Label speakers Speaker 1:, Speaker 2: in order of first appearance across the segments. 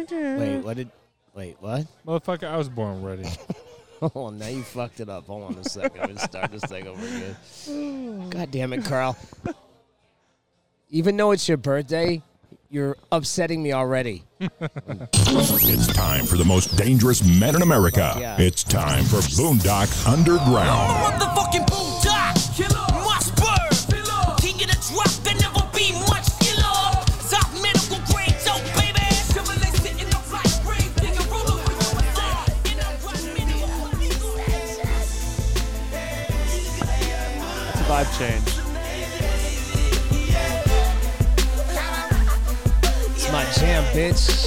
Speaker 1: Wait, what did? Wait, what?
Speaker 2: Motherfucker, I was born ready.
Speaker 1: Hold on, now you fucked it up. Hold on a second. Let's start this thing over again. God damn it, Carl. Even though it's your birthday, you're upsetting me already.
Speaker 3: It's time for the most dangerous men in America.
Speaker 1: Fuck yeah.
Speaker 3: It's time for Boondock Underground.
Speaker 4: Motherfucking bulldog, Mossberg, king of the drop, there never be much killer. Top medical grade, dope baby. Chevrolet sitting up like grave, nigga, ruler with a flag. In a run, minute,
Speaker 5: It's a vibe change.
Speaker 1: It's my jam, bitch.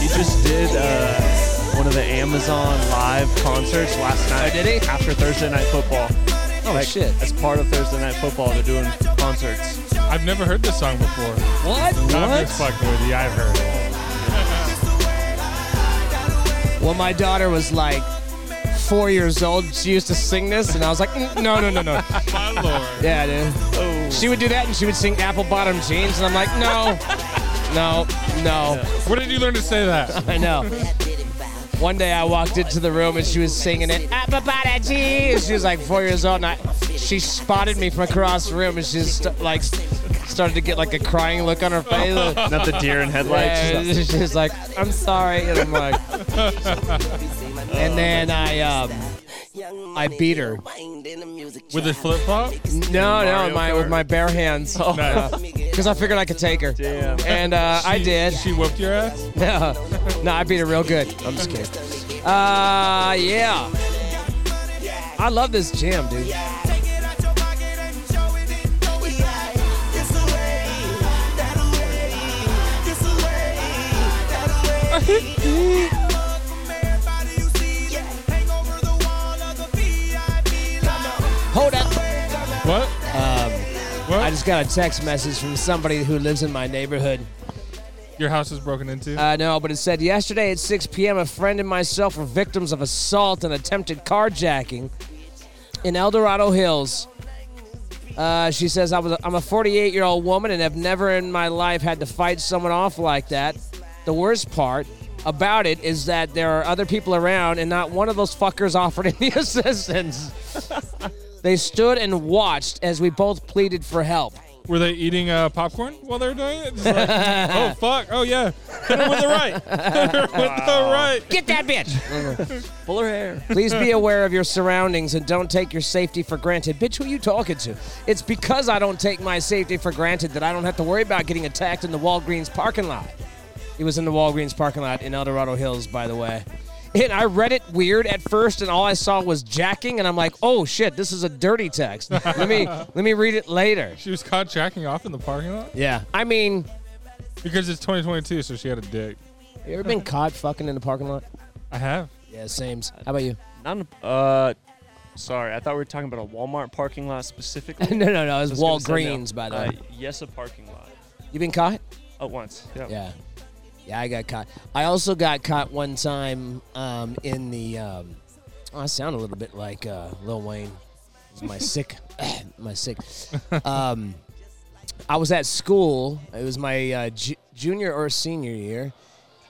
Speaker 5: He just did uh, one of the Amazon live concerts last night.
Speaker 1: Oh, did he?
Speaker 5: After Thursday Night Football.
Speaker 1: Oh shit!
Speaker 5: As part of Thursday Night Football, they're doing concerts.
Speaker 2: I've never heard this song before.
Speaker 1: What?
Speaker 2: I'm just
Speaker 1: What?
Speaker 2: fucking with you. I've heard it.
Speaker 1: When my daughter was like four years old, she used to sing this, and I was like, "Mm, no, no, no, no.
Speaker 2: My lord. Oh.
Speaker 1: Yeah, dude. She would do that, and she would sing "Apple Bottom Jeans," and I'm like, no, no, no.
Speaker 2: Where did you learn to say that?
Speaker 1: I know. One day I walked into the room and she was singing it. Apple Bottom Jeans. She was like four years old, and I, she spotted me from across the room, and she st- like started to get like a crying look on her face. like,
Speaker 5: Not the deer in headlights.
Speaker 1: yeah, it's just like, I'm sorry. And I'm like, and then I, um, I beat her.
Speaker 2: With a flip flop?
Speaker 1: No, no,
Speaker 5: Mario
Speaker 1: my,
Speaker 5: Kart?
Speaker 1: with my bare hands. Because I figured I could take her.
Speaker 5: Damn.
Speaker 1: And uh, I did.
Speaker 2: She whooped your ass?
Speaker 1: no, no, I beat her real good. I'm just kidding. Uh, yeah. I love this jam, dude. Hold up.
Speaker 2: What? what?
Speaker 1: I just got a text message from somebody who lives in my neighborhood.
Speaker 2: your house was broken into?
Speaker 1: I know, but it said yesterday at 6 p.m. a friend and myself were victims of assault and attempted carjacking in El Dorado Hills. Uh, she says I was I'm a 48 year old woman and have never in my life had to fight someone off like that. The worst part about it is that there are other people around and not one of those fuckers offered any assistance. they stood and watched as we both pleaded for help.
Speaker 2: Were they eating uh, popcorn while they were doing it? Just like, oh fuck! Oh yeah, hit her with the right. Hit her with the right.
Speaker 1: Get that bitch.
Speaker 5: Pull her hair.
Speaker 1: Please be aware of your surroundings and don't take your safety for granted. Bitch, who you talking to? It's because I don't take my safety for granted that I don't have to worry about getting attacked in the Walgreens parking lot. It was in the Walgreens parking lot in El Dorado Hills, by the way. And I read it weird at first, and all I saw was jacking, and I'm like, "Oh shit, this is a dirty text." Let me let me read it later.
Speaker 2: She was caught jacking off in the parking lot
Speaker 1: Yeah, I mean,
Speaker 2: because it's 2022, so she had a dick.
Speaker 1: you ever been caught fucking in the parking lot?
Speaker 2: I have.
Speaker 1: Yeah, same. How about you?
Speaker 5: Not a, uh, sorry, I thought we were talking about a Walmart parking lot specifically.
Speaker 1: no, no, no. It
Speaker 5: I
Speaker 1: was,
Speaker 5: was gonna say no.
Speaker 1: Walgreens, by the way.
Speaker 5: Uh, yes, a parking lot.
Speaker 1: you been caught?
Speaker 5: Oh, once. Yeah.
Speaker 1: Yeah. Yeah, I got caught. I also got caught one time um, in the. Um, oh, I sound a little bit like uh, Lil Wayne. It's My sick, my sick. Um, I was at school. It was my uh, ju- junior or senior year,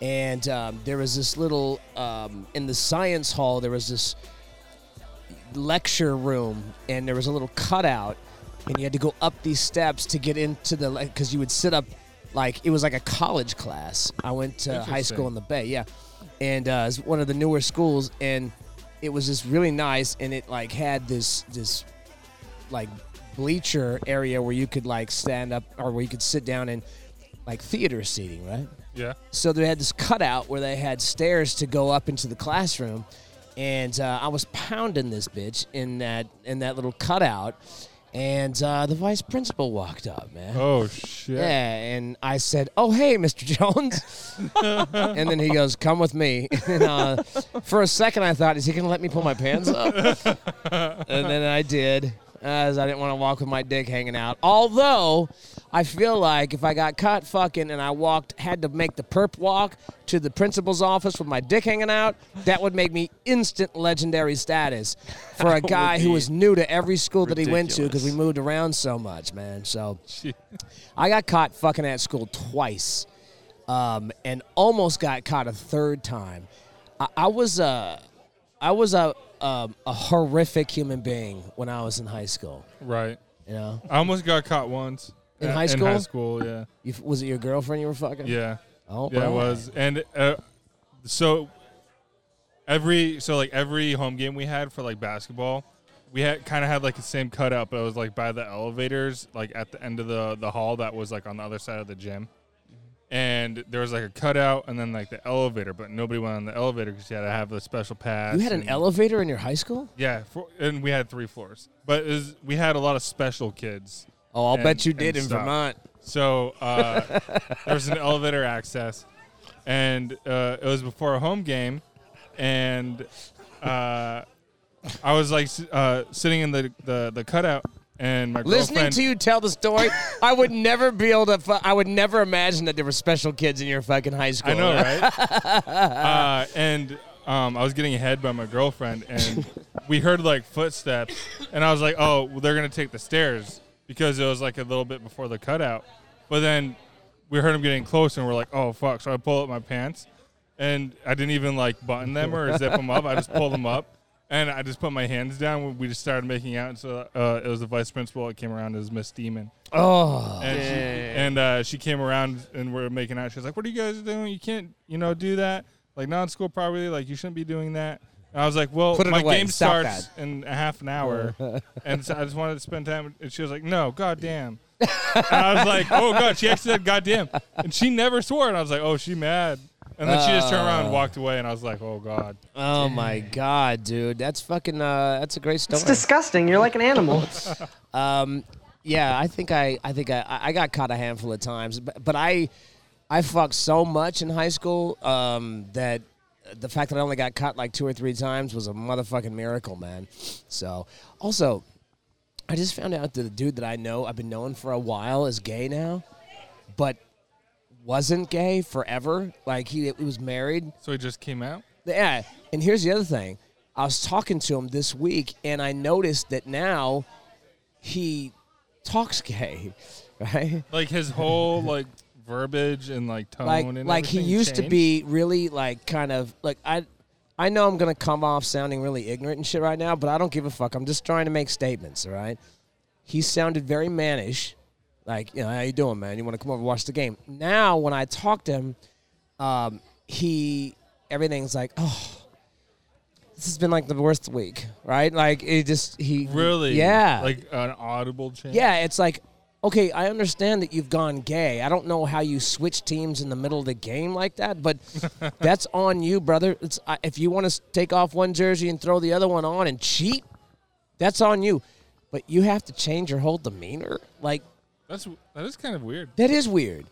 Speaker 1: and um, there was this little um, in the science hall. There was this lecture room and there was a little cutout and you had to go up these steps to get into the because you would sit up like it was like a college class i went to high school in the bay yeah and uh, it's one of the newer schools and it was just really nice and it like had this this like bleacher area where you could like stand up or where you could sit down and like theater seating right
Speaker 2: Yeah.
Speaker 1: so they had this cutout where they had stairs to go up into the classroom, and uh, I was pounding this bitch in that in that little cutout, and uh, the vice principal walked up, man.
Speaker 2: Oh shit.
Speaker 1: Yeah, and I said, "Oh, hey, Mr. Jones," and then he goes, "Come with me." And uh, for a second, I thought, "Is he gonna let me pull my pants up?" and then I did, as I didn't want to walk with my dick hanging out. Although, I feel like if I got caught fucking and I walked, had to make the perp walk to the principal's office with my dick hanging out, that would make me instant legendary status for a
Speaker 5: would
Speaker 1: guy who
Speaker 5: be
Speaker 1: was new to every school that he went to because
Speaker 5: ridiculous.
Speaker 1: we moved around so much, man. So.
Speaker 2: Shit.
Speaker 1: I got caught fucking at school twice. um, and almost got caught a third time. I, I was a, I was a, um, a horrific human being when I was in high school.
Speaker 2: Right.
Speaker 1: You know,
Speaker 2: I almost got caught once.
Speaker 1: In
Speaker 2: Uh,
Speaker 1: high
Speaker 2: In high
Speaker 1: school?
Speaker 2: school, yeah.
Speaker 1: you, f- was it your girlfriend you were fucking?
Speaker 2: Yeah.
Speaker 1: Oh,
Speaker 2: Yeah,
Speaker 1: my.
Speaker 2: it was. And uh, so every so like every home game we had for like basketball, we had kind of had like the same cutout, but it was like by the elevators, like at the end of the the hall that was like on the other side of the gym. And there was like a cutout, and then like the elevator, but nobody went on the elevator because you had to have the special pass.
Speaker 1: You had an
Speaker 2: and-
Speaker 1: elevator in your high school?
Speaker 2: Yeah, for, and we had three floors, but it was, we had a lot of special kids.
Speaker 1: Oh, I'll
Speaker 2: and-
Speaker 1: bet you
Speaker 2: and
Speaker 1: did in
Speaker 2: stuff.
Speaker 1: Vermont.
Speaker 2: So uh, there was an elevator access, and uh, it was before a home game, and uh, I was like s- uh, sitting in the, the, the cutout, and my
Speaker 1: Listening
Speaker 2: girlfriend.
Speaker 1: to you tell the story, I would never be able to. Fu- I would never imagine that there were special kids in your fucking high school.
Speaker 2: I know, right? uh, and um, I was getting ahead by my girlfriend, and we heard like footsteps, and I was like, "Oh, well, they're gonna take the stairs because it was like a little bit before the cutout." But then we heard them getting close, and we're like, "Oh fuck!" So I pull up my pants, and I didn't even like button them or zip them up. I just pulled them up. And I just put my hands down. We just started making out. And so uh, it was the vice principal that came around as Miss Demon.
Speaker 1: Oh,
Speaker 2: And, she, and uh, she came around and we're making out. She was like, "What are you guys doing? You can't, you know, do that. Like not in school properly. Like you shouldn't be doing that." And I was like, "Well,
Speaker 1: Put it
Speaker 2: my
Speaker 1: away.
Speaker 2: game
Speaker 1: Stop
Speaker 2: starts in a half an hour, and so I just wanted to spend time." And she was like, "No, goddamn." and I was like, "Oh god," she actually said "goddamn," and she never swore. And I was like, "Oh, she mad." And then she just turned around and walked away, and I was like, "Oh god."
Speaker 1: oh my god, dude, that's fucking. Uh, that's a great story.
Speaker 6: It's disgusting. You're like an animal.
Speaker 1: Um, yeah, I think I, I think I, I I got caught a handful of times, but, but I, I fucked so much in high school um, that the fact that I only got caught like two or three times was a motherfucking miracle, man. So, also, I just found out that the dude that I know, I've been knowing for a while, is gay now, but wasn't gay forever. Like he, he was married.
Speaker 2: So he just came out.
Speaker 1: Yeah, and here's the other thing. I was talking to him this week, and I noticed that now he talks gay, right?
Speaker 2: Like his whole like verbiage and like tone
Speaker 1: Like,
Speaker 2: and
Speaker 1: like he
Speaker 2: everything
Speaker 1: used to
Speaker 2: changed?
Speaker 1: be really like kind of like I, I know I'm gonna come off sounding really ignorant and shit right now, but I don't give a fuck. I'm just trying to make statements, all right? He sounded very mannish, like you know, how you doing, man? You want to come over and watch the game? Now, when I talk to him, um, he everything's like, oh, this has been like the worst week, right? Like it just he
Speaker 2: Really?
Speaker 1: yeah,
Speaker 2: Like an audible change?
Speaker 1: yeah. It's like okay, I understand that you've gone gay. I don't know how you switch teams in the middle of the game like that, but that's on you, brother. It's I- if you want to take off one jersey and throw the other one on and cheat, that's on you. But you have to change your whole demeanor, like.
Speaker 2: That's that is kind of weird.
Speaker 1: That is weird.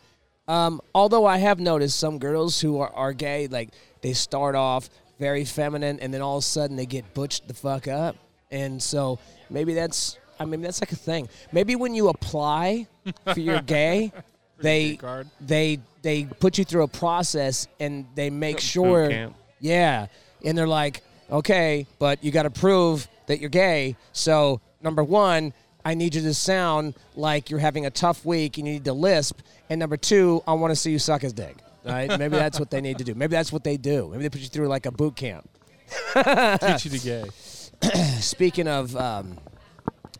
Speaker 1: Um, although I have noticed some girls who are, are gay, like they start off very feminine and then all of a sudden they get butched the fuck up. And so maybe that's I mean that's like a thing. Maybe when you apply for your gay, they
Speaker 2: card.
Speaker 1: they they put you through a process and they make sure
Speaker 5: camp.
Speaker 1: Yeah. And they're like, okay, but you got to prove that you're gay. So, number one, I need you to sound like you're having a tough week and you need to lisp. And number two, I want to see you suck his dick. Right? Maybe that's what they need to do. Maybe that's what they do. Maybe they put you through like a boot camp.
Speaker 2: Teach you to gay.
Speaker 1: Speaking of. Um,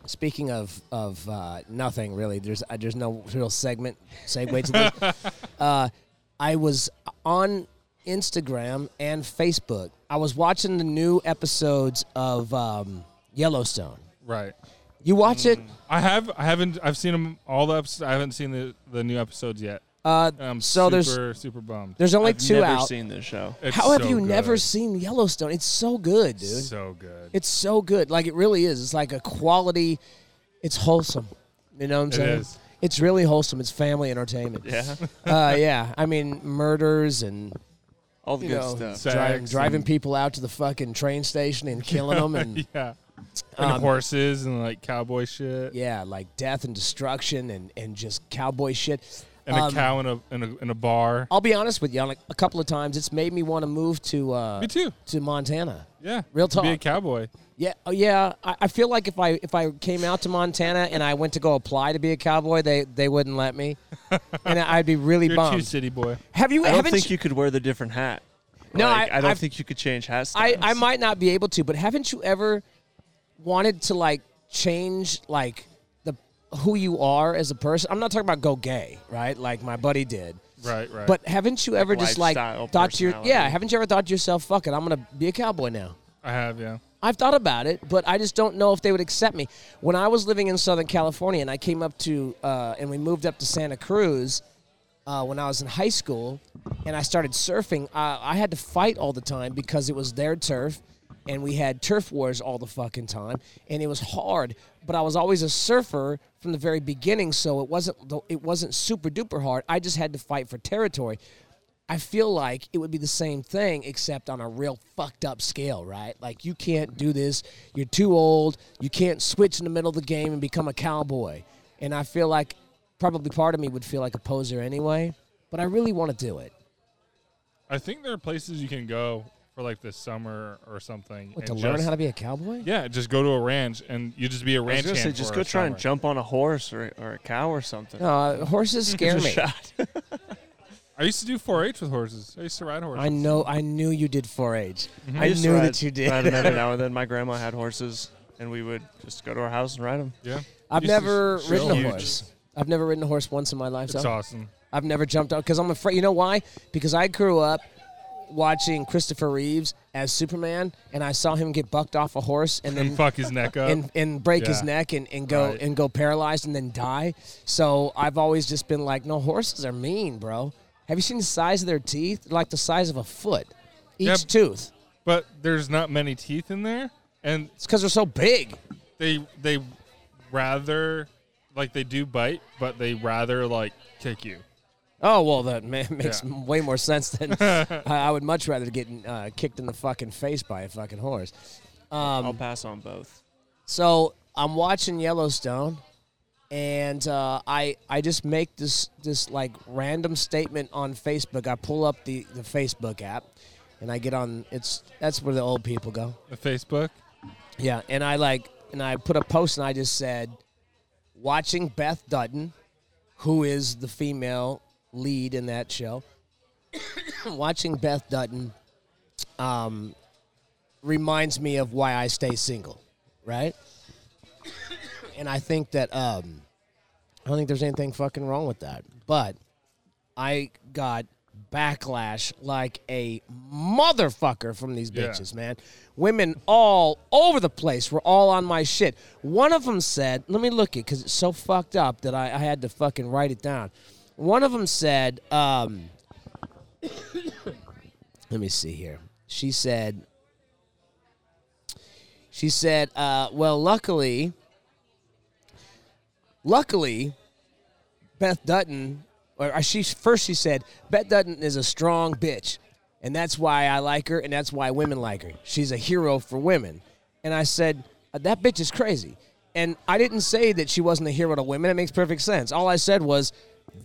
Speaker 1: Speaking of of uh, nothing really, there's uh, there's no real segment segue to this. Uh, I was on Instagram and Facebook. I was watching the new episodes of um, Yellowstone.
Speaker 2: Right.
Speaker 1: You watch
Speaker 5: Mm.
Speaker 1: it?
Speaker 2: I have I haven't I've seen them all the episodes. I haven't seen the, the new episodes yet.
Speaker 1: Uh,
Speaker 2: And I'm
Speaker 1: so there's
Speaker 2: super super bummed.
Speaker 1: there's only
Speaker 5: I've
Speaker 1: two
Speaker 5: never
Speaker 1: out.
Speaker 5: seen this show.
Speaker 2: It's
Speaker 1: How have
Speaker 2: so
Speaker 1: you never
Speaker 2: good.
Speaker 1: seen Yellowstone? It's so good, dude.
Speaker 2: So good.
Speaker 1: it's so good. Like it really is. It's like a quality. It's wholesome. You know what I'm
Speaker 2: It
Speaker 1: saying?
Speaker 2: is.
Speaker 1: It's really wholesome. It's family entertainment.
Speaker 5: Yeah,
Speaker 1: Uh, yeah. I mean, murders and
Speaker 5: all the
Speaker 1: you
Speaker 5: good
Speaker 1: know,
Speaker 5: stuff.
Speaker 2: Sex
Speaker 1: driving,
Speaker 2: and-
Speaker 1: driving people out to the fucking train station and killing them and
Speaker 2: yeah. And
Speaker 1: Um,
Speaker 2: horses and like cowboy shit.
Speaker 1: Yeah, like death and destruction and, and just cowboy shit.
Speaker 2: and a cow in a in a, in a bar.
Speaker 1: I'll be honest with you. Like a couple of times, it's made me want to move to uh,
Speaker 2: Me too.
Speaker 1: to Montana.
Speaker 2: Yeah,
Speaker 1: Real
Speaker 2: to Be a
Speaker 1: talk.
Speaker 2: cowboy.
Speaker 1: Yeah, oh yeah. I, I feel like if I if I came out to Montana and I went to go apply to be a cowboy, they they wouldn't let me, and I'd be really
Speaker 2: You're too
Speaker 1: bummed.
Speaker 2: city boy.
Speaker 1: Have you?
Speaker 5: I don't
Speaker 1: haven't
Speaker 5: think
Speaker 1: you?
Speaker 5: you could wear the different hat.
Speaker 1: No,
Speaker 5: Like,
Speaker 1: I-
Speaker 5: I, don't
Speaker 1: I've-
Speaker 5: think you could change hat
Speaker 1: I
Speaker 5: styles.
Speaker 1: I might not be able to, but haven't you ever wanted to like change like the who you are as a person? I'm not talking about go gay, right? Like my buddy did.
Speaker 2: Right, right.
Speaker 1: But haven't you ever just like
Speaker 5: lifestyle,
Speaker 1: thought to your yeah?
Speaker 5: personality.
Speaker 1: Haven't you ever thought to yourself, "Fuck it, I'm gonna be a cowboy now."
Speaker 2: I have, yeah.
Speaker 1: I've thought about it, but I just don't know if they would accept me. When I was living in Southern California and I came up to, uh, and we moved up to Santa Cruz uh, when I was in high school and I started surfing, uh, I had to fight all the time because it was their turf and we had turf wars all the fucking time and it was hard but i was always a surfer from the very beginning so it wasn't it wasn't super duper hard i just had to fight for territory I feel like it would be the same thing, except on a real fucked up scale, right? Like you can't do this. You're too old. You can't switch in the middle of the game and become a cowboy. And I feel like probably part of me would feel like a poser anyway, but I really want to do it.
Speaker 2: I think there are places you can go for like the summer or something.
Speaker 1: What, to
Speaker 2: and
Speaker 1: learn
Speaker 2: just-
Speaker 1: how to be a cowboy?
Speaker 2: Yeah, just go to a ranch and you just be a
Speaker 5: I was
Speaker 2: ranch.
Speaker 5: gonna say
Speaker 2: hand
Speaker 5: just
Speaker 2: for
Speaker 5: go
Speaker 2: a
Speaker 5: try and
Speaker 2: summer.
Speaker 5: jump on a horse or, or a cow or something.
Speaker 1: No, uh, horses scare
Speaker 5: Just
Speaker 1: me.
Speaker 5: shot.
Speaker 2: I used to do 4-H with horses. I used to ride horses.
Speaker 1: I know. I knew you did 4-H. I,
Speaker 5: used to
Speaker 1: knew
Speaker 5: Mm-hmm. ride-
Speaker 1: that you
Speaker 5: Ride
Speaker 1: did.
Speaker 5: 'em every now and then. My grandma had horses, and we would just go to our house and ride them.
Speaker 2: Yeah,
Speaker 1: I've
Speaker 2: Used to
Speaker 1: never
Speaker 2: show
Speaker 1: ridden a
Speaker 2: huge.
Speaker 1: horse. I've never ridden a horse once in my life.
Speaker 2: It's
Speaker 1: so.
Speaker 2: awesome.
Speaker 1: I've never jumped out because I'm afraid. You know why? Because I grew up watching Christopher Reeves as Superman, and I saw him get bucked off a horse and
Speaker 2: And
Speaker 1: then
Speaker 2: fuck his neck up.
Speaker 1: and, and break his
Speaker 2: Yeah.
Speaker 1: neck and, and go
Speaker 2: Right.
Speaker 1: and go paralyzed and then die. So I've always just been like, no, horses are mean, bro. Have you seen the size of their teeth? Like the size of a foot, each
Speaker 2: Yeah.
Speaker 1: tooth.
Speaker 2: but there's not many teeth in there, and
Speaker 1: It's because they're so big.
Speaker 2: they they rather like they do bite, but they rather like kick you.
Speaker 1: Oh well, that ma- makes
Speaker 2: Yeah.
Speaker 1: way more sense than I, I would much rather get uh, kicked in the fucking face by a fucking horse.
Speaker 5: I'll pass on both.
Speaker 1: So I'm watching Yellowstone, and uh, I I just make this this like random statement on Facebook. I pull up the the Facebook app, and I get on. It's that's where the old people go.
Speaker 2: The Facebook.
Speaker 1: Yeah, and I like and I put a post and I just said, watching Beth Dutton, who is the female lead in that show, watching Beth Dutton, um, reminds me of why I stay single, right? and I think that um, I don't think there's anything fucking wrong with that, but I got backlash like a motherfucker from these
Speaker 2: Yeah.
Speaker 1: bitches, man. Women all over the place were all on my shit. One of them said, let me look it because it's so fucked up that I, I had to fucking write it down. One of them said, um, let me see here. She said, she said, uh, well, luckily, luckily, Beth Dutton, or or she first she said, Beth Dutton is a strong bitch, and that's why I like her, and that's why women like her. She's a hero for women. And I said, "Uh, that bitch is crazy. And I didn't say that she wasn't a hero to women. It makes perfect sense. All I said was,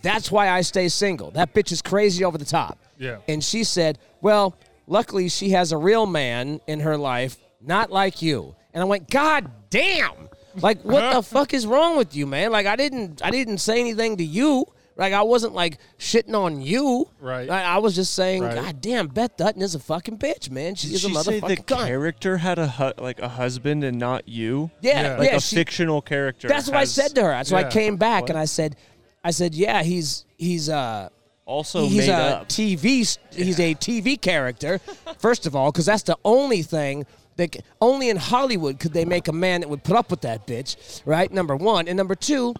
Speaker 1: that's why I stay single. That bitch is crazy over the top.
Speaker 2: Yeah.
Speaker 1: And she said, well, luckily she has a real man in her life, not like you. And I went, God damn. Like what the fuck is wrong with you, man? Like I didn't I didn't say anything to you. Like I wasn't like shitting on you.
Speaker 2: Right.
Speaker 1: I, I was just saying,
Speaker 2: Right.
Speaker 1: God damn, Beth Dutton is a fucking bitch, man. She is a
Speaker 5: she say the
Speaker 1: motherfucking cunt.
Speaker 5: character had a hu- like a husband and not you?
Speaker 1: yeah,
Speaker 2: Yeah.
Speaker 1: yeah.
Speaker 5: like a
Speaker 1: she-
Speaker 5: fictional character.
Speaker 1: that's what I
Speaker 5: has-
Speaker 1: said to her. That's why
Speaker 2: Yeah.
Speaker 1: I came back and
Speaker 5: What?
Speaker 1: I said, I said, yeah, he's he's uh
Speaker 5: Also
Speaker 1: he's
Speaker 5: made
Speaker 1: a
Speaker 5: up.
Speaker 1: TV. s- He's a TV character, first of all, because that's the only thing that c- only in Hollywood could they make a man that would put up with that bitch, right? Number one, and number two,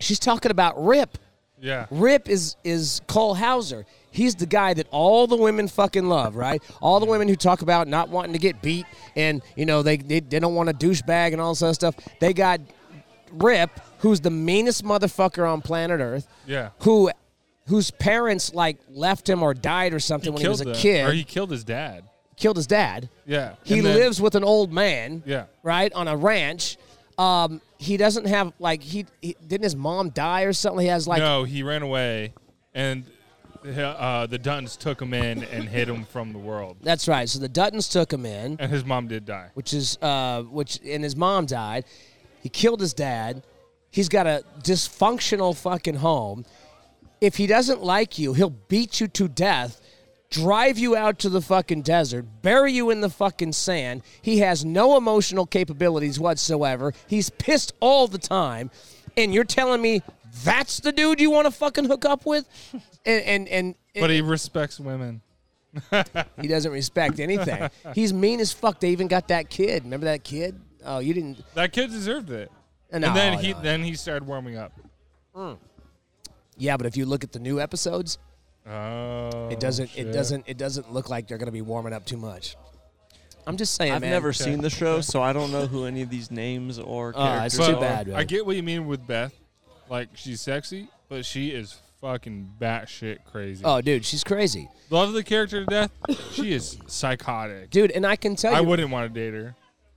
Speaker 1: she's talking about Rip.
Speaker 2: Yeah.
Speaker 1: Rip is is Cole Hauser. He's the guy that all the women fucking love, right? All the women who talk about not wanting to get beat and you know they they, they don't want a douchebag and all this other stuff. They got Rip, who's the meanest motherfucker on planet Earth.
Speaker 2: Yeah.
Speaker 1: Who whose parents like left him or died or something when he was a
Speaker 2: Killed the-
Speaker 1: kid.
Speaker 2: Or he killed his dad.
Speaker 1: killed his dad.
Speaker 2: Yeah.
Speaker 1: He
Speaker 2: and then-
Speaker 1: lives with an old man.
Speaker 2: Yeah.
Speaker 1: Right on a ranch. Um, he doesn't have like he, he didn't his mom die or something. He has like
Speaker 2: no, he ran away, and uh, the Duttons took him in and hid him from the world.
Speaker 1: that's right. So the Duttons took him in,
Speaker 2: And his mom did die.
Speaker 1: which is uh, which, and his mom died. He killed his dad. He's got a dysfunctional fucking home. If he doesn't like you, he'll beat you to death, drive you out to the fucking desert, bury you in the fucking sand. He has no emotional capabilities whatsoever. He's pissed all the time, and you're telling me that's the dude you want to fucking hook up with, and and and.
Speaker 2: But he respects women.
Speaker 1: He doesn't respect anything. He's mean as fuck. They even got that kid. Remember that kid? Oh, you didn't.
Speaker 2: That kid deserved it.
Speaker 1: No,
Speaker 2: and then he
Speaker 1: no.
Speaker 2: then he started warming up.
Speaker 1: Yeah, but if you look at the new episodes,
Speaker 2: Oh,
Speaker 1: it doesn't.
Speaker 2: shit.
Speaker 1: It doesn't. It doesn't look like they're going to be warming up too much. I'm just saying,
Speaker 5: I've
Speaker 1: man.
Speaker 5: never seen the show, so I don't know who any of these names or
Speaker 1: Oh, it's
Speaker 5: characters
Speaker 1: too
Speaker 5: are.
Speaker 1: bad. man.
Speaker 2: uh, I get what you mean with Beth. Like she's sexy, but she is fucking batshit crazy.
Speaker 1: Oh, dude, she's crazy,
Speaker 2: Love the character to death. she is psychotic.
Speaker 1: dude. And I can tell you,
Speaker 2: I wouldn't want to date her.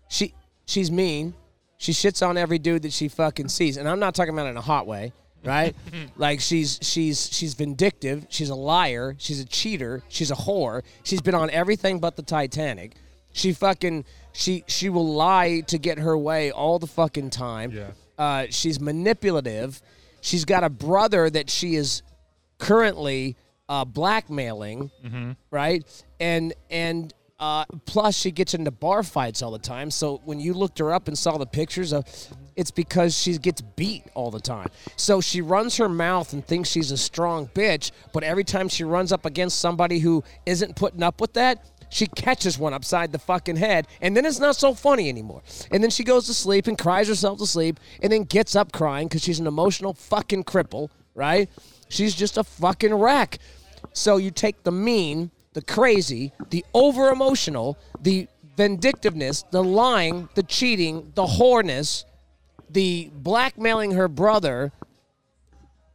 Speaker 1: she she's mean. She shits on every dude that she fucking sees, and I'm not talking about it in a hot way, right? like she's she's she's vindictive. She's a liar. She's a cheater. She's a whore. She's been on everything but the Titanic. She fucking she she will lie to get her way all the fucking time.
Speaker 2: Yeah.
Speaker 1: Uh, she's manipulative. She's got a brother that she is currently uh, blackmailing, right? And and uh, plus she gets into bar fights all the time. So when you looked her up and saw the pictures of, it's because she gets beat all the time. So she runs her mouth and thinks she's a strong bitch, but every time she runs up against somebody who isn't putting up with that. She catches one upside the fucking head, and then it's not so funny anymore. And then she goes to sleep and cries herself to sleep, and then gets up crying because she's an emotional fucking cripple, right? She's just a fucking wreck. So you take the mean, the crazy, the over emotional, the vindictiveness, the lying, the cheating, the whoreness, the blackmailing her brother,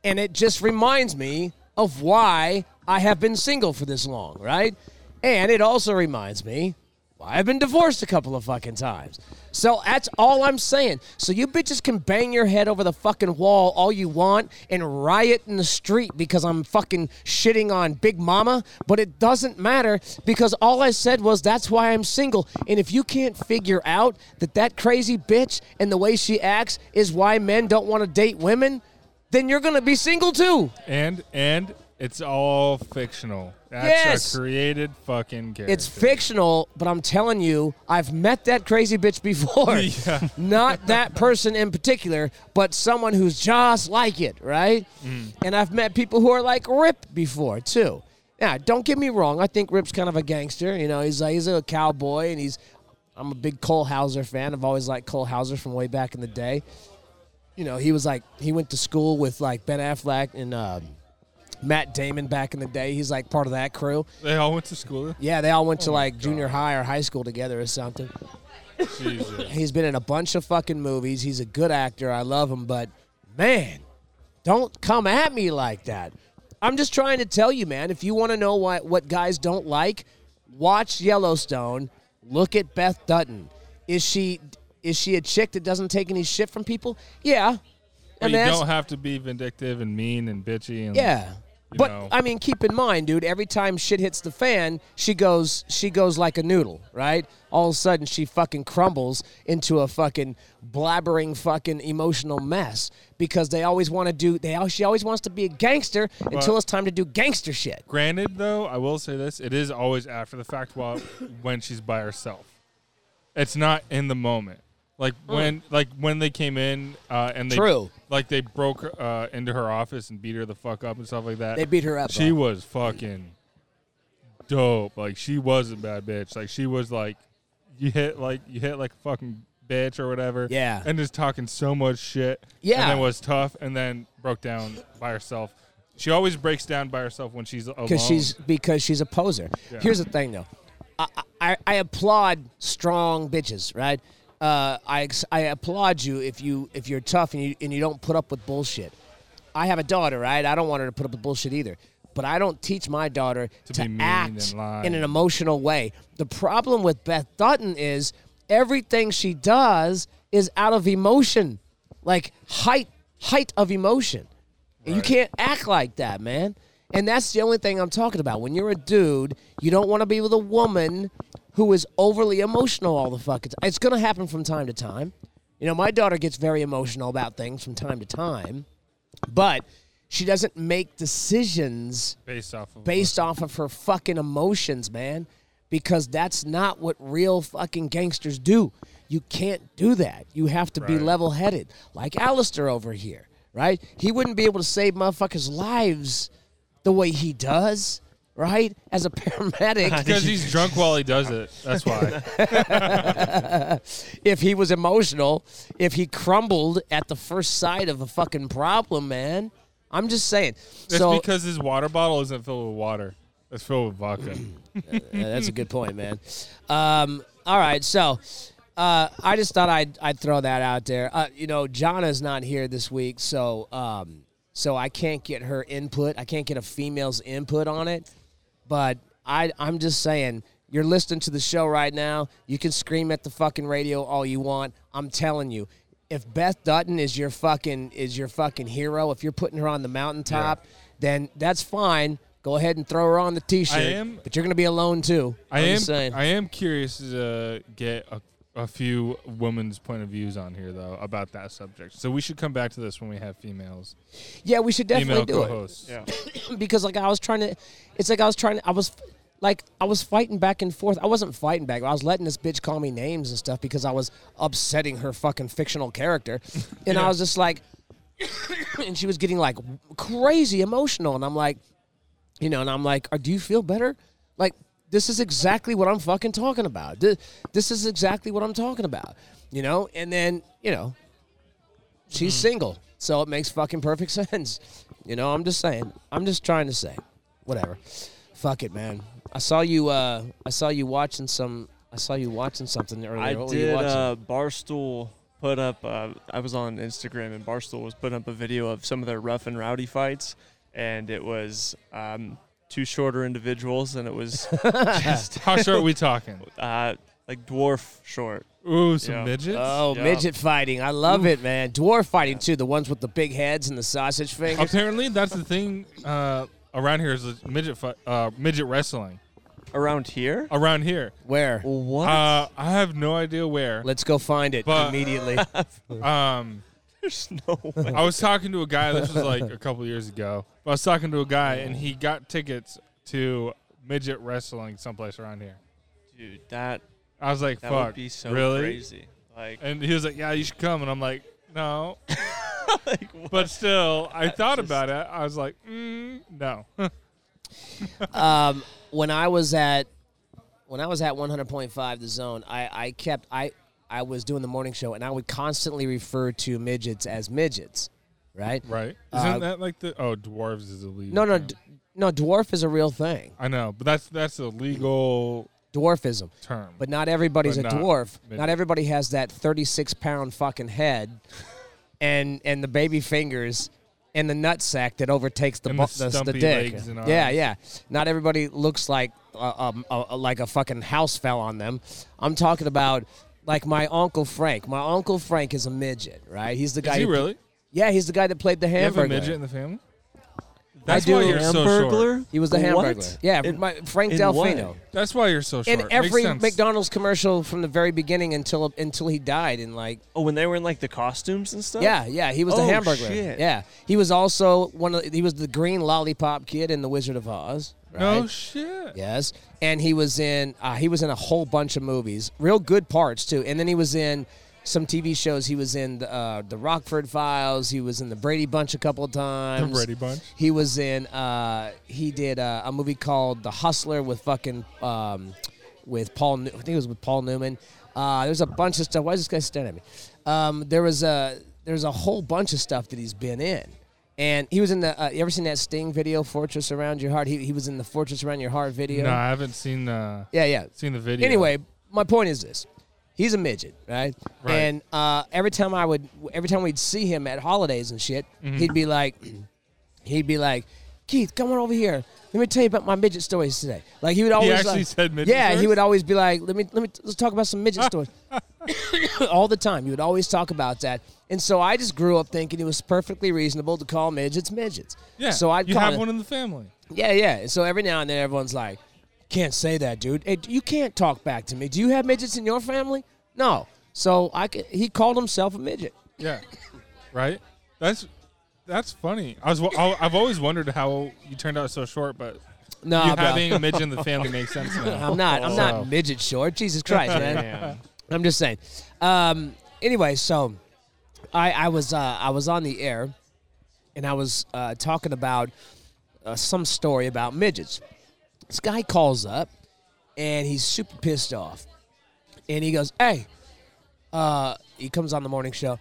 Speaker 1: and it just reminds me of why I have been single for this long, right? And it also reminds me why I've been divorced a couple of fucking times. So that's all I'm saying. So you bitches can bang your head over the fucking wall all you want and riot in the street because I'm fucking shitting on Big Mama, but it doesn't matter because all I said was that's why I'm single. And if you can't figure out that that crazy bitch and the way she acts is why men don't want to date women, then you're gonna be single too.
Speaker 2: And and it's all fictional. That's
Speaker 1: Yes.
Speaker 2: a created fucking character.
Speaker 1: It's fictional, but I'm telling you, I've met that crazy bitch before.
Speaker 2: Yeah.
Speaker 1: Not that person in particular, but someone who's just like it, right? And I've met people who are like Rip before too. Now, don't get me wrong. I think Rip's kind of a gangster. You know, he's like, he's a cowboy, and he's. I'm a big Cole Hauser fan. I've always liked Cole Hauser from way back in the day. You know, he was like he went to school with like Ben Affleck and uh, Matt Damon back in the day. He's like part of that crew.
Speaker 2: They all went to school.
Speaker 1: Yeah, they all went to
Speaker 2: Oh my
Speaker 1: like
Speaker 2: God.
Speaker 1: junior high or high school together or something.
Speaker 2: Jesus.
Speaker 1: He's been in a bunch of fucking movies. He's a good actor. I love him, but man, don't come at me like that. I'm just trying to tell you, man, if you want to know why, what guys don't like, watch Yellowstone. Look at Beth Dutton. Is she is she a chick that doesn't take any shit from people? Yeah.
Speaker 2: But
Speaker 1: mean,
Speaker 2: you
Speaker 1: that's-
Speaker 2: don't have to be vindictive and mean and bitchy and
Speaker 1: yeah.
Speaker 2: you
Speaker 1: But
Speaker 2: know.
Speaker 1: I mean, keep in mind, dude. Every time shit hits the fan, she goes, she goes like a noodle, right? All of a sudden, she fucking crumbles into a fucking blabbering, fucking emotional mess because they always want to do. They al- she always wants to be a gangster until it's time to do gangster shit.
Speaker 2: Granted, though, I will say this: it is always after the fact, while when she's by herself. It's not in the moment. Like when, like when they came in uh, and they,
Speaker 1: True.
Speaker 2: like they broke her, uh, into her office and beat her the fuck up and stuff like that.
Speaker 1: They beat her up.
Speaker 2: She
Speaker 1: though.
Speaker 2: was fucking dope. Like she was a bad bitch. Like she was like, you hit like you hit like a fucking bitch or whatever.
Speaker 1: Yeah.
Speaker 2: and just talking so much shit.
Speaker 1: Yeah.
Speaker 2: and then was tough and then broke down by herself. She always breaks down by herself when she's alone.
Speaker 1: because she's because she's a poser.
Speaker 2: Yeah.
Speaker 1: Here's the thing, though. I, I, I applaud strong bitches, right? Uh, I ex- I applaud you if you if you're tough and you and you don't put up with bullshit. I have a daughter, right? I don't want her to put up with bullshit either. But I don't teach my daughter to,
Speaker 2: be mean
Speaker 1: act
Speaker 2: and lie.
Speaker 1: in an emotional way. The problem with Beth Dutton is everything she does is out of emotion, like height height of emotion. And You can't act like that, man. And that's the only thing I'm talking about. When you're a dude, you don't want to be with a woman who is overly emotional all the fucking time. It's going to happen from time to time. You know, my daughter gets very emotional about things from time to time, but she doesn't make decisions
Speaker 2: based off of
Speaker 1: based off of her fucking emotions, man, because that's not what real fucking gangsters do. You can't do that. You have to be
Speaker 2: Right.
Speaker 1: level headed, like Alistair over here, right? He wouldn't be able to save motherfuckers' lives the way he does, right? As a paramedic,
Speaker 2: because he's drunk while he does it. That's why.
Speaker 1: if he was emotional, if he crumbled at the first sight of a fucking problem, man. I'm just saying.
Speaker 2: That's
Speaker 1: so
Speaker 2: because his water bottle isn't filled with water. It's filled with vodka.
Speaker 1: Yeah, that's a good point, man. Um, all right, so uh, I just thought I'd I'd throw that out there. Uh, you know, Jana's not here this week, so um, so I can't get her input. I can't get a female's input on it. But I I'm just saying, you're listening to the show right now. You can scream at the fucking radio all you want. I'm telling you. If Beth Dutton is your fucking is your fucking hero, if you're putting her on the mountaintop, then that's fine. Go ahead and throw her on the t-shirt.
Speaker 2: am-
Speaker 1: But you're gonna be alone too.
Speaker 2: I
Speaker 1: I'm
Speaker 2: am.
Speaker 1: just saying.
Speaker 2: I am curious to uh, get a, a few women's point of views on here though about that subject. So we should come back to this when we have females,
Speaker 1: yeah, we should definitely
Speaker 2: female
Speaker 1: do
Speaker 2: co-hosts.
Speaker 5: Yeah.
Speaker 1: it because like I was trying to. It's like I was trying. to I was like I was fighting back and forth. I wasn't fighting back. I was letting this bitch call me names and stuff because I was upsetting her fucking fictional character, and I was just like, and she was getting like crazy emotional, and I'm like, you know, and I'm like, "Are- do you feel better? Like, this is exactly what I'm fucking talking about. This, this is exactly what I'm talking about, you know? And then, you know, she's
Speaker 5: Mm-hmm.
Speaker 1: single, so it makes fucking perfect sense. You know, I'm just saying, I'm just trying to say, whatever. Fuck it, man. I saw you, uh, I saw you watching some, I saw you watching something earlier.
Speaker 5: I
Speaker 1: what were
Speaker 5: did.
Speaker 1: you oh, watching?
Speaker 5: Uh, Barstool put up. Uh, I was on Instagram, and Barstool was putting up a video of some of their rough and rowdy fights, and it was um, two shorter individuals, and it was just
Speaker 2: How short are we talking?
Speaker 5: uh, like dwarf short.
Speaker 2: Ooh, some
Speaker 5: Yeah.
Speaker 2: midgets.
Speaker 1: Oh,
Speaker 5: Yeah.
Speaker 1: midget fighting. I love it, man. Dwarf fighting, too. The ones with the big heads and the sausage fingers.
Speaker 2: Apparently, that's the thing uh, around here is midget fu- uh, midget wrestling
Speaker 5: Around here?
Speaker 2: around here.
Speaker 1: Where?
Speaker 5: What?
Speaker 2: Uh, I have no idea where.
Speaker 1: Let's go find it
Speaker 2: But-
Speaker 1: immediately.
Speaker 2: Um,
Speaker 5: There's no way.
Speaker 2: I was talking to a guy. This was like a couple years ago. But I was talking to a guy, and he got tickets to midget wrestling someplace around here.
Speaker 5: Dude, that
Speaker 2: I was like,
Speaker 5: that
Speaker 2: "Fuck,
Speaker 5: would be so
Speaker 2: really?"
Speaker 5: crazy. Like,
Speaker 2: And he was like, "Yeah, you should come." And I'm like, "No." but still, I thought about it. I was like, mm, "No."
Speaker 1: when I was at when I was at 100.5 the zone, I, I kept I I was doing the morning show and I would constantly refer to midgets as midgets, right?
Speaker 2: right? Isn't
Speaker 1: Uh,
Speaker 2: that like the oh, dwarves is illegal?
Speaker 1: No, no,
Speaker 2: term.
Speaker 1: d- no, dwarf is a real thing.
Speaker 2: I know, but that's that's a legal
Speaker 1: Dwarfism.
Speaker 2: term.
Speaker 1: But not everybody's
Speaker 2: But
Speaker 1: a
Speaker 2: not
Speaker 1: dwarf.
Speaker 2: midget.
Speaker 1: Not everybody has that 36 pound fucking head and and the baby fingers and the nut sack that overtakes the
Speaker 2: And
Speaker 1: bu-
Speaker 2: the
Speaker 1: the, the,
Speaker 2: stumpy
Speaker 1: dick.
Speaker 2: legs and
Speaker 1: yeah,
Speaker 2: arms.
Speaker 1: yeah. Not everybody looks like uh, um, uh, like a fucking house fell on them. I'm talking about like my uncle Frank. My uncle Frank is a midget, right? He's the guy.
Speaker 2: is he
Speaker 1: who-
Speaker 2: really?
Speaker 1: Yeah, he's the guy that played the
Speaker 2: You have a
Speaker 1: hamburger.
Speaker 2: midget in the family? That's
Speaker 1: do.
Speaker 2: why you're so short.
Speaker 1: He was the hamburger. Yeah, my, Frank
Speaker 5: in
Speaker 1: Delfino.
Speaker 5: what?
Speaker 2: That's why you're so short.
Speaker 1: In every
Speaker 2: Makes sense.
Speaker 1: McDonald's commercial from the very beginning until until he died in like
Speaker 5: Oh, when they were in like the costumes and stuff.
Speaker 1: Yeah, yeah, he was the
Speaker 5: Oh,
Speaker 1: hamburger.
Speaker 5: shit.
Speaker 1: Yeah, he was also one of he was the green lollipop kid in The Wizard of Oz. Right?
Speaker 2: No shit.
Speaker 1: Yes, and he was in uh, he was in a whole bunch of movies, real good parts too. And then he was in some TV shows. He was in the, uh, the Rockford Files. He was in the Brady Bunch a couple of times.
Speaker 2: Brady Bunch.
Speaker 1: He was in uh, he did uh, a movie called The Hustler with fucking um, with Paul. New- I think it was with Paul Newman. Uh, there's a bunch of stuff. Why is this guy staring at me? Um, there was a there's a whole bunch of stuff that he's been in. And he was in the. Uh, you ever seen that Sting video, "Fortress Around Your Heart"? He, he was in the "Fortress Around Your Heart" video.
Speaker 2: No, I haven't seen uh,
Speaker 1: Yeah, yeah.
Speaker 2: seen the video.
Speaker 1: Anyway, my point is this: he's a midget, right?
Speaker 2: Right.
Speaker 1: And uh, every time I would, every time we'd see him at holidays and shit,
Speaker 2: Mm-hmm.
Speaker 1: he'd be like, he'd be like, Keith, come on over here. Let me tell you about my midget stories today. Like he would always
Speaker 2: actually
Speaker 1: like-
Speaker 2: said midget
Speaker 1: Yeah, he
Speaker 2: stories?
Speaker 1: would always be like, let me let me let's talk about some midget stories. all the time. You would always talk about that. And so I just grew up thinking it was perfectly reasonable to call midgets midgets.
Speaker 2: Yeah.
Speaker 1: So I'd
Speaker 2: you
Speaker 1: call
Speaker 2: have
Speaker 1: it-
Speaker 2: one in the family.
Speaker 1: Yeah, yeah. And so every now and then everyone's like, can't say that, dude. Hey, you can't talk back to me. Do you have midgets in your family? No. So I c- he called himself a midget.
Speaker 2: Yeah. Right? That's that's funny. I was wa- I- I've always wondered how you turned out so short, but
Speaker 1: No,
Speaker 2: you
Speaker 1: bro.
Speaker 2: having a midget in the family makes sense now.
Speaker 1: I'm not. I'm
Speaker 2: So-
Speaker 1: not midget short. Jesus Christ, man.
Speaker 5: Damn.
Speaker 1: I'm just saying. Um, anyway, so I, I was uh, I was on the air, and I was uh, talking about uh, some story about midgets. This guy calls up, and he's super pissed off, and he goes, "Hey," uh, he comes on the morning show.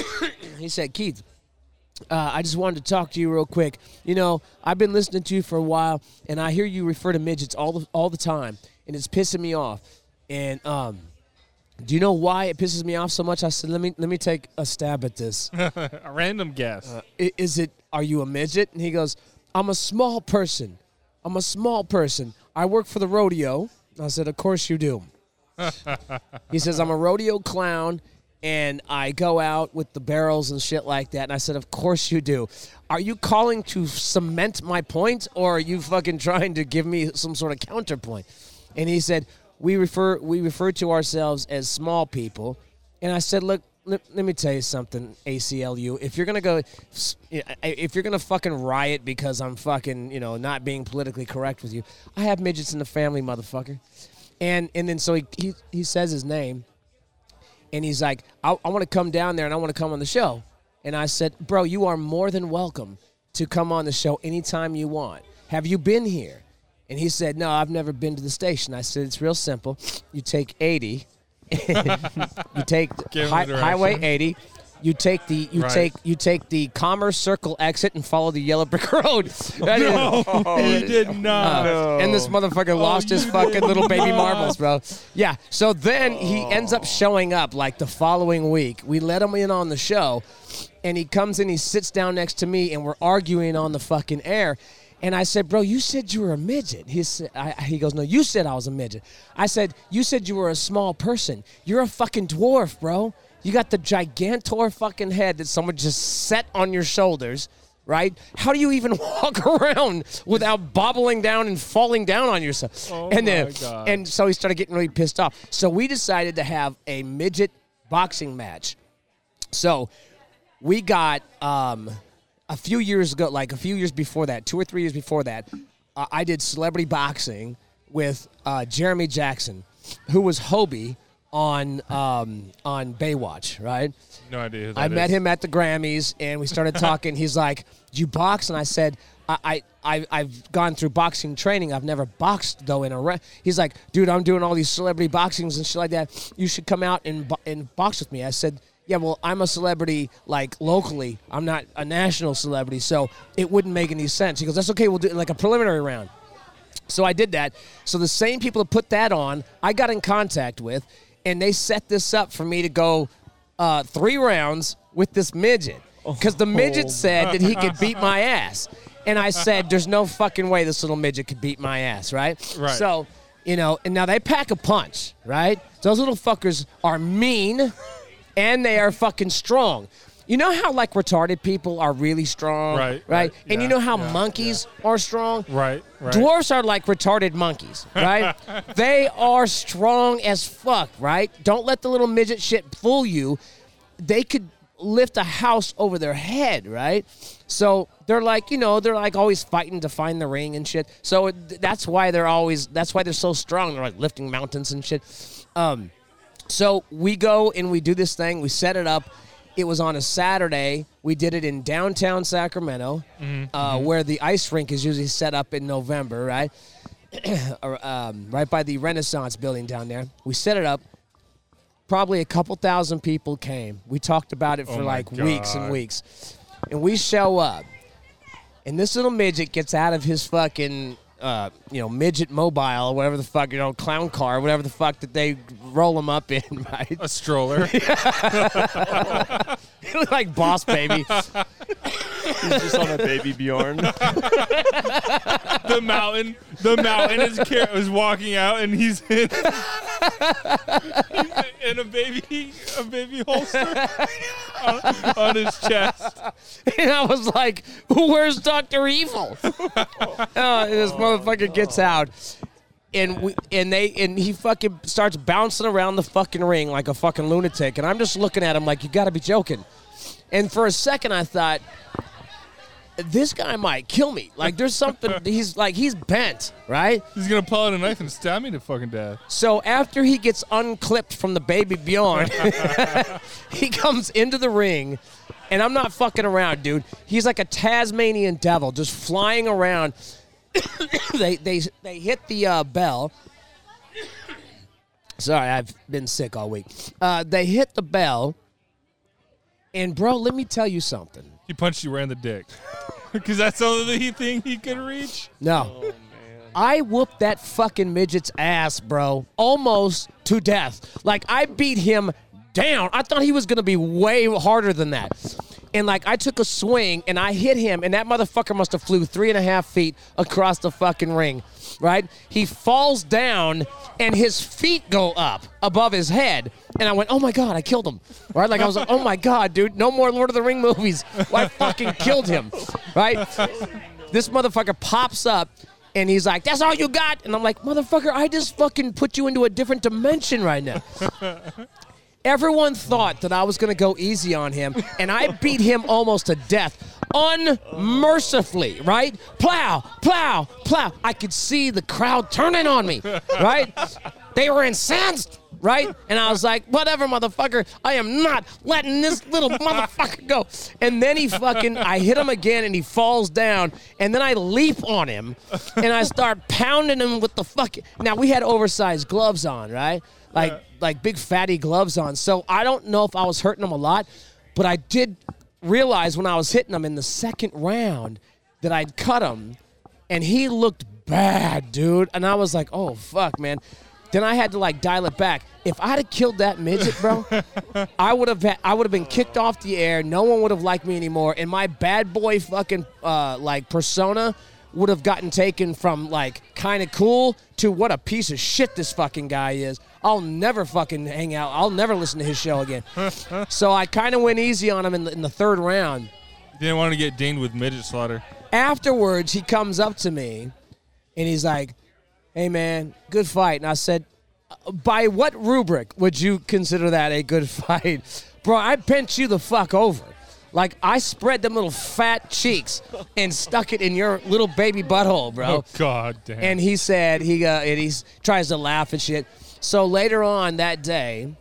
Speaker 1: he said, "Keith." Uh, I just wanted to talk to you real quick. You know, I've been listening to you for a while, and I hear you refer to midgets all the, all the time, and it's pissing me off. And um, do you know why it pisses me off so much? I said, let me let me take a stab at this. I-
Speaker 2: A random guess.
Speaker 1: Is it are you a midget? And he goes, I'm a small person. I'm a small person. I work for the rodeo. I said, of course you do. he says, I'm a rodeo clown, and I go out with the barrels and shit like that. And I said, of course you do. Are you calling to cement my point, or are you fucking trying to give me some sort of counterpoint? And he said, we refer we refer to ourselves as small people. And I said, look, let, let me tell you something, ACLU. If you're gonna go, if you're gonna fucking riot because I'm fucking, you know, not being politically correct with you, I have midgets in the family, motherfucker. And and then so he he, he says his name, and he's like, I, I want to come down there and I want to come on the show. And I said, Bro, you are more than welcome to come on the show anytime you want. Have you been here? And he said, No, I've never been to the station. I said, It's real simple. You take 80, you take
Speaker 2: Give him
Speaker 1: hi-
Speaker 2: the
Speaker 1: Highway
Speaker 2: directions.
Speaker 1: 80. You take the you
Speaker 2: Right.
Speaker 1: take you take the Commerce Circle exit and follow the yellow brick road. That is-
Speaker 2: you did not.
Speaker 1: Uh, and this motherfucker lost his
Speaker 2: you
Speaker 1: fucking
Speaker 2: did
Speaker 1: little baby
Speaker 2: not.
Speaker 1: marbles, bro. Yeah. So then he ends up showing up like the following week. We let him in on the show, and he comes in, he sits down next to me, and we're arguing on the fucking air. And I said, "Bro, you said you were a midget." He said, I, "He goes, no, you said I was a midget." I said, "You said you were a small person. You're a fucking dwarf, bro. You got the gigantor fucking head that someone just set on your shoulders." right? How do you even walk around without bobbling down and falling down on yourself?
Speaker 2: Oh
Speaker 1: and then,
Speaker 2: my God.
Speaker 1: and so he started getting really pissed off. So we decided to have a midget boxing match. So we got um, a few years ago, like a few years before that, two or three years before that, uh, I did celebrity boxing with uh, Jeremy Jackson, who was Hobie on um, on Baywatch, right?
Speaker 2: No idea. Who that
Speaker 1: I met
Speaker 2: is.
Speaker 1: him at the Grammys, and we started talking. He's like, "Do you box?" And I said, I, I, I, "I've gone through boxing training. I've never boxed though in a ring." He's like, "Dude, I'm doing all these celebrity boxings and shit like that. You should come out and bo- and box with me." I said, "Yeah, well, I'm a celebrity like locally. I'm not a national celebrity, so it wouldn't make any sense." He goes, "That's okay. We'll do it like a preliminary round." So I did that. So the same people that put that on, I got in contact with, and they set this up for me to go uh, three rounds with this midget. Because the
Speaker 2: Oh,
Speaker 1: midget said that he could beat my ass. And I said, there's no fucking way this little midget could beat my ass, right?
Speaker 2: Right.
Speaker 1: So, you know, and now they pack a punch, right? Those little fuckers are mean and they are fucking strong. You know how, like, retarded people are really strong?
Speaker 2: Right,
Speaker 1: Right?
Speaker 2: right,
Speaker 1: And you
Speaker 2: yeah,
Speaker 1: know how
Speaker 2: yeah,
Speaker 1: monkeys are strong?
Speaker 2: Right, right.
Speaker 1: Dwarfs are like retarded monkeys, right? they are strong as fuck, right? Don't let the little midget shit fool you. They could lift a house over their head, right? So they're like, you know, they're like always fighting to find the ring and shit. So it, that's why they're always, that's why they're so strong. They're like lifting mountains and shit. Um, so we go and we do this thing. We set it up. It was on a Saturday. We did it in downtown Sacramento, uh,
Speaker 2: Mm-hmm.
Speaker 1: where the ice rink is usually set up in November, right? Or, um, right by the Renaissance building down there. We set it up. Probably a couple thousand people came. We talked about it for
Speaker 2: Oh my
Speaker 1: like weeks and
Speaker 2: God.
Speaker 1: weeks. And we show up, and this little midget gets out of his fucking, uh, you know, midget mobile, whatever the fuck, you know, clown car, whatever the fuck that they roll him up in, right?
Speaker 2: a stroller.
Speaker 1: It was like boss baby.
Speaker 5: He's just on a baby Bjorn.
Speaker 2: the mountain. The mountain is, car- is walking out, and he's in. and a baby, a baby holster on, on his chest.
Speaker 1: and I was like, "Where's Doctor Evil?" Uh, and this motherfucker gets out, and we and they and he fucking starts bouncing around the fucking ring like a fucking lunatic, and I'm just looking at him like, "You got to be joking." And for a second, I thought, "This guy might kill me." Like, there's something. he's like, he's bent, right?
Speaker 2: He's gonna pull out a knife and stab me to fucking death.
Speaker 1: So after he gets unclipped from the baby Bjorn, he comes into the ring, and I'm not fucking around, dude. He's like a Tasmanian devil, just flying around. they they they hit the uh, bell. Sorry, I've been sick all week. Uh, they hit the bell, and bro, let me tell you something.
Speaker 2: He punched you right in the dick because that's the only thing he could reach.
Speaker 1: No. I whooped that fucking midget's ass, bro, almost to death. Like, I beat him down. I thought he was going to be way harder than that. And, like, I took a swing and I hit him, and that motherfucker must have flew three and a half feet across the fucking ring, right? He falls down and his feet go up above his head. And I went, oh my God, I killed him. Right? Like, I was like, oh my God, dude, no more Lord of the Ring movies. I fucking killed him, right? this motherfucker pops up and he's like, "That's all you got," and I'm like, "Motherfucker, I just fucking put you into a different dimension right now." Everyone thought that I was gonna go easy on him, and I beat him almost to death, unmercifully. Right? Plow, plow, plow. I could see the crowd turning on me. Right? They were incensed. Right? And I was like, whatever, motherfucker. I am not letting this little motherfucker go. And then he fucking, I hit him again and he falls down. And then I leap on him and I start pounding him with the fucking. Now, we had oversized gloves on, right? Like, like big fatty gloves on. So I don't know if I was hurting him a lot, but I did realize when I was hitting him in the second round that I'd cut him, and he looked bad, dude. And I was like, oh fuck, man. Then I had to like dial it back. If I'd have killed that midget, bro, I would have I would have been kicked off the air. No one would have liked me anymore, and my bad boy fucking uh, like persona would have gotten taken from like kind of cool to what a piece of shit this fucking guy is. I'll never fucking hang out. I'll never listen to his show again. so I kind of went easy on him in the, in the third round.
Speaker 2: Didn't want to get dinged with midget slaughter.
Speaker 1: Afterwards, he comes up to me and he's like, "Hey man, good fight." And I said, "By what rubric would you consider that a good fight, bro? I bent you the fuck over." Like I spread them little fat cheeks and stuck it in your little baby butthole, bro.
Speaker 2: Oh god damn.
Speaker 1: And he said he uh, and he tries to laugh and shit. So later on that day,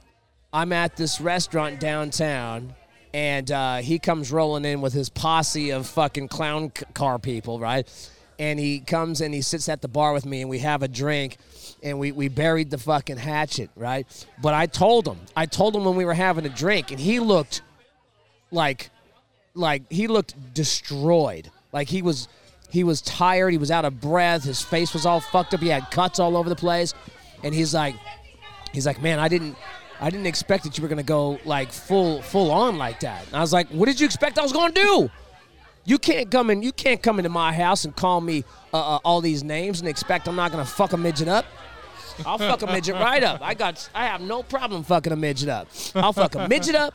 Speaker 1: I'm at this restaurant downtown, and uh, he comes rolling in with his posse of fucking clown c- car people, right? And he comes and he sits at the bar with me, and we have a drink, and we, we buried the fucking hatchet, right? But I told him, I told him when we were having a drink, and he looked like like he looked destroyed. Like he was he was tired, he was out of breath, his face was all fucked up, he had cuts all over the place. And he's like he's like, Man, I didn't I didn't expect that you were gonna go like full full on like that. And I was like, What did you expect I was gonna do? You can't come in. You can't come into my house and call me uh, uh, all these names and expect I'm not gonna fuck a midget up. I'll fuck a midget right up. I got. I have no problem fucking a midget up. I'll fuck a midget up.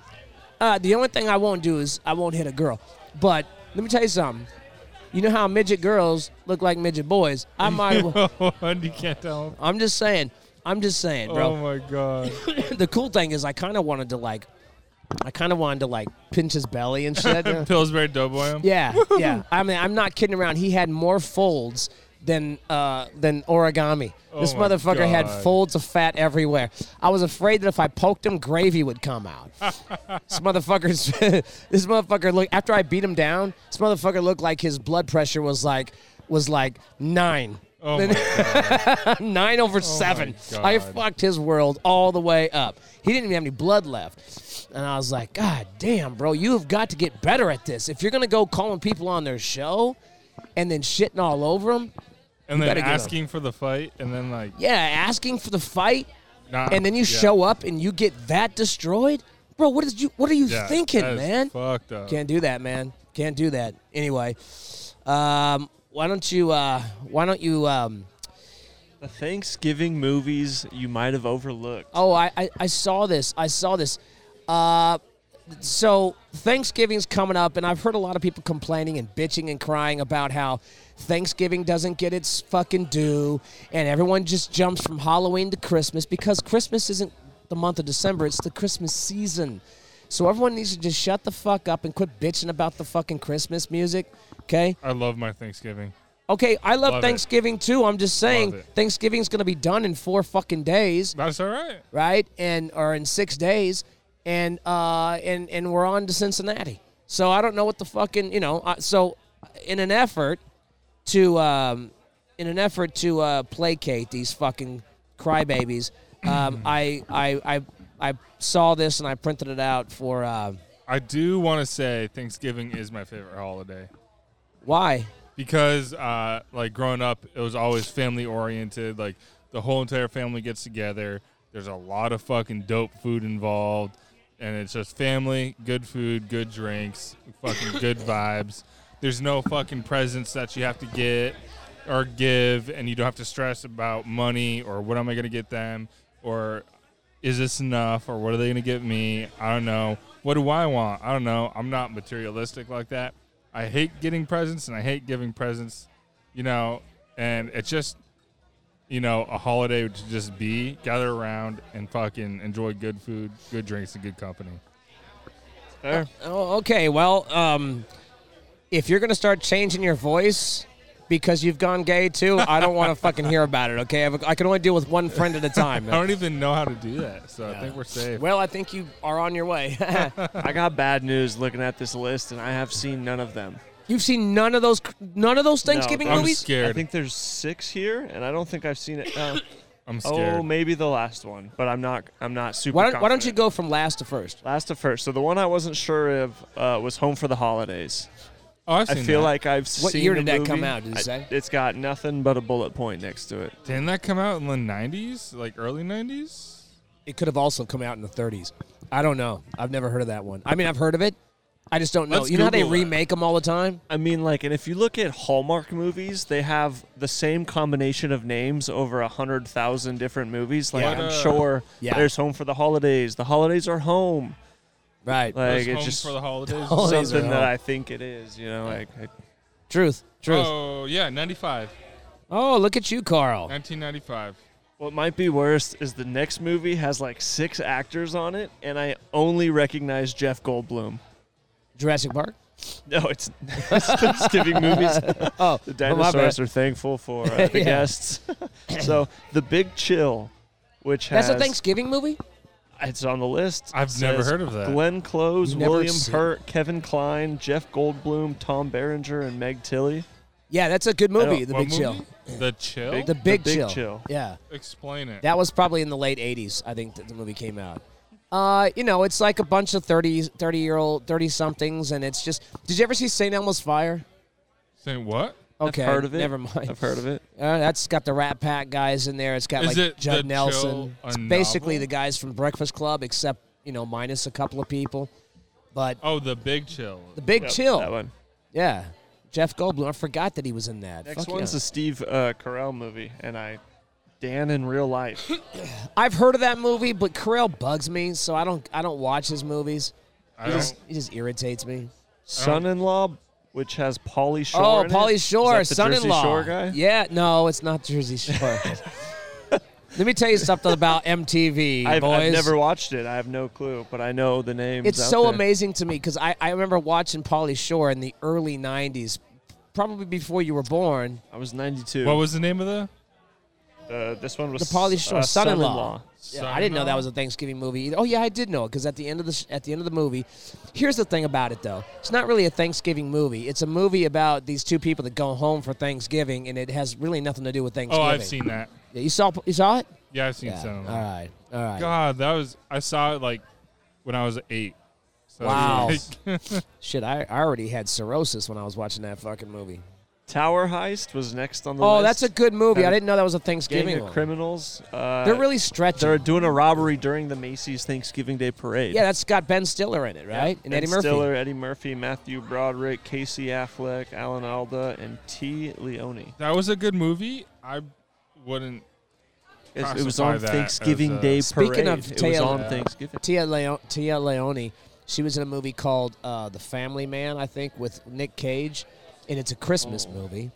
Speaker 1: Uh, the only thing I won't do is I won't hit a girl. But let me tell you something. You know how midget girls look like midget boys. I might. well-
Speaker 2: and you can't tell him.
Speaker 1: I'm just saying. I'm just saying, bro
Speaker 2: Oh my god.
Speaker 1: the cool thing is I kind of wanted to like, I kind of wanted to like pinch his belly and shit.
Speaker 2: Pillsbury Doughboy him.
Speaker 1: yeah, yeah. I mean, I'm not kidding around. He had more folds than uh, than origami. this
Speaker 2: Oh my
Speaker 1: motherfucker had
Speaker 2: God.
Speaker 1: folds of fat everywhere. I was afraid that if I poked him, gravy would come out. this motherfucker's this motherfucker look after I beat him down. This motherfucker looked like his blood pressure was like was like nine.
Speaker 2: Oh my god.
Speaker 1: Nine over seven.
Speaker 2: Oh God.
Speaker 1: I fucked his world all the way up. He didn't even have any blood left. And I was like, God damn, bro, you have got to get better at this. If you're going to go calling people on their show and then shitting all over them,
Speaker 2: And then
Speaker 1: gotta get him.
Speaker 2: asking for the fight, and then like,
Speaker 1: yeah, asking for the fight,
Speaker 2: nah,
Speaker 1: and then you
Speaker 2: yeah.
Speaker 1: show up and you get that destroyed? Bro, what is you what are you
Speaker 2: Yeah,
Speaker 1: thinking,
Speaker 2: that is
Speaker 1: man?
Speaker 2: Fucked up.
Speaker 1: Can't do that, man. Can't do that. Anyway, um, why don't you? Uh, why don't you? Um,
Speaker 5: the Thanksgiving movies you might have overlooked.
Speaker 1: Oh, I, I, I saw this. I saw this. Uh, so Thanksgiving's coming up, and I've heard a lot of people complaining and bitching and crying about how Thanksgiving doesn't get its fucking due, and everyone just jumps from Halloween to Christmas because Christmas isn't the month of December; it's the Christmas season. So everyone needs to just shut the fuck up and quit bitching about the fucking Christmas music, okay?
Speaker 2: I love my Thanksgiving.
Speaker 1: Okay, I love,
Speaker 2: Love it.
Speaker 1: Thanksgiving too. I'm just saying
Speaker 2: it.
Speaker 1: Thanksgiving's gonna be done in four fucking days
Speaker 2: That's all right.
Speaker 1: right? And or in six days, and uh, and and we're on to Cincinnati. So I don't know what the fucking you know. Uh, so in an effort to um, in an effort to uh, placate these fucking crybabies, um, I, I I I saw this and I printed it out for uh,
Speaker 2: I do want to say Thanksgiving is my favorite holiday
Speaker 1: why.
Speaker 2: because, uh, like growing up, it was always family oriented. Like the whole entire family gets together. There's a lot of fucking dope food involved, and it's just family, good food, good drinks, fucking good vibes. There's no fucking presents that you have to get or give, and you don't have to stress about money or what am I gonna get them or is this enough or what are they going to get me? I don't know. What do I want? I don't know. I'm not materialistic like that. I hate getting presents and I hate giving presents, you know, and it's just, you know, a holiday to just be, gather around and fucking enjoy good food, good drinks, and good company.
Speaker 5: There.
Speaker 1: Oh, okay. Well, um, if you're gonna start changing your voice because you've gone gay too, I don't want to fucking hear about it. Okay, I've, I can only deal with one friend at a time.
Speaker 2: I don't even know how to do that, so I think we're safe.
Speaker 1: Well, I think you are on your way.
Speaker 5: I got bad news looking at this list, and I have seen none of them.
Speaker 1: You've seen none of those none of those Thanksgiving
Speaker 2: I'm
Speaker 1: movies.
Speaker 5: I
Speaker 2: scared.
Speaker 5: think there's six here, and I don't think I've seen it. Uh,
Speaker 2: I'm scared.
Speaker 5: oh, maybe the last one, but I'm not. I'm not super.
Speaker 1: Why don't, why don't you
Speaker 5: confident.
Speaker 1: go from last to first?
Speaker 5: Last to first. So the one I wasn't sure of uh, was Home for the Holidays.
Speaker 2: oh, I've
Speaker 5: I
Speaker 2: seen
Speaker 5: feel
Speaker 2: that.
Speaker 5: like I've
Speaker 1: What
Speaker 5: seen
Speaker 1: year
Speaker 5: the
Speaker 1: did that come
Speaker 5: movie.
Speaker 1: out, did it
Speaker 5: I-
Speaker 1: say?
Speaker 5: It's got nothing but a bullet point next to it.
Speaker 2: Didn't that come out in the 90s? Like early 90s?
Speaker 1: It could have also come out in the 30s. I don't know. I've never heard of that one. I mean, I've heard of it. I just don't know.
Speaker 2: Let's
Speaker 1: you know how they
Speaker 2: Google that.
Speaker 1: remake them all the time?
Speaker 5: I mean, like, and if you look at Hallmark movies, they have the same combination of names over a hundred thousand different movies. Like,
Speaker 1: Yeah.
Speaker 5: I'm
Speaker 2: What, uh,
Speaker 5: sure
Speaker 1: Yeah.
Speaker 5: there's Home for the Holidays. The holidays are home.
Speaker 1: Right.
Speaker 5: Like,
Speaker 2: Those
Speaker 5: it's
Speaker 2: homes
Speaker 5: just
Speaker 2: for the holidays.
Speaker 1: Oh, Holidays are
Speaker 5: something that
Speaker 1: home.
Speaker 5: I think it is. You know, like, I,
Speaker 1: truth. Truth. Oh.
Speaker 2: Oh, yeah, 95.
Speaker 1: look at you, Carl.
Speaker 2: 1995.
Speaker 5: what might be worse is the next movie has like six actors on it, and I only recognize Jeff Goldblum.
Speaker 1: Jurassic Park.
Speaker 5: No, it's, it's Thanksgiving movies.
Speaker 1: Oh, oh,
Speaker 5: The
Speaker 1: my bad.
Speaker 5: dinosaurs are thankful for uh, the
Speaker 1: Yeah.
Speaker 5: guests. so, The Big Chill, which has
Speaker 1: That's a Thanksgiving movie.
Speaker 5: It's on the list.
Speaker 2: I've
Speaker 5: It
Speaker 2: never
Speaker 5: says
Speaker 2: heard of that.
Speaker 5: Glenn Close,
Speaker 1: You've never
Speaker 5: William
Speaker 1: seen-
Speaker 5: Hurt, Kevin Klein, Jeff Goldblum, Tom Berenger, and Meg Tilly.
Speaker 1: Yeah, that's a good movie.
Speaker 5: don't-
Speaker 1: The
Speaker 2: What
Speaker 1: Big Chill.
Speaker 2: movie? The Chill?
Speaker 5: Big-
Speaker 1: The Big,
Speaker 5: Big
Speaker 1: Chill.
Speaker 5: Chill.
Speaker 1: Yeah.
Speaker 2: Explain it.
Speaker 1: That was probably in the late 80s, I think, that the movie came out. Uh, you know, it's like a bunch of 30, 30 year old, 30 somethings, and it's just. Did you ever see St. Elmo's Fire?
Speaker 2: Saying what?
Speaker 1: Okay.
Speaker 5: I've heard of it.
Speaker 1: Never mind.
Speaker 5: I've heard of it.
Speaker 1: Uh, that's got the Rat Pack guys in there. It's got
Speaker 2: Is
Speaker 1: like
Speaker 2: it
Speaker 1: Judd
Speaker 2: the Joe,
Speaker 1: Nelson.
Speaker 2: a
Speaker 1: It's basically
Speaker 2: novel?
Speaker 1: the guys from Breakfast Club, except, you know, minus a couple of people. But
Speaker 2: Oh, the Big Chill.
Speaker 1: The Big
Speaker 5: Yep,
Speaker 1: Chill.
Speaker 5: That one.
Speaker 1: Yeah. Jeff Goldblum. I forgot that he was in that.
Speaker 5: Next
Speaker 1: Fuck
Speaker 5: one's
Speaker 1: yeah.
Speaker 5: a Steve uh, Carell movie, and I. Dan in real life.
Speaker 1: I've heard of that movie, but Carell bugs me, so I don't I don't watch his movies.
Speaker 2: I don't,
Speaker 1: He just irritates me.
Speaker 5: Son in law, which has Pauly Shore.
Speaker 1: Oh,
Speaker 5: in it.
Speaker 1: Pauly
Speaker 5: Is
Speaker 1: Shore,
Speaker 5: that the Jersey
Speaker 1: son-in-law.
Speaker 5: Shore guy?
Speaker 1: Yeah, no, it's not Jersey Shore. Let me tell you something about MTV,
Speaker 5: I've,
Speaker 1: boys.
Speaker 5: I've never watched it. I have no clue, but I know the name.
Speaker 1: it's so amazing to me because I, I remember watching Pauly Shore in the early '90s, probably before you were born.
Speaker 5: I was 92.
Speaker 2: what was the name of the?
Speaker 5: uh, this one was
Speaker 1: The Pauly Shore,
Speaker 5: uh,
Speaker 1: Son-in-Law. Yeah,
Speaker 2: Son
Speaker 1: I didn't know that
Speaker 2: of-
Speaker 1: was a Thanksgiving movie either. Oh yeah, I did know it because at the end of the sh- at the end of the movie, here's the thing about it though. It's not really a Thanksgiving movie. It's a movie about these two people that go home for Thanksgiving, and it has really nothing to do with
Speaker 2: Oh,
Speaker 1: Thanksgiving.
Speaker 2: I've seen that.
Speaker 1: Yeah, you saw you saw it.
Speaker 2: Yeah, I've seen
Speaker 1: Yeah.
Speaker 2: Son
Speaker 1: All
Speaker 2: in Law.
Speaker 1: right. All right.
Speaker 2: God, that was. I saw it like when I was eight. So
Speaker 1: Wow.
Speaker 2: it's like-
Speaker 1: Shit, I, I already had cirrhosis when I was watching that fucking movie.
Speaker 5: Tower Heist was next on the list.
Speaker 1: Oh, that's a good movie. I
Speaker 5: Have a
Speaker 1: didn't know that was a
Speaker 5: gang
Speaker 1: Thanksgiving
Speaker 5: of
Speaker 1: one.
Speaker 5: criminals. Uh,
Speaker 1: They're really stretching.
Speaker 5: they're doing a robbery during the Macy's Thanksgiving Day Parade.
Speaker 1: yeah, that's got Ben Stiller in it, right? And
Speaker 5: Ben
Speaker 1: Eddie Murphy.
Speaker 5: Stiller, Eddie Murphy, Matthew Broderick, Casey Affleck, Alan Alda, and T. Leone.
Speaker 2: that was a good movie. I wouldn't
Speaker 5: It's- it was
Speaker 2: classify
Speaker 5: on
Speaker 2: that as
Speaker 5: Thanksgiving
Speaker 2: a-
Speaker 5: Day
Speaker 1: Speaking
Speaker 5: parade.
Speaker 1: of
Speaker 5: it was
Speaker 1: Taylor-
Speaker 5: on Thanksgiving.
Speaker 1: Tia Leone, Tia Leone, she was in a movie called uh, The Family Man, I think, with Nick Cage, and it's a Christmas movie,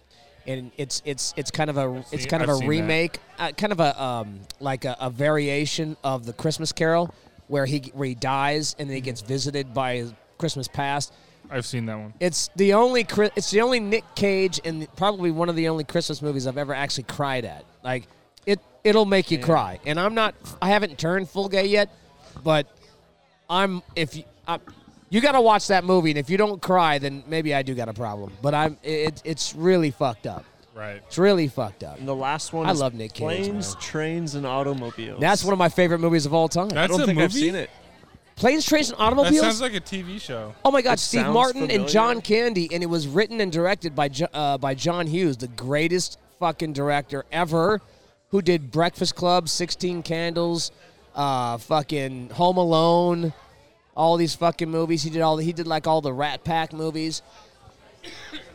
Speaker 1: and it's it's it's kind of a it's
Speaker 2: seen-
Speaker 1: kind of
Speaker 2: Oh. I've
Speaker 1: a
Speaker 2: seen that.
Speaker 1: remake, uh, kind of a um, like a, a variation of the Christmas Carol, where he where he dies and then he
Speaker 2: Mm-hmm.
Speaker 1: gets visited by his Christmas past.
Speaker 2: I've seen that one.
Speaker 1: It's the only Chri- it's the only Nick Cage and probably one of the only Christmas movies I've ever actually cried at. Like it it'll make you cry. And I'm not I haven't turned full gay yet, but I'm if you I, you got to watch that movie and if you don't cry then maybe I do got a problem. But I'm it, it's really fucked up.
Speaker 2: Right.
Speaker 1: It's really fucked up.
Speaker 5: And the last one
Speaker 1: I
Speaker 5: is
Speaker 1: love Nick Cage,
Speaker 5: Planes,
Speaker 1: man.
Speaker 5: Trains, and Automobiles.
Speaker 1: That's one of my favorite movies of all time.
Speaker 5: I
Speaker 2: That's
Speaker 5: don't
Speaker 2: a
Speaker 5: think
Speaker 2: movie.
Speaker 5: I've seen it.
Speaker 1: Planes, Trains, and
Speaker 2: That
Speaker 1: Automobiles.
Speaker 2: sounds like a TV show.
Speaker 1: Oh my God,
Speaker 5: It
Speaker 1: Steve
Speaker 5: sounds
Speaker 1: Martin and
Speaker 5: familiar.
Speaker 1: John Candy, and it was written and directed by jo- uh, by John Hughes, the greatest fucking director ever, who did Breakfast Club, Sixteen Candles, uh, fucking Home Alone, all these fucking movies. He did all he did like all the Rat Pack movies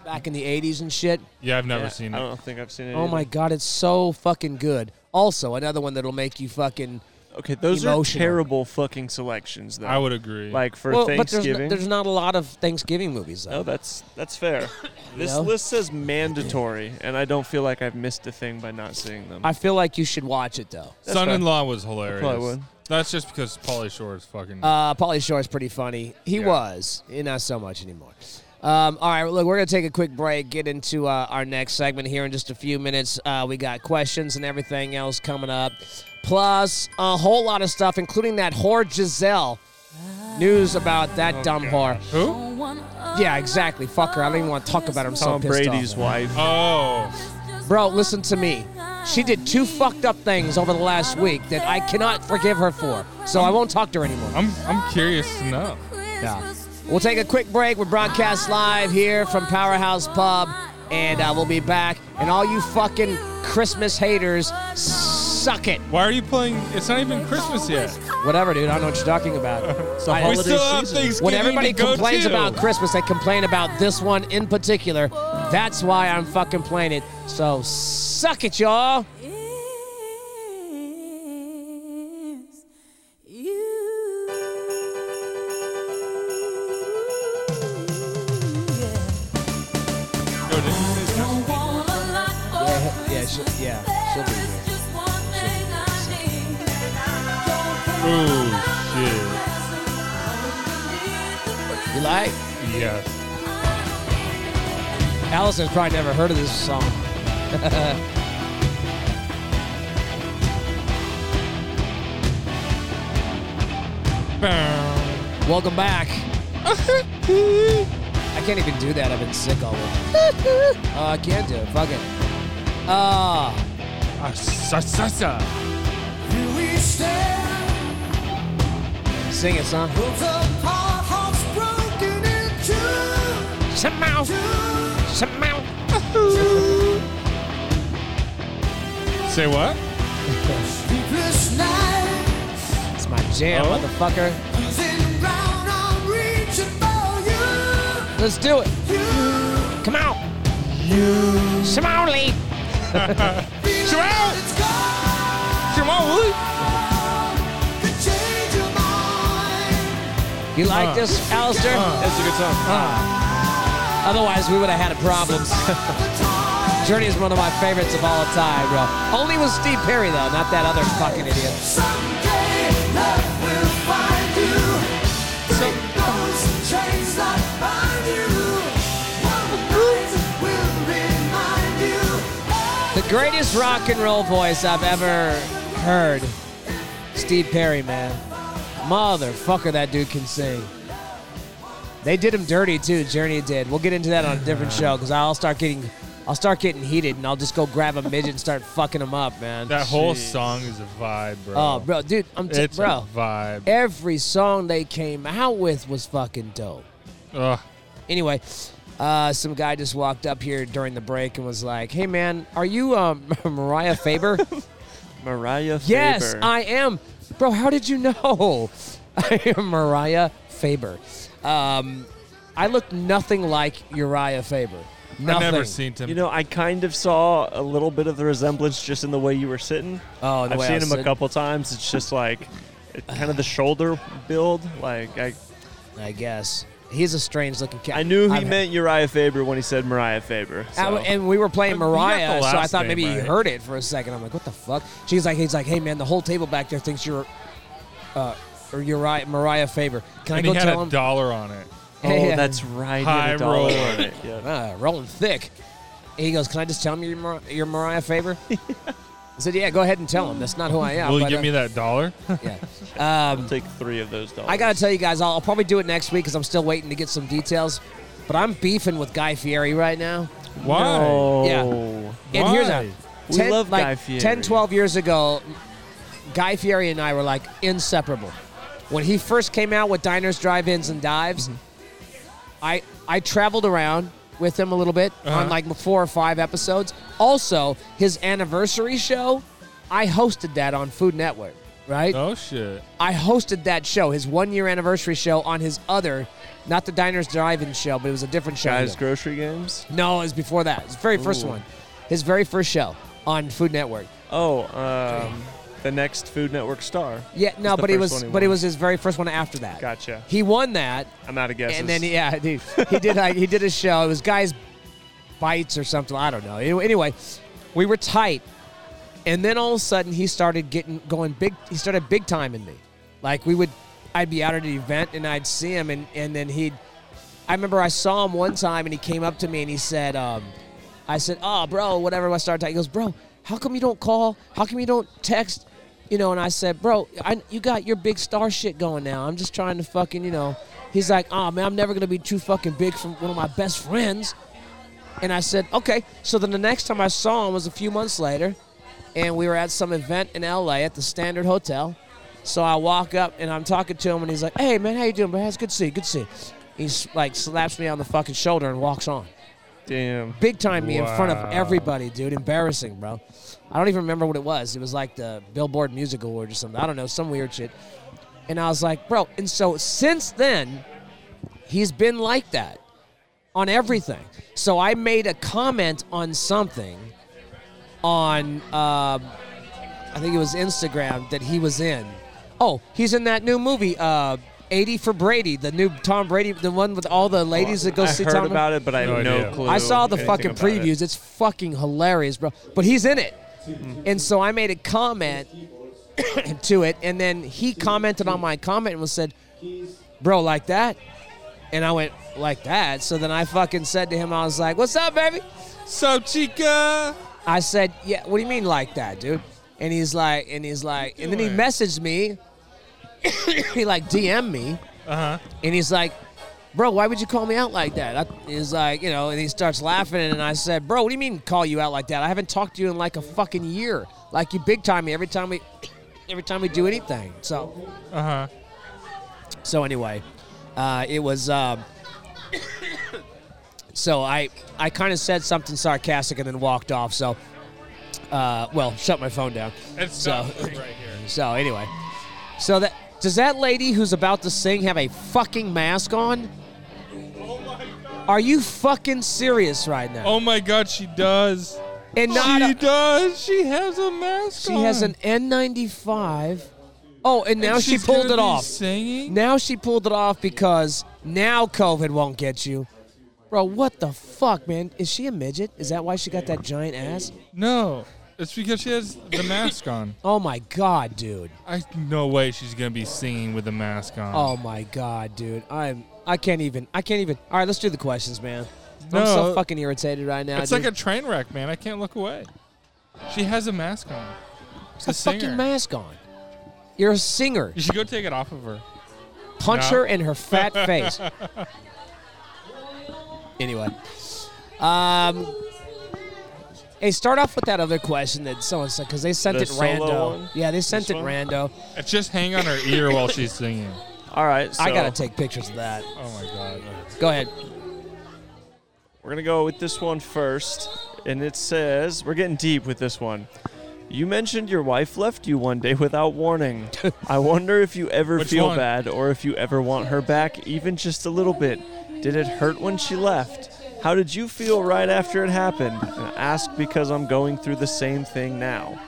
Speaker 1: back in the '80s and shit.
Speaker 2: Yeah, I've never
Speaker 5: Yeah,
Speaker 2: seen
Speaker 5: I
Speaker 2: it.
Speaker 5: don't think I've seen it.
Speaker 1: Oh my
Speaker 5: either.
Speaker 1: God, it's so fucking good. Also, another one that'll make you fucking.
Speaker 5: Okay, those
Speaker 1: Emotional.
Speaker 5: are terrible fucking selections, though.
Speaker 2: I would agree.
Speaker 5: like for
Speaker 1: Well, but there's,
Speaker 5: Thanksgiving. Oh.
Speaker 1: n- there's not a lot of Thanksgiving movies though.
Speaker 5: no, that's that's fair. This
Speaker 1: know?
Speaker 5: list says mandatory, and I don't feel like I've missed a thing by not seeing them.
Speaker 1: I feel like you should watch it though.
Speaker 5: That's fine.
Speaker 2: Son-in-law was hilarious.
Speaker 5: would.
Speaker 2: That's just because Pauly Shore is fucking.
Speaker 1: Uh, Pauly Shore is pretty funny. He
Speaker 2: Yeah.
Speaker 1: was, eh, not so much anymore. Um, all right, look, we're gonna take a quick break. Get into uh, our next segment here in just a few minutes. Uh, we got questions and everything else coming up, plus a whole lot of stuff, including that whore Giselle news about
Speaker 5: Oh,
Speaker 1: that dumb whore.
Speaker 2: Who?
Speaker 1: Yeah, exactly. Fuck her. I don't even want to talk about her. I'm so
Speaker 5: Tom
Speaker 1: pissed off.
Speaker 5: Brady's wife.
Speaker 2: Oh,
Speaker 1: Bro, listen to me. She did two fucked up things over the last week that I cannot forgive her for. So I won't talk to her anymore.
Speaker 2: I'm I'm curious to know.
Speaker 1: Yeah. We'll take a quick break. We're broadcast live here from Powerhouse Pub, and uh, we'll be back. And all you fucking Christmas haters, suck it.
Speaker 2: Why are you playing? It's not even Christmas yet.
Speaker 1: Whatever, dude. I don't know what you're talking about.
Speaker 5: It's a
Speaker 1: I-
Speaker 2: We
Speaker 5: holiday
Speaker 2: still have
Speaker 5: season.
Speaker 2: Thanksgiving
Speaker 1: When everybody
Speaker 2: to go
Speaker 1: complains
Speaker 2: to.
Speaker 1: about Christmas, they complain about this one in particular. That's why I'm fucking playing it. So suck it, y'all.
Speaker 7: is you. Yeah.
Speaker 2: Go to-
Speaker 7: Don't want a lot for
Speaker 1: yeah, she'll-
Speaker 7: Christmas.
Speaker 1: yeah, she'll be
Speaker 7: There is
Speaker 1: here.
Speaker 7: just one thing I need. Don't care
Speaker 2: Oh shit.
Speaker 1: You like?
Speaker 2: Yes.
Speaker 1: Allison's probably never heard of this song. Welcome back. I can't even do that. I've been sick all week. Oh, I can't do it. Fuck it. Ah,
Speaker 2: Ah, sa- sa- sa.
Speaker 1: sing it, son. Somehow, somehow.
Speaker 2: Say what?
Speaker 1: It's my jam,
Speaker 2: Oh.
Speaker 1: motherfucker. Let's do it. Come out. You. Simone Lee.
Speaker 2: Come on, Willie.
Speaker 1: You like this, Alistair?
Speaker 5: That's a good song.
Speaker 1: Otherwise, we would have had a problem. Journey is one of my favorites of all time, bro. Only with Steve Perry, though, not that other fucking idiot. The greatest rock and roll voice I've ever heard. Steve Perry, man. Motherfucker, that dude can sing. They did him dirty too. Journey did. We'll get into that on a different show because I'll start getting, I'll start getting heated, and I'll just go grab a midget and start fucking him up, man.
Speaker 2: That whole song is a vibe, bro.
Speaker 1: Oh, bro, dude, I'm t-
Speaker 2: It's
Speaker 1: bro. Eh,
Speaker 2: a vibe.
Speaker 1: Every song they came out with was fucking dope.
Speaker 2: Ugh.
Speaker 1: Anyway, uh, some guy just walked up here during the break and was like, "Hey, man, are you um, Mariah Faber?"
Speaker 5: Mariah Faber.
Speaker 1: yes, I am, bro. How did you know? I am Mariah Faber. Um, I look nothing like Uriah Faber. Nothing.
Speaker 2: I've never seen him.
Speaker 5: You know, I kind of saw a little bit of the resemblance just in the way you were sitting.
Speaker 1: Oh, the
Speaker 5: I've
Speaker 1: way I
Speaker 5: seen him
Speaker 1: was
Speaker 5: a
Speaker 1: sitting.
Speaker 5: couple times. It's just like it, kind of the shoulder build. Like I,
Speaker 1: I guess he's a strange looking cat.
Speaker 5: I knew he
Speaker 1: I've-
Speaker 5: meant Uriah Faber when he said Mariah Faber. So.
Speaker 1: I w- and we were playing
Speaker 2: But you got the
Speaker 1: Mariah, so I
Speaker 2: last
Speaker 1: thought
Speaker 2: name
Speaker 1: maybe he
Speaker 2: right.
Speaker 1: heard it for a second. I'm like, what the fuck? She's like, he's like, hey man, the whole table back there thinks you're, uh, or Uriah, Mariah Faber. Can
Speaker 2: and
Speaker 1: I
Speaker 2: he
Speaker 1: go
Speaker 2: had
Speaker 1: tell
Speaker 2: a
Speaker 1: him?
Speaker 2: dollar on it.
Speaker 5: oh,
Speaker 1: Yeah.
Speaker 5: that's right. he had a
Speaker 2: High
Speaker 5: dollar on
Speaker 2: roller.
Speaker 5: it, yeah.
Speaker 1: Ah, rolling thick. He goes, can I just tell him you're, Mar- you're Mariah Faber? I said, yeah, go ahead and tell him. That's not who I am.
Speaker 2: Will you
Speaker 1: but,
Speaker 2: give
Speaker 1: uh,
Speaker 2: me that dollar?
Speaker 1: yeah. Um,
Speaker 5: Take three of those dollars.
Speaker 1: I gotta tell you guys, I'll, I'll probably do it next week because I'm still waiting to get some details. But I'm beefing with Guy Fieri right now.
Speaker 2: Why?
Speaker 5: Yeah.
Speaker 1: And here's
Speaker 2: Why?
Speaker 1: a
Speaker 5: We love
Speaker 1: like,
Speaker 5: Guy Fieri.
Speaker 1: 10, 12 years ago, Guy Fieri and I were like inseparable. When he first came out with Diners, Drive-Ins, and Dives,
Speaker 5: Mm-hmm.
Speaker 1: I I traveled around with him a little bit
Speaker 5: Uh-huh.
Speaker 1: on like four or five episodes. Also, his anniversary show, I hosted that on Food Network, right?
Speaker 2: Oh shit.
Speaker 1: I hosted that show, his one year anniversary show on his other, not the Diners Drive In show, but it was a different show.
Speaker 5: Guys, grocery games.
Speaker 1: no, it was before that. It was the very first
Speaker 5: Ooh.
Speaker 1: one. His very first show on Food Network.
Speaker 5: Oh, um, the next Food Network star.
Speaker 1: Yeah, no,
Speaker 5: the
Speaker 1: but it
Speaker 5: first
Speaker 1: was
Speaker 5: one he
Speaker 1: but it
Speaker 5: won.
Speaker 1: was his very first one after that.
Speaker 5: Gotcha.
Speaker 1: He won that
Speaker 5: I'm out of guesses.
Speaker 1: and then yeah, dude, he did like, he did a show. It was guys bites or something. I don't know. Anyway, anyway, we were tight, and then all of a sudden he started getting going big. He started big time in me. Like we would, I'd be out at an event and I'd see him, and and then he'd. I remember I saw him one time and he came up to me and he said, um, I said, oh, bro, whatever. I started talking. He goes, bro, how come you don't call? How come you don't text? You know, and I said, bro, I, you got your big star shit going now. I'm just trying to fucking, you know. He's like, oh, man, I'm never going to be too fucking big for one of my best friends. And I said, okay. So then the next time I saw him was a few months later, and we were at some event in LA at the Standard Hotel. So I walk up and I'm talking to him, and he's like, hey, man, how you doing, man? It's good to see you. Good to see you. He s- like slaps me on the fucking shoulder and walks on
Speaker 5: damn.
Speaker 1: big time me in front
Speaker 2: Wow.
Speaker 1: of everybody, dude. Embarrassing, bro. I don't even remember what it was. It was like the Billboard Music Award or something. I don't know, some weird shit. And I was like, bro. And so since then, he's been like that on everything. So I made a comment on something on, uh, I think it was Instagram that he was in. Oh, he's in that new movie, uh, 80 for Brady, the new Tom Brady, the one with all the ladies that go
Speaker 5: Oh, I
Speaker 1: see
Speaker 5: heard
Speaker 1: Tom.
Speaker 5: about it, but I
Speaker 2: No
Speaker 5: have no
Speaker 2: idea.
Speaker 5: clue.
Speaker 1: I saw the
Speaker 5: anything
Speaker 1: fucking
Speaker 5: about it.
Speaker 1: previews. It's fucking hilarious, bro. But he's in it. And so I made a comment to it, and then he commented on my comment and was said, Bro, like that? And I went, Like that? So then I fucking said to him, I was like, What's up, baby?
Speaker 2: So chica.
Speaker 1: I said, Yeah, what do you mean like that, dude? And he's like, and he's like, and then he
Speaker 2: doing?
Speaker 1: messaged me. he like DM me.
Speaker 2: Uh huh.
Speaker 1: And he's like, bro, why would you call me out like that? I, he's like, you know, and he starts laughing. And I said, bro, what do you mean call you out like that? I haven't talked to you in like a fucking year. Like you big time me every time we, every time we do anything. So,
Speaker 2: Uh huh.
Speaker 1: so anyway, uh, it was. Um, so I, I kind of said something sarcastic and then walked off. So, uh, well, shut my phone down.
Speaker 2: It's
Speaker 1: So-
Speaker 2: right here.
Speaker 1: So anyway, so that does that lady who's about to sing have a fucking mask on? Are you fucking serious right now?
Speaker 2: Oh my god, she does.
Speaker 1: and not
Speaker 2: she
Speaker 1: a-
Speaker 2: does. She has a mask
Speaker 1: she
Speaker 2: on.
Speaker 1: has an N95. Oh, and now
Speaker 2: And
Speaker 1: she
Speaker 2: she's
Speaker 1: pulled
Speaker 2: gonna
Speaker 1: it
Speaker 2: be
Speaker 1: off.
Speaker 2: Singing.
Speaker 1: Now she pulled it off because now COVID won't get you. Bro, what the fuck, man? Is she a midget? Is that why she got that giant ass?
Speaker 2: No, it's because she has the mask on.
Speaker 1: Oh my god, dude.
Speaker 2: I no way she's gonna be singing with the mask on.
Speaker 1: Oh my god, dude. I'm I can't even. I can't even. All right, let's do the questions, man. I'm
Speaker 2: No.
Speaker 1: so fucking irritated right now.
Speaker 2: it's
Speaker 1: dude.
Speaker 2: like a train wreck, man. I can't look away. She has a mask on. It's
Speaker 1: a fucking mask on. You're a singer.
Speaker 2: You should go take it off of her.
Speaker 1: Punch
Speaker 2: No.
Speaker 1: her in her fat face. Anyway, um, hey, start off with that other question that someone sent because they sent
Speaker 5: The
Speaker 1: it rando.
Speaker 5: solo one?
Speaker 1: Yeah, they sent
Speaker 5: This
Speaker 1: it
Speaker 5: one?
Speaker 1: rando.
Speaker 2: It's just hang on her ear while she's singing.
Speaker 5: All right, so
Speaker 1: I gotta take pictures of that.
Speaker 2: Oh my god.
Speaker 1: Go ahead.
Speaker 5: We're gonna go with this one first, and it says we're getting deep with this one. You mentioned your wife left you one day without warning. I wonder if you ever
Speaker 2: Which
Speaker 5: feel
Speaker 2: one?
Speaker 5: bad or if you ever want her back, even just a little bit. Did it hurt when she left? How did you feel right after it happened? And I ask because I'm going through the same thing now.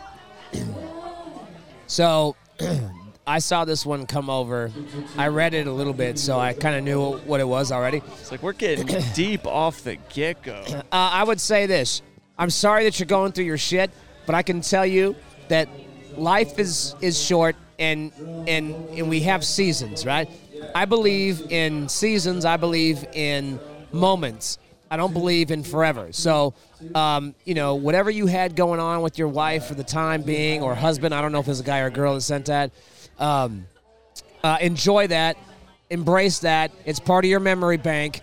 Speaker 1: So I saw this one come over. I read it a little bit, so I kind of knew what it was already.
Speaker 5: It's like we're getting deep off the get go.
Speaker 1: Uh, I would say this I'm sorry that you're going through your shit, but I can tell you that life is, is short and, and, and we have seasons, right? I believe in seasons, I believe in moments. I don't believe in forever. So, um, you know, whatever you had going on with your wife for the time being or husband, I don't know if it's a guy or a girl that sent that. Um, uh, enjoy that, embrace that. It's part of your memory bank.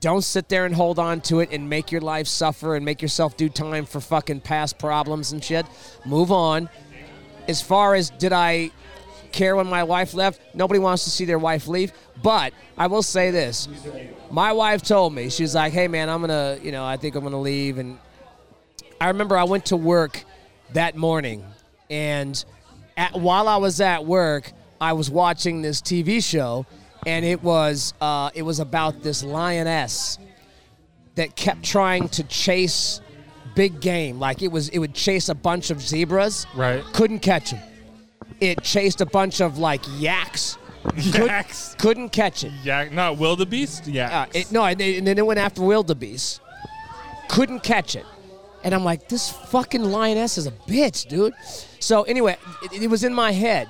Speaker 1: Don't sit there and hold on to it and make your life suffer and make yourself do time for fucking past problems and shit. Move on. As far as did I care when my wife left? Nobody wants to see their wife leave. But I will say this my wife told me, she's like, hey man, I'm gonna, you know, I think I'm gonna leave. And I remember I went to work that morning, and at, while I was at work, I was watching this TV show, and it was uh, it was about this lioness that kept trying to chase big game. Like it was, it would chase a bunch of zebras,
Speaker 2: Right.
Speaker 1: Couldn't catch them. It chased a bunch of like yaks, Could-
Speaker 2: Yaks.
Speaker 1: couldn't catch it.
Speaker 2: Yak, not wildebeest.
Speaker 1: Uh,
Speaker 2: Yaks.
Speaker 1: it, no, and, then- and then it went after wildebeest. Couldn't catch it. And I'm like, this fucking lioness is a bitch, dude. So anyway, it, it was in my head.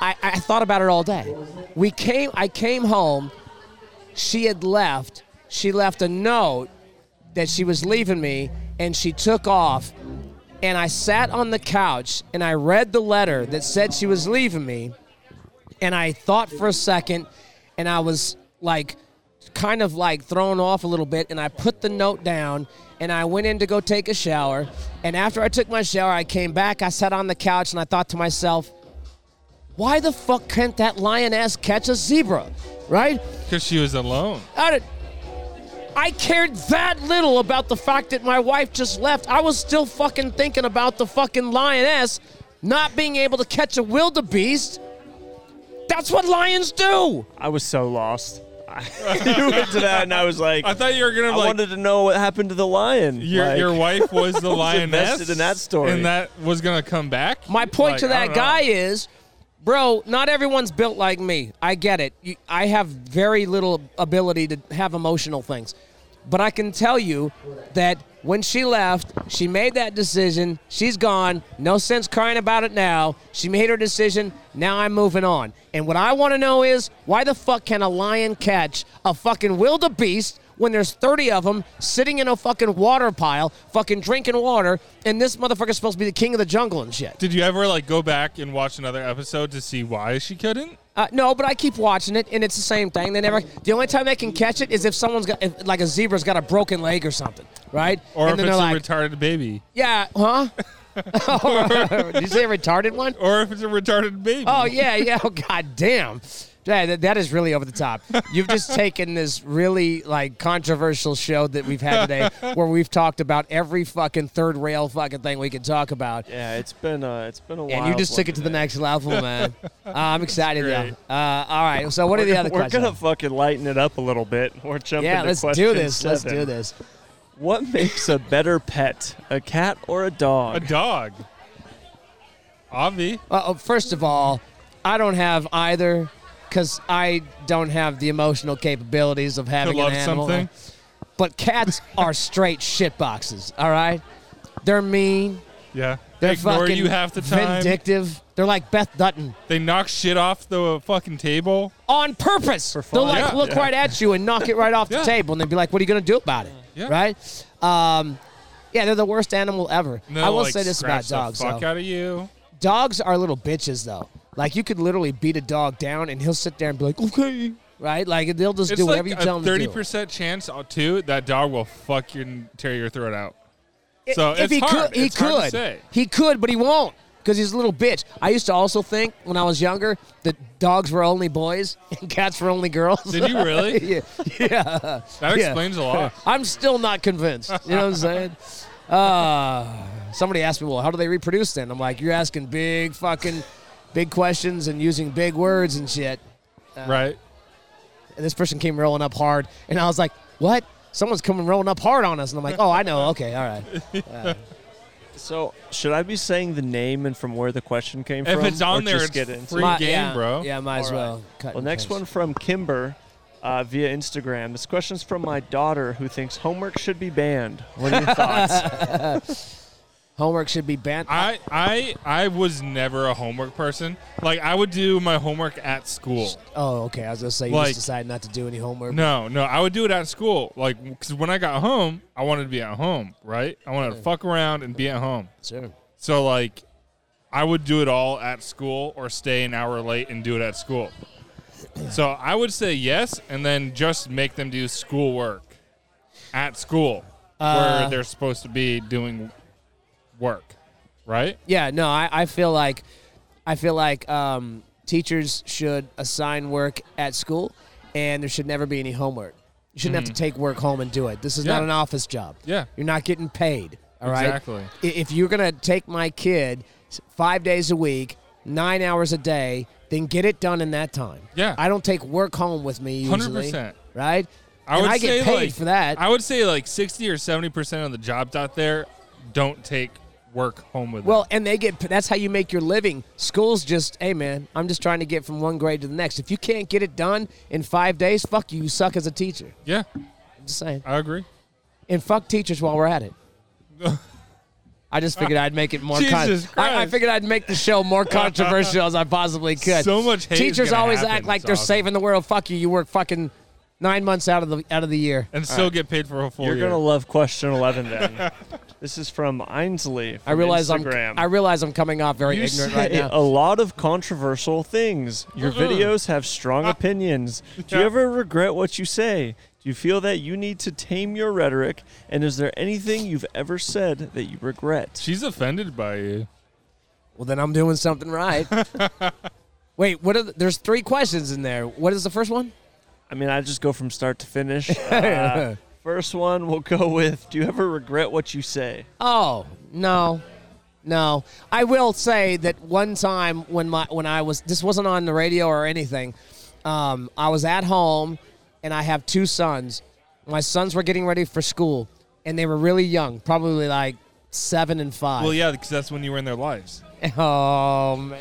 Speaker 1: I, I thought about it all day. We came. I came home. She had left. She left a note that she was leaving me, and she took off. And I sat on the couch and I read the letter that said she was leaving me and I thought for a second, and I was like, kind of like thrown off a little bit, and I put the note down, and I went in to go take a shower, and after I took my shower, I came back, I sat on the couch, and I thought to myself, why the fuck can't that lioness catch a zebra, right?
Speaker 2: Because she was alone.
Speaker 1: I did- I cared that little about the fact that my wife just left. I was still fucking thinking about the fucking lioness not being able to catch a wildebeest. That's what lions do.
Speaker 5: I was so lost. I- you went to that, and I was like,
Speaker 2: I thought you were gonna
Speaker 5: I
Speaker 2: like
Speaker 5: wanted to know what happened to the lion.
Speaker 2: your
Speaker 5: Like,
Speaker 2: your wife was the lioness
Speaker 5: invested in that story.
Speaker 2: and that was gonna come back.
Speaker 1: My point
Speaker 2: Like,
Speaker 1: to
Speaker 2: I
Speaker 1: that
Speaker 2: don't know.
Speaker 1: guy is, bro, not everyone's built like me. I get it. You, I have very little ability to have emotional things. But I can tell you that when she left, she made that decision. She's gone. No sense crying about it now. She made her decision. Now I'm moving on. And what I want to know is why the fuck can a lion catch a fucking wildebeest when there's 30 of them sitting in a fucking water pile, fucking drinking water, and this motherfucker's supposed to be the king of the jungle and shit?
Speaker 2: Did you ever like go back and watch another episode to see why she couldn't?
Speaker 1: Uh, no, but I keep watching it, and it's the same thing. They never. The only time they can catch it is if someone's got, if, like a zebra's got a broken leg or something, right?
Speaker 2: Or
Speaker 1: and
Speaker 2: if
Speaker 1: then
Speaker 2: it's
Speaker 1: they're
Speaker 2: a
Speaker 1: like,
Speaker 2: retarded baby.
Speaker 1: yeah, huh? Did you say a retarded one?
Speaker 2: Or if it's a retarded baby.
Speaker 1: Oh yeah, yeah. Oh god damn. Yeah, that, that is really over the top. You've just taken this really like controversial show that we've had today, where we've talked about every fucking third rail fucking thing we could talk about,
Speaker 5: yeah, it's been uh, it's been a while.
Speaker 1: and you just took it to the next level, man. Uh, I'm excited, though. Uh, all right, so what are the other
Speaker 5: We're
Speaker 1: questions?
Speaker 5: gonna fucking lighten it up a little bit. We're jumping.
Speaker 1: yeah,
Speaker 5: to
Speaker 1: let's
Speaker 5: question
Speaker 1: do this. let Let's
Speaker 5: seven.
Speaker 1: do this.
Speaker 5: What makes a better pet, a cat or a dog?
Speaker 2: A dog. Avi.
Speaker 1: Uh, oh, first of all, I don't have either because I don't have the emotional capabilities of
Speaker 2: To
Speaker 1: having
Speaker 2: love
Speaker 1: an animal.
Speaker 2: something.
Speaker 1: But cats are straight shit boxes. All right, they're mean.
Speaker 2: Yeah.
Speaker 1: They're
Speaker 2: They ignore
Speaker 1: fucking
Speaker 2: you half the time.
Speaker 1: vindictive. They're like Beth Dutton
Speaker 2: They knock shit off the fucking table.
Speaker 1: on purpose.
Speaker 5: fun.
Speaker 1: They'll like
Speaker 2: Yeah.
Speaker 1: look
Speaker 2: Yeah.
Speaker 1: right at you and knock it right off the
Speaker 2: Yeah.
Speaker 1: table, and they'd be like, "What are you gonna do about it?"
Speaker 2: Yeah.
Speaker 1: Right? Um, yeah, they're the worst animal ever.
Speaker 2: And they'll,
Speaker 1: I will
Speaker 2: like,
Speaker 1: say this
Speaker 2: scratch
Speaker 1: about dogs.
Speaker 2: The fuck
Speaker 1: though.
Speaker 2: out of you.
Speaker 1: dogs are little bitches though. Like you could literally beat a dog down and he'll sit there and be like, okay, right? Like they'll just
Speaker 2: It's
Speaker 1: do
Speaker 2: like
Speaker 1: whatever you
Speaker 2: a
Speaker 1: tell them
Speaker 2: thirty
Speaker 1: to do.
Speaker 2: percent chance uh, too that dog will fuck your tear your throat out. So
Speaker 1: if
Speaker 2: it's
Speaker 1: he
Speaker 2: hard.
Speaker 1: could, he
Speaker 2: It's
Speaker 1: could,
Speaker 2: hard to say.
Speaker 1: he could, but he won't because he's a little bitch. I used to also think when I was younger that dogs were only boys and cats were only girls.
Speaker 2: Did you really?
Speaker 1: yeah, yeah.
Speaker 2: That
Speaker 1: Yeah.
Speaker 2: explains a lot.
Speaker 1: I'm still not convinced. You know what I'm saying? Uh, somebody asked me, well, how do they reproduce then? I'm like, you're asking big fucking big questions and using big words and shit.
Speaker 2: right.
Speaker 1: and this person came rolling up hard, and I was like, "What?" someone's coming rolling up hard on us, and I'm like, oh, I know. Okay, all right.
Speaker 5: So should I be saying the name and from where the question came
Speaker 2: If
Speaker 5: from?
Speaker 2: it's on
Speaker 5: or
Speaker 2: there, it's
Speaker 5: just get into
Speaker 2: free.
Speaker 5: it?
Speaker 1: My-
Speaker 2: game,
Speaker 1: yeah,
Speaker 2: bro.
Speaker 1: Yeah, might as
Speaker 5: All right.
Speaker 1: well. Cut
Speaker 5: Well,
Speaker 1: and
Speaker 5: next
Speaker 1: paste.
Speaker 5: one from Kimber uh, via Instagram. This question's from my daughter who thinks homework should be banned. What are your thoughts?
Speaker 1: Homework should be banned.
Speaker 2: I I I was never a homework person. Like I would do my homework at school.
Speaker 1: oh, okay. I was gonna say you
Speaker 2: Like-
Speaker 1: just decided not to do any homework.
Speaker 2: No, no, I would do it at school. Like because when I got home, I wanted to be at home, right? I wanted to fuck around and be at home.
Speaker 1: Sure.
Speaker 2: So like, I would do it all at school or stay an hour late and do it at school. So I would say yes, and then just make them do schoolwork at school
Speaker 1: Uh,
Speaker 2: where they're supposed to be doing work, right?
Speaker 1: Yeah, no, I, I feel like I feel like um, teachers should assign work at school, and there should never be any homework. You shouldn't have to take work home and do it. This is not
Speaker 2: Mm-hmm. Yeah.
Speaker 1: an office job.
Speaker 2: Yeah.
Speaker 1: you're not getting paid. All right,
Speaker 2: Exactly.
Speaker 1: I- If you're gonna take my kid s- five days a week, nine hours a day, then get it done in that time.
Speaker 2: Yeah.
Speaker 1: I don't take work home with me usually.
Speaker 2: 100%.
Speaker 1: Right. and I get paid
Speaker 2: like,
Speaker 1: for that.
Speaker 2: I would say like sixty or seventy percent of the jobs out there don't take work home with
Speaker 1: Well,
Speaker 2: them.
Speaker 1: and they get that's how you make your living. School's just, hey man, I'm just trying to get from one grade to the next. If you can't get it done in five days, fuck you, you suck as a teacher.
Speaker 2: Yeah,
Speaker 1: I'm just saying.
Speaker 2: I agree.
Speaker 1: And fuck teachers while we're at it. I just figured I'd make it more. con-
Speaker 2: Jesus
Speaker 1: I, I
Speaker 2: Christ.
Speaker 1: figured I'd make the show more controversial as I possibly could.
Speaker 2: So much hate is
Speaker 1: Teachers
Speaker 2: gonna
Speaker 1: always
Speaker 2: happen.
Speaker 1: act like
Speaker 2: It's
Speaker 1: they're
Speaker 2: awesome.
Speaker 1: saving the world. Fuck you. You work fucking nine months out of the out of the year.
Speaker 2: And still get paid for a full
Speaker 5: You're
Speaker 2: year.
Speaker 5: gonna love question eleven then. this is from Ainsley.
Speaker 1: I realize
Speaker 5: Instagram.
Speaker 1: I'm I realize I'm coming off very
Speaker 2: You
Speaker 1: ignorant
Speaker 2: say
Speaker 1: right now. Mm-hmm.
Speaker 5: a lot of controversial things. Your videos have
Speaker 1: Ah.
Speaker 5: strong opinions. Do you
Speaker 2: Yeah.
Speaker 5: ever regret what you say? Do you feel that you need to tame your rhetoric? And is there anything you've ever said that you regret?
Speaker 2: She's offended by you.
Speaker 1: Well, then I'm doing something right. Wait, what are the, there's three questions in there. What is the first one?
Speaker 5: I mean, I just go from start to finish. Uh, first one, we'll go with Do you ever regret what you say?
Speaker 1: Oh, no. No. I will say that one time when my when I was this wasn't on the radio or anything. Um, I was at home and I have two sons. My sons were getting ready for school and they were really young, probably like 7 and 5.
Speaker 2: Well, yeah, because that's when you were in their lives.
Speaker 1: Oh man.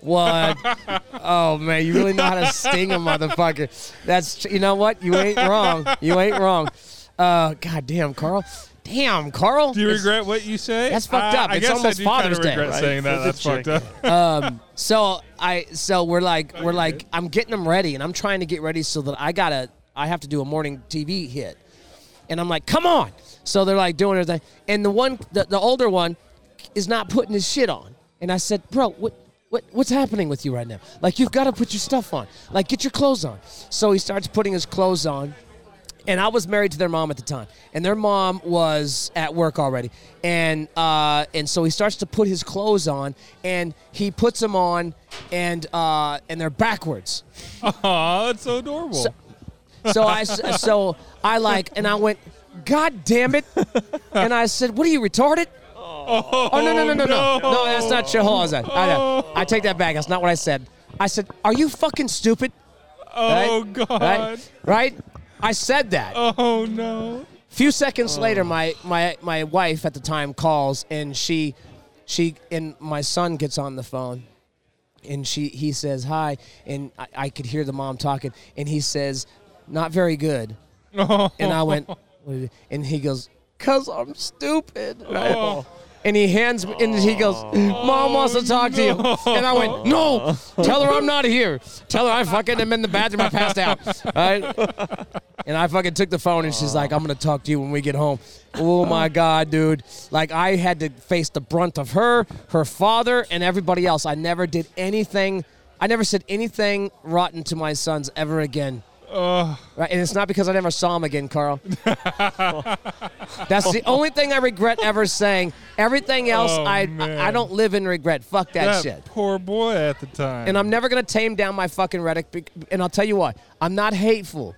Speaker 1: What? oh man, you really know how to sting a motherfucker. That's you know what? You ain't wrong. You ain't wrong. Uh, God damn, Carl. Damn, Carl.
Speaker 2: Do you
Speaker 1: It's-
Speaker 2: regret what you say?
Speaker 1: That's fucked
Speaker 2: Uh,
Speaker 1: up.
Speaker 2: I
Speaker 1: It's
Speaker 2: guess
Speaker 1: almost
Speaker 2: I do kinda
Speaker 1: Father's Day,
Speaker 2: regret
Speaker 5: right?
Speaker 2: saying that.
Speaker 5: For the
Speaker 2: That's fucked up.
Speaker 5: chicken.
Speaker 1: So I so we're like we're
Speaker 2: you're
Speaker 1: like
Speaker 2: good.
Speaker 1: I'm getting them ready and I'm trying to get ready so that I gotta I have to do a morning TV hit, and I'm like, come on. So they're like doing everything, and the one the, the older one is not putting his shit on, and I said, bro, what. What, what's happening with you right now? Like you've got to put your stuff on. Like get your clothes on. So he starts putting his clothes on, and I was married to their mom at the time, and their mom was at work already, and uh, and so he starts to put his clothes on, and he puts them on, and uh, and they're backwards.
Speaker 2: Aw, that's so adorable.
Speaker 1: So I s- so I like, and I went, God damn it, and I said, What are you retarded?
Speaker 2: oh,
Speaker 1: Oh no no no no no
Speaker 2: no.
Speaker 1: no that's not your hold on a second. I, know. I take that back. That's not what I said. I said, Are you fucking stupid?
Speaker 2: Oh,
Speaker 1: Right?
Speaker 2: God.
Speaker 1: Right? Right? I said that.
Speaker 2: Oh, no.
Speaker 1: few seconds later my, my my wife at the time calls and she she and my son gets on the phone and she he says hi and I, I could hear the mom talking and he says not very good and I went "What is it?" and he goes cuz I'm stupid And I- and he hands me, and he goes, "Mom wants to talk to you." And I went, "No, tell her I'm not here. Tell her I fucking am in the bathroom. I passed out." All right? And I fucking took the phone, and she's like, "I'm gonna talk to you when we get home." Oh my god, dude! Like I had to face the brunt of her, her father, and everybody else. I never did anything. I never said anything rotten to my sons ever again. Right, and it's not because I never saw him again, Carl. That's the only thing I regret ever saying. Everything else,
Speaker 2: Oh,
Speaker 1: I,
Speaker 2: man.
Speaker 1: I I don't live in regret. Fuck that,
Speaker 2: That
Speaker 1: shit.
Speaker 2: poor boy at the time.
Speaker 1: And I'm never gonna tame down my fucking rhetoric. bec- And I'll tell you what, I'm not hateful.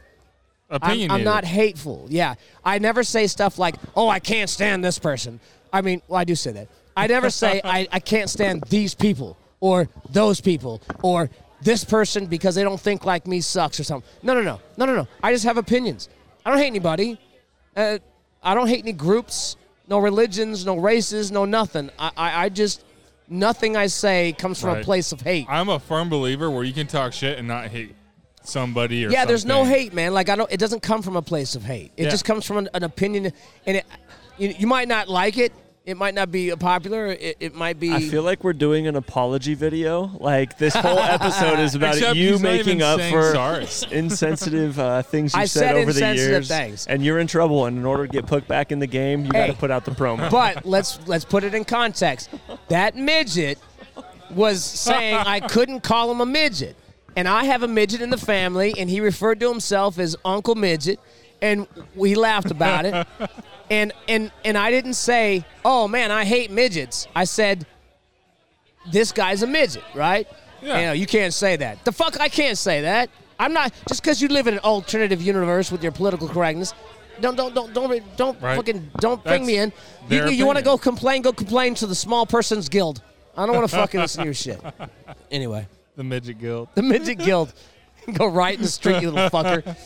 Speaker 1: I'm,
Speaker 2: opinionated.
Speaker 1: I'm not hateful. Yeah, I never say stuff like, "Oh, I can't stand this person." I mean, well, I do say that. I never say I, I can't stand these people or those people or this person because they don't think like me sucks or something. No, no, no, no, no, no. I just have opinions. I don't hate anybody. Uh, I don't hate any groups, no religions, no races, no nothing. I, I, I just nothing I say comes from a
Speaker 2: Right.
Speaker 1: place of hate.
Speaker 2: I'm a firm believer where you can talk shit and not hate somebody or
Speaker 1: yeah, there's no
Speaker 2: something.
Speaker 1: hate, man. Like I don't. It doesn't come from a place of hate. It
Speaker 2: Yeah.
Speaker 1: just comes from an, an opinion, and it, you, you might not like it. It might not be popular. It, it might be.
Speaker 5: I feel like we're doing an apology video. Like this whole episode is about
Speaker 2: Except
Speaker 5: you
Speaker 2: he's not
Speaker 5: making
Speaker 2: even
Speaker 5: up
Speaker 2: saying
Speaker 5: for
Speaker 2: sorry.
Speaker 5: insensitive uh, things you
Speaker 1: I
Speaker 5: have said,
Speaker 1: said
Speaker 5: over the
Speaker 1: insensitive
Speaker 5: years,
Speaker 1: things.
Speaker 5: and you're in trouble. And in order to get put back in the game, you got
Speaker 1: Hey.
Speaker 5: to put out the promo.
Speaker 1: but let's let's put it in context. That midget was saying I couldn't call him a midget, and I have a midget in the family, and he referred to himself as Uncle Midget, and we laughed about it. And and and I didn't say, "Oh man, I hate midgets." I said, "This guy's a midget, right?"
Speaker 2: Yeah.
Speaker 1: You, know, you can't say that. The fuck, I can't say that. I'm not just because you live in an alternative universe with your political correctness. Don't don't don't don't don't
Speaker 2: Right.
Speaker 1: fucking don't bring
Speaker 2: That's
Speaker 1: me in. You,
Speaker 2: their
Speaker 1: you want to go
Speaker 2: opinion.
Speaker 1: complain? Go complain to the small person's guild. I don't want to fucking listen to your shit. Anyway,
Speaker 2: The midget guild.
Speaker 1: the midget guild. Go right in the street, you little fucker,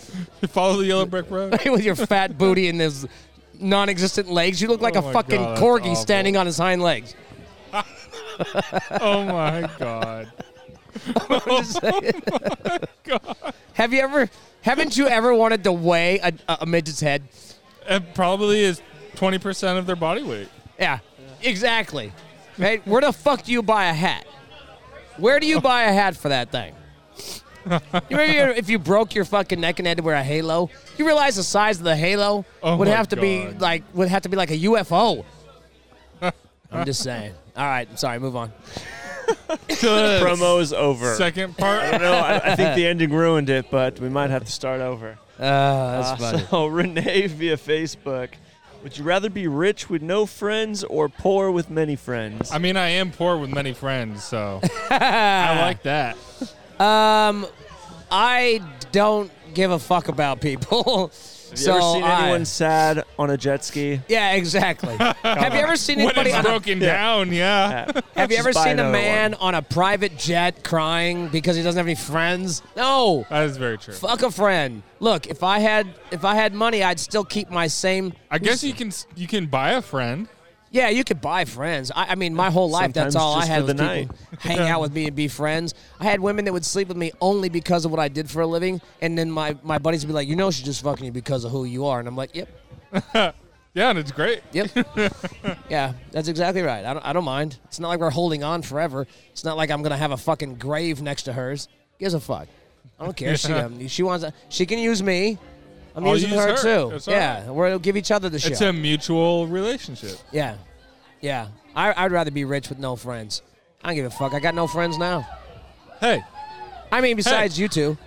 Speaker 2: Follow the yellow brick road.
Speaker 1: with your fat booty and those non-existent legs. You look like
Speaker 2: Oh
Speaker 1: a
Speaker 2: my
Speaker 1: fucking
Speaker 2: God, that's
Speaker 1: corgi
Speaker 2: awful.
Speaker 1: standing on his hind legs.
Speaker 2: oh my god.
Speaker 1: Have you ever? Haven't you ever wanted to weigh a, a midget's head?
Speaker 2: It probably is 20% of their body weight.
Speaker 1: Yeah, exactly. Right? Where the fuck do you buy a hat? Where do you buy a hat for that thing? You remember if you broke your fucking neck and had to wear a halo? You realize the size of the halo
Speaker 2: Oh
Speaker 1: would
Speaker 2: my
Speaker 1: have to be
Speaker 2: God.
Speaker 1: like would have to be like a UFO. I'm just saying. All right, I'm sorry. Move on.
Speaker 5: promo is over.
Speaker 2: Second
Speaker 5: I
Speaker 2: part.
Speaker 5: don't know. I, I think the ending ruined it, but we might have to start over.
Speaker 1: Uh, that's
Speaker 5: Uh,
Speaker 1: funny.
Speaker 5: so Renee via Facebook, would you rather be rich with no friends or poor with many friends?
Speaker 2: I mean, I am poor with many friends, so I like that.
Speaker 1: I don't give a fuck about people.
Speaker 5: Have you
Speaker 1: so
Speaker 5: ever seen
Speaker 1: I-
Speaker 5: anyone sad on a jet ski?
Speaker 1: Yeah, exactly. have you ever seen
Speaker 2: When
Speaker 1: anybody
Speaker 2: it's
Speaker 1: on a
Speaker 2: broken down, yeah.
Speaker 1: Have you
Speaker 5: Just
Speaker 1: ever
Speaker 5: buy
Speaker 1: seen a
Speaker 5: another
Speaker 1: man
Speaker 5: one.
Speaker 1: on a private jet crying because he doesn't have any friends? No.
Speaker 2: That is very true.
Speaker 1: Fuck a friend. Look, if I had if I had money, I'd still keep my same.
Speaker 2: I guess you can s- you can buy a friend.
Speaker 1: Yeah, you could buy friends. I, I mean, my whole life, that's
Speaker 5: Sometimes
Speaker 1: all I
Speaker 5: just
Speaker 1: had
Speaker 5: for
Speaker 1: was
Speaker 5: the
Speaker 1: people hang out with me and be friends. I had women that would sleep with me only because of what I did for a living, and then my my buddies would be like, "You know, she's just fucking you because of who you are," and I'm like, "Yep,
Speaker 2: Yeah, and it's great.
Speaker 1: Yep. yeah, that's exactly right. I don't, I don't mind. It's not like we're holding on forever. It's not like I'm gonna have a fucking grave next to hers. Gives a fuck. I don't care. She um, she wants. She can use me. I'm
Speaker 2: I'll
Speaker 1: using
Speaker 2: use
Speaker 1: her,
Speaker 2: her.
Speaker 1: too.
Speaker 2: That's all
Speaker 1: yeah,
Speaker 2: right.
Speaker 1: we'll give each other the shit.
Speaker 2: It's a mutual relationship.
Speaker 1: yeah, yeah. I, I'd rather be rich with no friends. I don't give a fuck. I got no friends now.
Speaker 2: Hey,
Speaker 1: I mean, besides you two,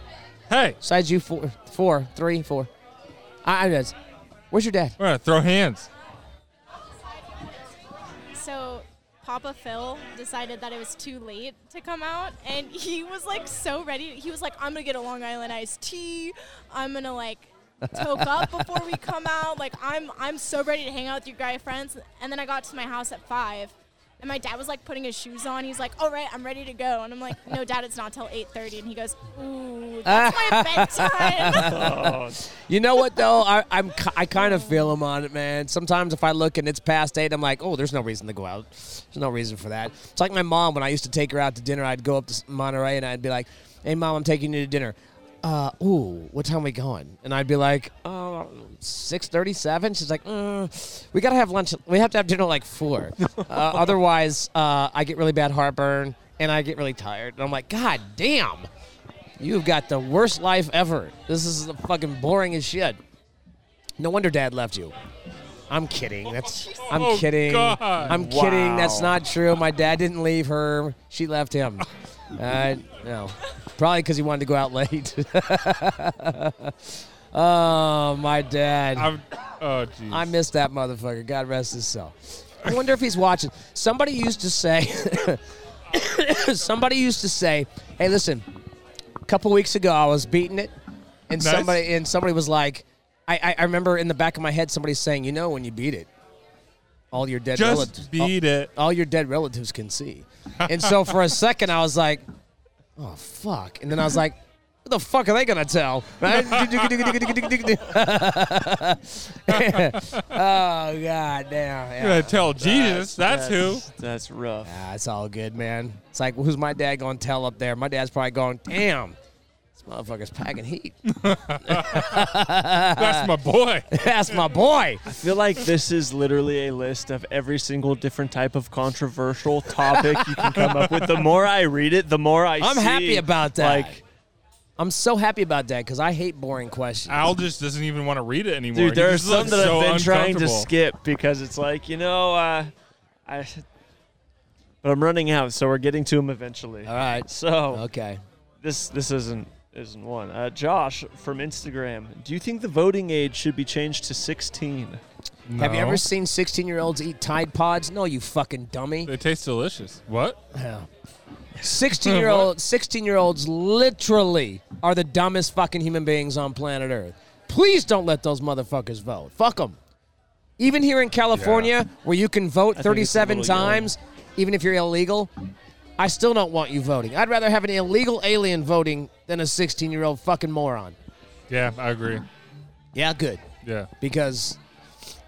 Speaker 2: hey,
Speaker 1: besides you four, four, three, four. I, I just. Where's your dad?
Speaker 2: we're gonna throw hands.
Speaker 8: So Papa Phil decided that it was too late to come out, and he was like so ready. He was like, "I'm gonna get a Long Island iced tea. I'm gonna like toke up before we come out. Like I'm I'm so ready to hang out with you guy friends." And then I got to my house at five. And my dad was like putting his shoes on. He's like, "All right, I'm ready to go." And I'm like, "No, dad, it's not till 8:30." And he goes, "Ooh, that's my bedtime."
Speaker 1: You know what though? I, I'm ki- I kind of feel him on it, man. Sometimes if I look and it's past eight, I'm like, oh, there's no reason to go out. There's no reason for that. It's like my mom when I used to take her out to dinner. I'd go up to Monterey and I'd be like, hey, mom, I'm taking you to dinner. Uh, ooh, what time we going? And I'd be like, oh, six thirty-seven. She's like, mm, we gotta have lunch. We have to have dinner at like four. Uh, otherwise, uh, I get really bad heartburn and I get really tired. And I'm like, God damn. You've got the worst life ever. This is the fucking boring as shit. No wonder dad left you. I'm kidding. That's I'm
Speaker 2: Oh,
Speaker 1: kidding.
Speaker 2: God.
Speaker 1: I'm kidding. That's not true. My dad didn't leave her. She left him. uh, no, probably because he wanted to go out late. oh, my dad.
Speaker 2: I'm, oh, jeez.
Speaker 1: I miss that motherfucker. God rest his soul. I wonder if he's watching. Somebody used to say, somebody used to say, "Hey, listen, a couple weeks ago I was beating it, and
Speaker 2: Nice.
Speaker 1: somebody and somebody was like, I, I, I remember in the back of my head somebody saying, you know, when you beat it, all your dead relatives,
Speaker 2: Just beat it.
Speaker 1: all your dead relatives can see. And so for a second, I was like, oh, fuck. And then I was like, What the fuck are they gonna tell? Right? oh god damn.
Speaker 2: You're gonna
Speaker 1: Yeah.
Speaker 2: tell Jesus. That's, who.
Speaker 5: That's rough.
Speaker 1: Nah, it's all good, man. It's like who's my dad gonna tell up there? My dad's probably going, damn. This motherfucker's packing heat.
Speaker 2: That's my boy.
Speaker 1: That's my boy.
Speaker 5: I feel like this is literally a list of every single different type of controversial topic you can come up with. The more I read it, the more I
Speaker 1: I'm
Speaker 5: see,
Speaker 1: happy about that.
Speaker 5: Like,
Speaker 1: I'm so happy about that because I hate boring questions.
Speaker 2: Al just doesn't even want to read it anymore.
Speaker 5: dude, there
Speaker 2: He
Speaker 5: are
Speaker 2: just
Speaker 5: some
Speaker 2: looks
Speaker 5: that
Speaker 2: so
Speaker 5: I've been trying to
Speaker 2: uncomfortable.
Speaker 5: skip because it's like, you know, uh, I. But I'm running out, so we're getting to them eventually.
Speaker 1: All right.
Speaker 5: So
Speaker 1: Okay.
Speaker 5: this this isn't isn't one. Uh, Josh from Instagram, do you think the voting age should be changed to 16?
Speaker 1: Have you
Speaker 2: No.
Speaker 1: ever seen 16 year olds eat Tide Pods? No, you fucking dummy.
Speaker 2: They taste delicious. What?
Speaker 1: 16 year
Speaker 5: Mm-hmm.
Speaker 1: old 16 year olds literally are the dumbest fucking human beings on planet earth please don't let those motherfuckers vote fuck them even here in california where you can vote
Speaker 5: I think it's a
Speaker 1: 37
Speaker 5: little young.
Speaker 1: times even if you're illegal i still don't want you voting i'd rather have an illegal alien voting than a 16 year old fucking moron
Speaker 2: Yeah, I agree.
Speaker 1: yeah good
Speaker 2: Yeah.
Speaker 1: because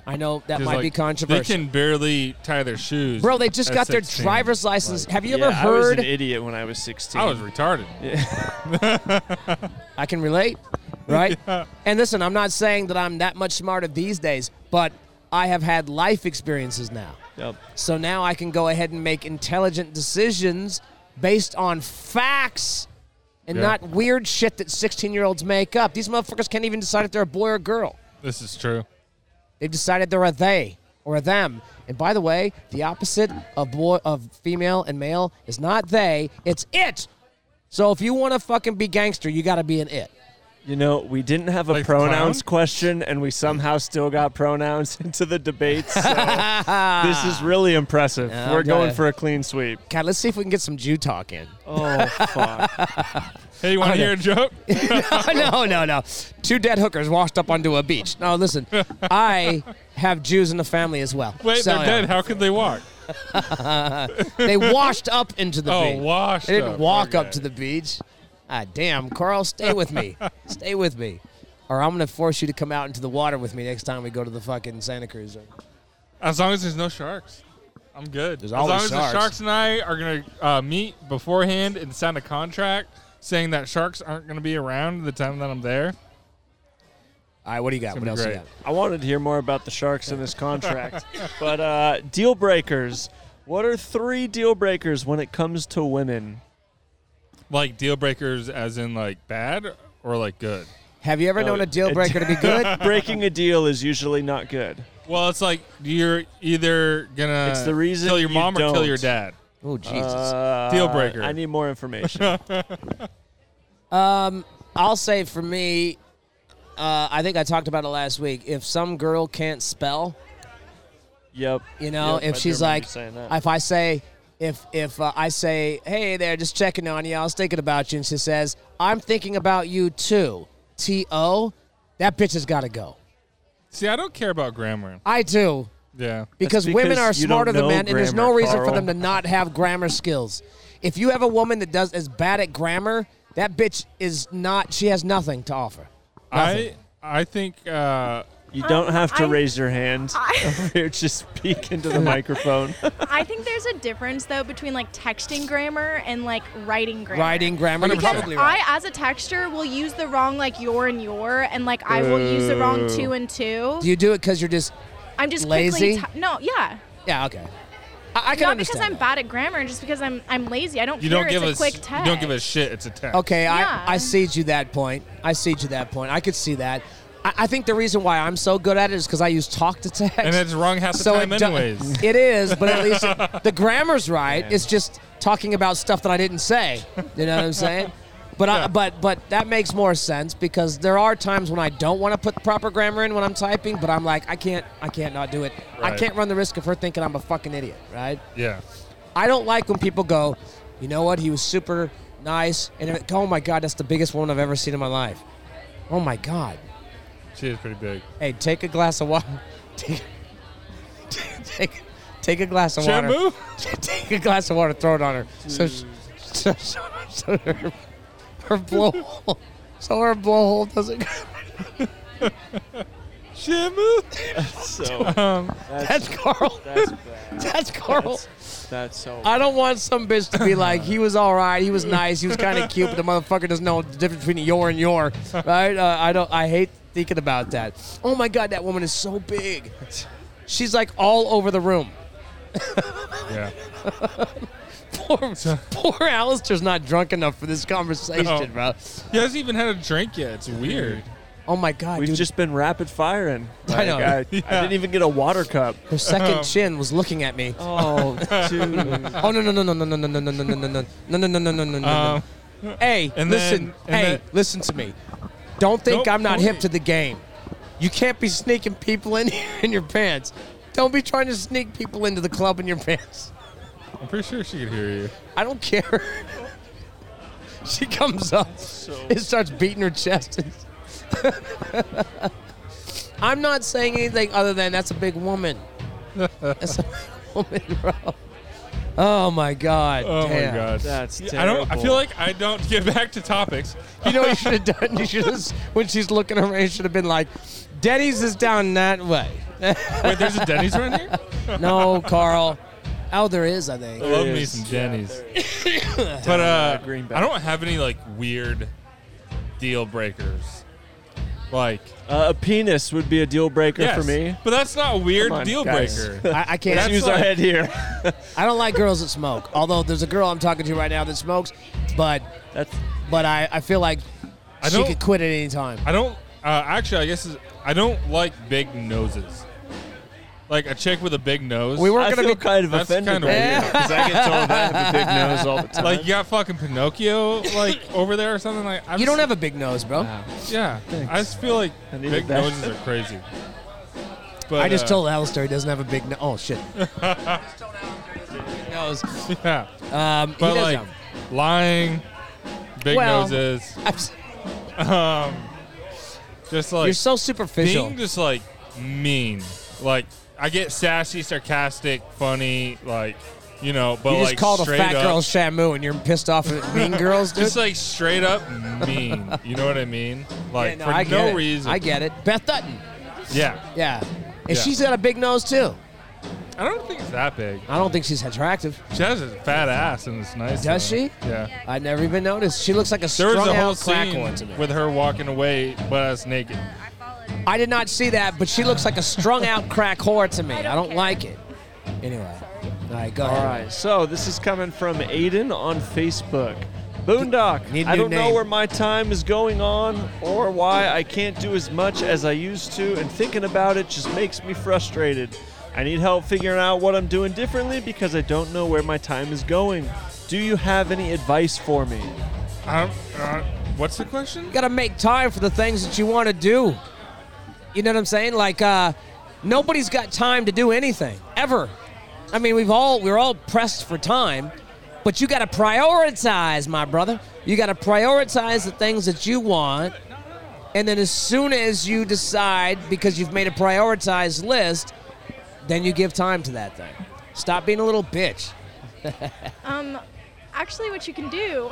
Speaker 1: i know that
Speaker 2: 'Cause,
Speaker 1: might
Speaker 2: like,
Speaker 1: be controversial
Speaker 2: They can barely tie their shoes.
Speaker 1: bro they just
Speaker 2: at
Speaker 1: got their
Speaker 2: 16.
Speaker 1: driver's license have you
Speaker 5: yeah,
Speaker 1: ever
Speaker 5: I was
Speaker 1: heard
Speaker 5: an idiot when I was 16.
Speaker 2: I was retarded.
Speaker 1: I can relate, right? And listen, I'm not saying that I'm that much smarter these days, but I have had life experiences now.
Speaker 5: Yep.
Speaker 1: So now I can go ahead and make intelligent decisions based on facts and
Speaker 2: Yeah.
Speaker 1: not weird shit that 16 year olds make up. These motherfuckers can't even decide if they're a boy or a girl.
Speaker 2: This is true.
Speaker 1: They've decided they're a they or a them. And by the way, the opposite of boy of female and male is not they, it's it. So if you want to fucking be gangster, you got to be an it.
Speaker 5: You know, we didn't have a
Speaker 2: Like
Speaker 5: pronouns
Speaker 2: clown?
Speaker 5: question, and we somehow still got pronouns into the debates. So this is really impressive.
Speaker 1: Yeah,
Speaker 5: We're
Speaker 1: I'll tell
Speaker 5: going
Speaker 1: ya.
Speaker 5: for a clean sweep.
Speaker 1: God, let's see if we can get some Jew talk in.
Speaker 5: Oh fuck!
Speaker 2: Hey, you want to
Speaker 1: Okay.
Speaker 2: hear a joke?
Speaker 1: no, no, no. Two dead hookers washed up onto a beach. No, listen, I have Jews in the family as well.
Speaker 2: Wait,
Speaker 1: So,
Speaker 2: they're dead. How could they walk?
Speaker 1: They washed up into the
Speaker 2: Oh,
Speaker 1: beach.
Speaker 2: washed
Speaker 1: They didn't
Speaker 2: up.
Speaker 1: walk up
Speaker 2: Okay.
Speaker 1: to the beach. Ah, damn, Carl, stay with me. stay with me. Or I'm going to force you to come out into the water with me next time we go to the fucking Santa Cruz.
Speaker 2: As long as there's no sharks, I'm good.
Speaker 1: There's
Speaker 2: as long
Speaker 1: always
Speaker 2: as
Speaker 1: sharks.
Speaker 2: the sharks and I are gonna uh, meet beforehand and sign a contract saying that sharks aren't gonna be around the time that I'm there.
Speaker 1: All right, what do you got?
Speaker 2: It's
Speaker 1: What
Speaker 2: gonna
Speaker 1: else
Speaker 2: be
Speaker 1: you
Speaker 2: great.
Speaker 1: got?
Speaker 5: I wanted to hear more about the sharks in this contract, but uh, deal breakers. What are three deal breakers when it comes to women?
Speaker 2: Like deal breakers, as in like bad or like good.
Speaker 1: Have you ever
Speaker 5: Oh,
Speaker 1: known a deal
Speaker 5: it- Uh,
Speaker 1: breaker to be good?
Speaker 5: Breaking a deal is usually not good.
Speaker 2: Well, it's like you're either gonna
Speaker 5: It's the reason
Speaker 2: kill your
Speaker 5: you
Speaker 2: mom or kill
Speaker 5: don't.
Speaker 2: your dad.
Speaker 1: Oh, Jesus.
Speaker 5: Uh,
Speaker 2: Deal breaker.
Speaker 5: I need more information.
Speaker 1: I'll say for me, uh, I think I talked about it last week. If some girl can't spell,
Speaker 5: yep.
Speaker 1: you know,
Speaker 5: Yep, I
Speaker 1: if
Speaker 5: do
Speaker 1: she's
Speaker 5: remember
Speaker 1: like,
Speaker 5: you saying that.
Speaker 1: if I say, if if uh, I say, hey there, just checking on you, I was thinking about you, and she says, I'm thinking about you too, T O, that bitch has got to go.
Speaker 2: See, I don't care about grammar.
Speaker 1: I do
Speaker 2: Yeah.
Speaker 1: because,
Speaker 5: That's
Speaker 1: women
Speaker 5: because
Speaker 1: are
Speaker 5: you don't
Speaker 1: smarter than
Speaker 5: know
Speaker 1: men, and there's no
Speaker 5: grammar,
Speaker 1: reason for
Speaker 5: Carl.
Speaker 1: them to not have grammar skills. If you have a woman that does is bad at grammar, that bitch is not. She has nothing to offer. Nothing.
Speaker 2: I I think uh,
Speaker 5: You don't have to
Speaker 8: I-
Speaker 5: raise your hand.
Speaker 8: I,
Speaker 5: Here, just speak into the microphone.
Speaker 8: I think there's a difference though between like texting grammar and like writing grammar.
Speaker 1: Writing grammar, you're
Speaker 8: Because
Speaker 1: probably right.
Speaker 8: I, as a texter, will use the wrong like your and your, and like I will use the wrong two and two.
Speaker 1: Do you do it because you're just
Speaker 8: I'm just
Speaker 1: lazy?
Speaker 8: quickly. T- no, yeah.
Speaker 1: Yeah, okay. I, I can
Speaker 8: Not because
Speaker 1: understand.
Speaker 8: I'm
Speaker 1: that.
Speaker 8: bad at grammar, just because I'm I'm lazy. I don't
Speaker 2: you
Speaker 8: care.
Speaker 2: don't give
Speaker 8: it's a
Speaker 2: us
Speaker 8: quick
Speaker 2: you
Speaker 8: text.
Speaker 2: don't give a shit. It's a text.
Speaker 1: Okay,
Speaker 8: Yeah.
Speaker 1: I I see you that point. I see you that point. I could see that. I, I think the reason why I'm so good at it is because I use talk to text.
Speaker 2: And it's wrong half the time,
Speaker 1: do-
Speaker 2: anyways.
Speaker 1: it is, but at least it- the grammar's right. It's just talking about stuff that I didn't say. You know what I'm saying? But I, but but that makes more sense because there are times when I don't want to put proper grammar in when I'm typing, but I'm like I can't I can't not do it. I
Speaker 2: Right.
Speaker 1: can't run the risk of her thinking I'm a fucking idiot, right?
Speaker 2: Yeah.
Speaker 1: I don't like when people go, you know what? He was super nice, and it- oh my god, that's the biggest woman I've ever seen in my life. Oh my god.
Speaker 2: She is pretty big.
Speaker 1: Hey, take a glass of water. Take, take, take a glass of water.
Speaker 2: Shamu?
Speaker 1: Take a glass of water. Throw it on her. So, sh- so, so, so her, her blowhole. So her blowhole doesn't.
Speaker 2: Shamu.
Speaker 5: So
Speaker 2: Um,
Speaker 1: That's Carl.
Speaker 5: that's bad.
Speaker 1: That's Carl.
Speaker 5: That's so.
Speaker 1: I don't want some bitch to be like, he was all right, he was nice, he was kind of cute, but the motherfucker doesn't know the difference between your and your, right? Uh, I don't. I hate thinking about that. Oh my god, that woman is so big. She's like all over the room.
Speaker 2: yeah.
Speaker 1: Poor, poor Alistair's not drunk enough for this conversation,
Speaker 2: No.
Speaker 1: bro.
Speaker 2: He hasn't even had a drink yet. It's weird.
Speaker 1: Oh my god,
Speaker 5: We've
Speaker 1: dude.
Speaker 5: just been rapid firing.
Speaker 1: I know.
Speaker 5: Like, I, I
Speaker 2: Yeah.
Speaker 5: didn't even get a water cup.
Speaker 1: her second chin was looking at me.
Speaker 5: Oh, dude.
Speaker 1: Oh no no no no no no no no no no no no no no no no no no no.
Speaker 2: Um,
Speaker 1: Hey,
Speaker 2: and
Speaker 1: listen.
Speaker 2: then- and
Speaker 1: hey,
Speaker 2: then-
Speaker 1: listen to me. Don't think
Speaker 2: Don't
Speaker 1: I'm not hip
Speaker 2: point.
Speaker 1: to the game. You can't be sneaking people in in your pants. Don't be trying to sneak people into the club in your pants.
Speaker 2: I'm pretty sure she could hear you.
Speaker 1: I don't care. she comes up and starts beating her chest. I'm not saying anything other than that's a big woman. That's a big woman, bro. Oh my god.
Speaker 2: Oh
Speaker 1: damn.
Speaker 2: my god.
Speaker 5: That's
Speaker 2: Yeah, I don't. I feel
Speaker 5: terrible.
Speaker 2: like I don't get back to topics.
Speaker 1: You know what you should have done? You should have, when she's looking around, you should have been like, Denny's is down that way.
Speaker 2: Wait, there's a Denny's around here.
Speaker 1: No, Carl. Oh, there is, I think.
Speaker 2: I love
Speaker 5: There
Speaker 2: me
Speaker 5: is.
Speaker 2: some
Speaker 5: Yeah,
Speaker 2: Denny's. but uh,
Speaker 5: Greenback.
Speaker 2: I don't have any like weird deal breakers. Like
Speaker 5: Uh, a penis would be a deal breaker
Speaker 2: yes,
Speaker 5: for me.
Speaker 2: but that's not a weird
Speaker 5: Come on,
Speaker 2: deal
Speaker 5: guys.
Speaker 2: breaker.
Speaker 1: I, I can't.
Speaker 2: That's
Speaker 5: Use our
Speaker 2: like-
Speaker 5: head here.
Speaker 1: I don't like girls that smoke. Although there's a girl I'm talking to right now that smokes, but
Speaker 5: That's
Speaker 1: but I, I feel like
Speaker 2: I
Speaker 1: she
Speaker 2: don't-
Speaker 1: could quit at any time.
Speaker 2: I don't. Uh, actually, I guess it's, I don't like big noses. Like a chick with a big nose.
Speaker 1: We weren't
Speaker 5: I
Speaker 1: gonna
Speaker 5: feel
Speaker 1: be.
Speaker 5: kind of
Speaker 2: That's
Speaker 5: offended
Speaker 2: kinda
Speaker 5: by
Speaker 2: weird.
Speaker 5: because I get told I have a big nose all the time.
Speaker 2: like you got fucking Pinocchio like over there or something like. I
Speaker 1: You don't
Speaker 2: just-
Speaker 1: have a big nose, bro.
Speaker 2: Yeah, I just feel like
Speaker 5: I needed
Speaker 2: big
Speaker 5: that.
Speaker 2: noses are crazy. But
Speaker 1: I just
Speaker 2: uh,
Speaker 1: told Alistair he doesn't have a big nose. Oh shit. I just told Alistair he doesn't have a big nose.
Speaker 2: Yeah,
Speaker 1: Um, he
Speaker 2: but
Speaker 1: does
Speaker 2: like
Speaker 1: have-
Speaker 2: lying, big
Speaker 1: Well-
Speaker 2: noses,
Speaker 1: I'm s-
Speaker 2: just like
Speaker 1: you're so superficial.
Speaker 2: being just like mean. Like I get sassy, sarcastic, funny, like you know, but
Speaker 1: You just
Speaker 2: like
Speaker 1: called a
Speaker 2: straight
Speaker 1: fat
Speaker 2: up,
Speaker 1: girl Shamu, and you're pissed off at Mean Girls. Dude.
Speaker 2: just like straight up mean. You know what I mean? Like
Speaker 1: Yeah,
Speaker 2: for
Speaker 1: I get
Speaker 2: no
Speaker 1: it.
Speaker 2: reason.
Speaker 1: I get it. Beth Dutton.
Speaker 2: yeah,
Speaker 1: Yeah. And
Speaker 2: Yeah.
Speaker 1: she's got a big nose too.
Speaker 2: I don't think it's that big.
Speaker 1: I don't think she's attractive.
Speaker 2: She has a fat ass and it's nice.
Speaker 1: Does
Speaker 2: though.
Speaker 1: she?
Speaker 2: Yeah.
Speaker 1: I never even noticed. She looks like a
Speaker 2: There
Speaker 1: strung
Speaker 2: was a whole
Speaker 1: out crack
Speaker 2: scene
Speaker 1: one to me.
Speaker 2: with her walking away butt ass naked.
Speaker 1: I did not see that, but she looks like a strung out crack whore to me. I
Speaker 8: I
Speaker 1: don't,
Speaker 8: don't care.
Speaker 1: like it. Anyway. All right, go
Speaker 5: All
Speaker 1: ahead.
Speaker 5: right, so this is coming from Aiden on Facebook. Boondock,
Speaker 1: Need a
Speaker 5: I
Speaker 1: new
Speaker 5: don't know
Speaker 1: name.
Speaker 5: where my time is going on or why I can't do as much as I used to, and thinking about it just makes me frustrated. I need help figuring out what I'm doing differently because I don't know where my time is going. Do you have any advice for me?
Speaker 2: I don't, uh, what's the question?
Speaker 1: You gotta make time for the things that you want to do. You know what I'm saying? Like, uh, nobody's got time to do anything ever. I mean, we've all we're all pressed for time, but you gotta prioritize, my brother. You gotta prioritize the things that you want, and then as soon as you decide, because you've made a prioritized list, then you give time to that thing. Stop being a little bitch.
Speaker 8: Um, actually, what you can do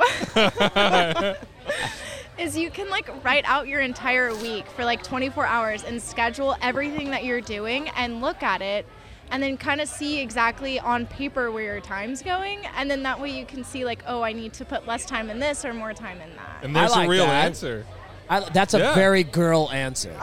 Speaker 8: is you can like write out your entire week for like 24 hours and schedule everything that you're doing and look at it and then kind of see exactly on paper where your time's going and then that way you can see like oh i need to put less time in this or more time in that
Speaker 2: And there's
Speaker 1: like
Speaker 2: a real
Speaker 1: that.
Speaker 2: answer.
Speaker 1: I, that's a
Speaker 2: Yeah.
Speaker 1: very girl answer.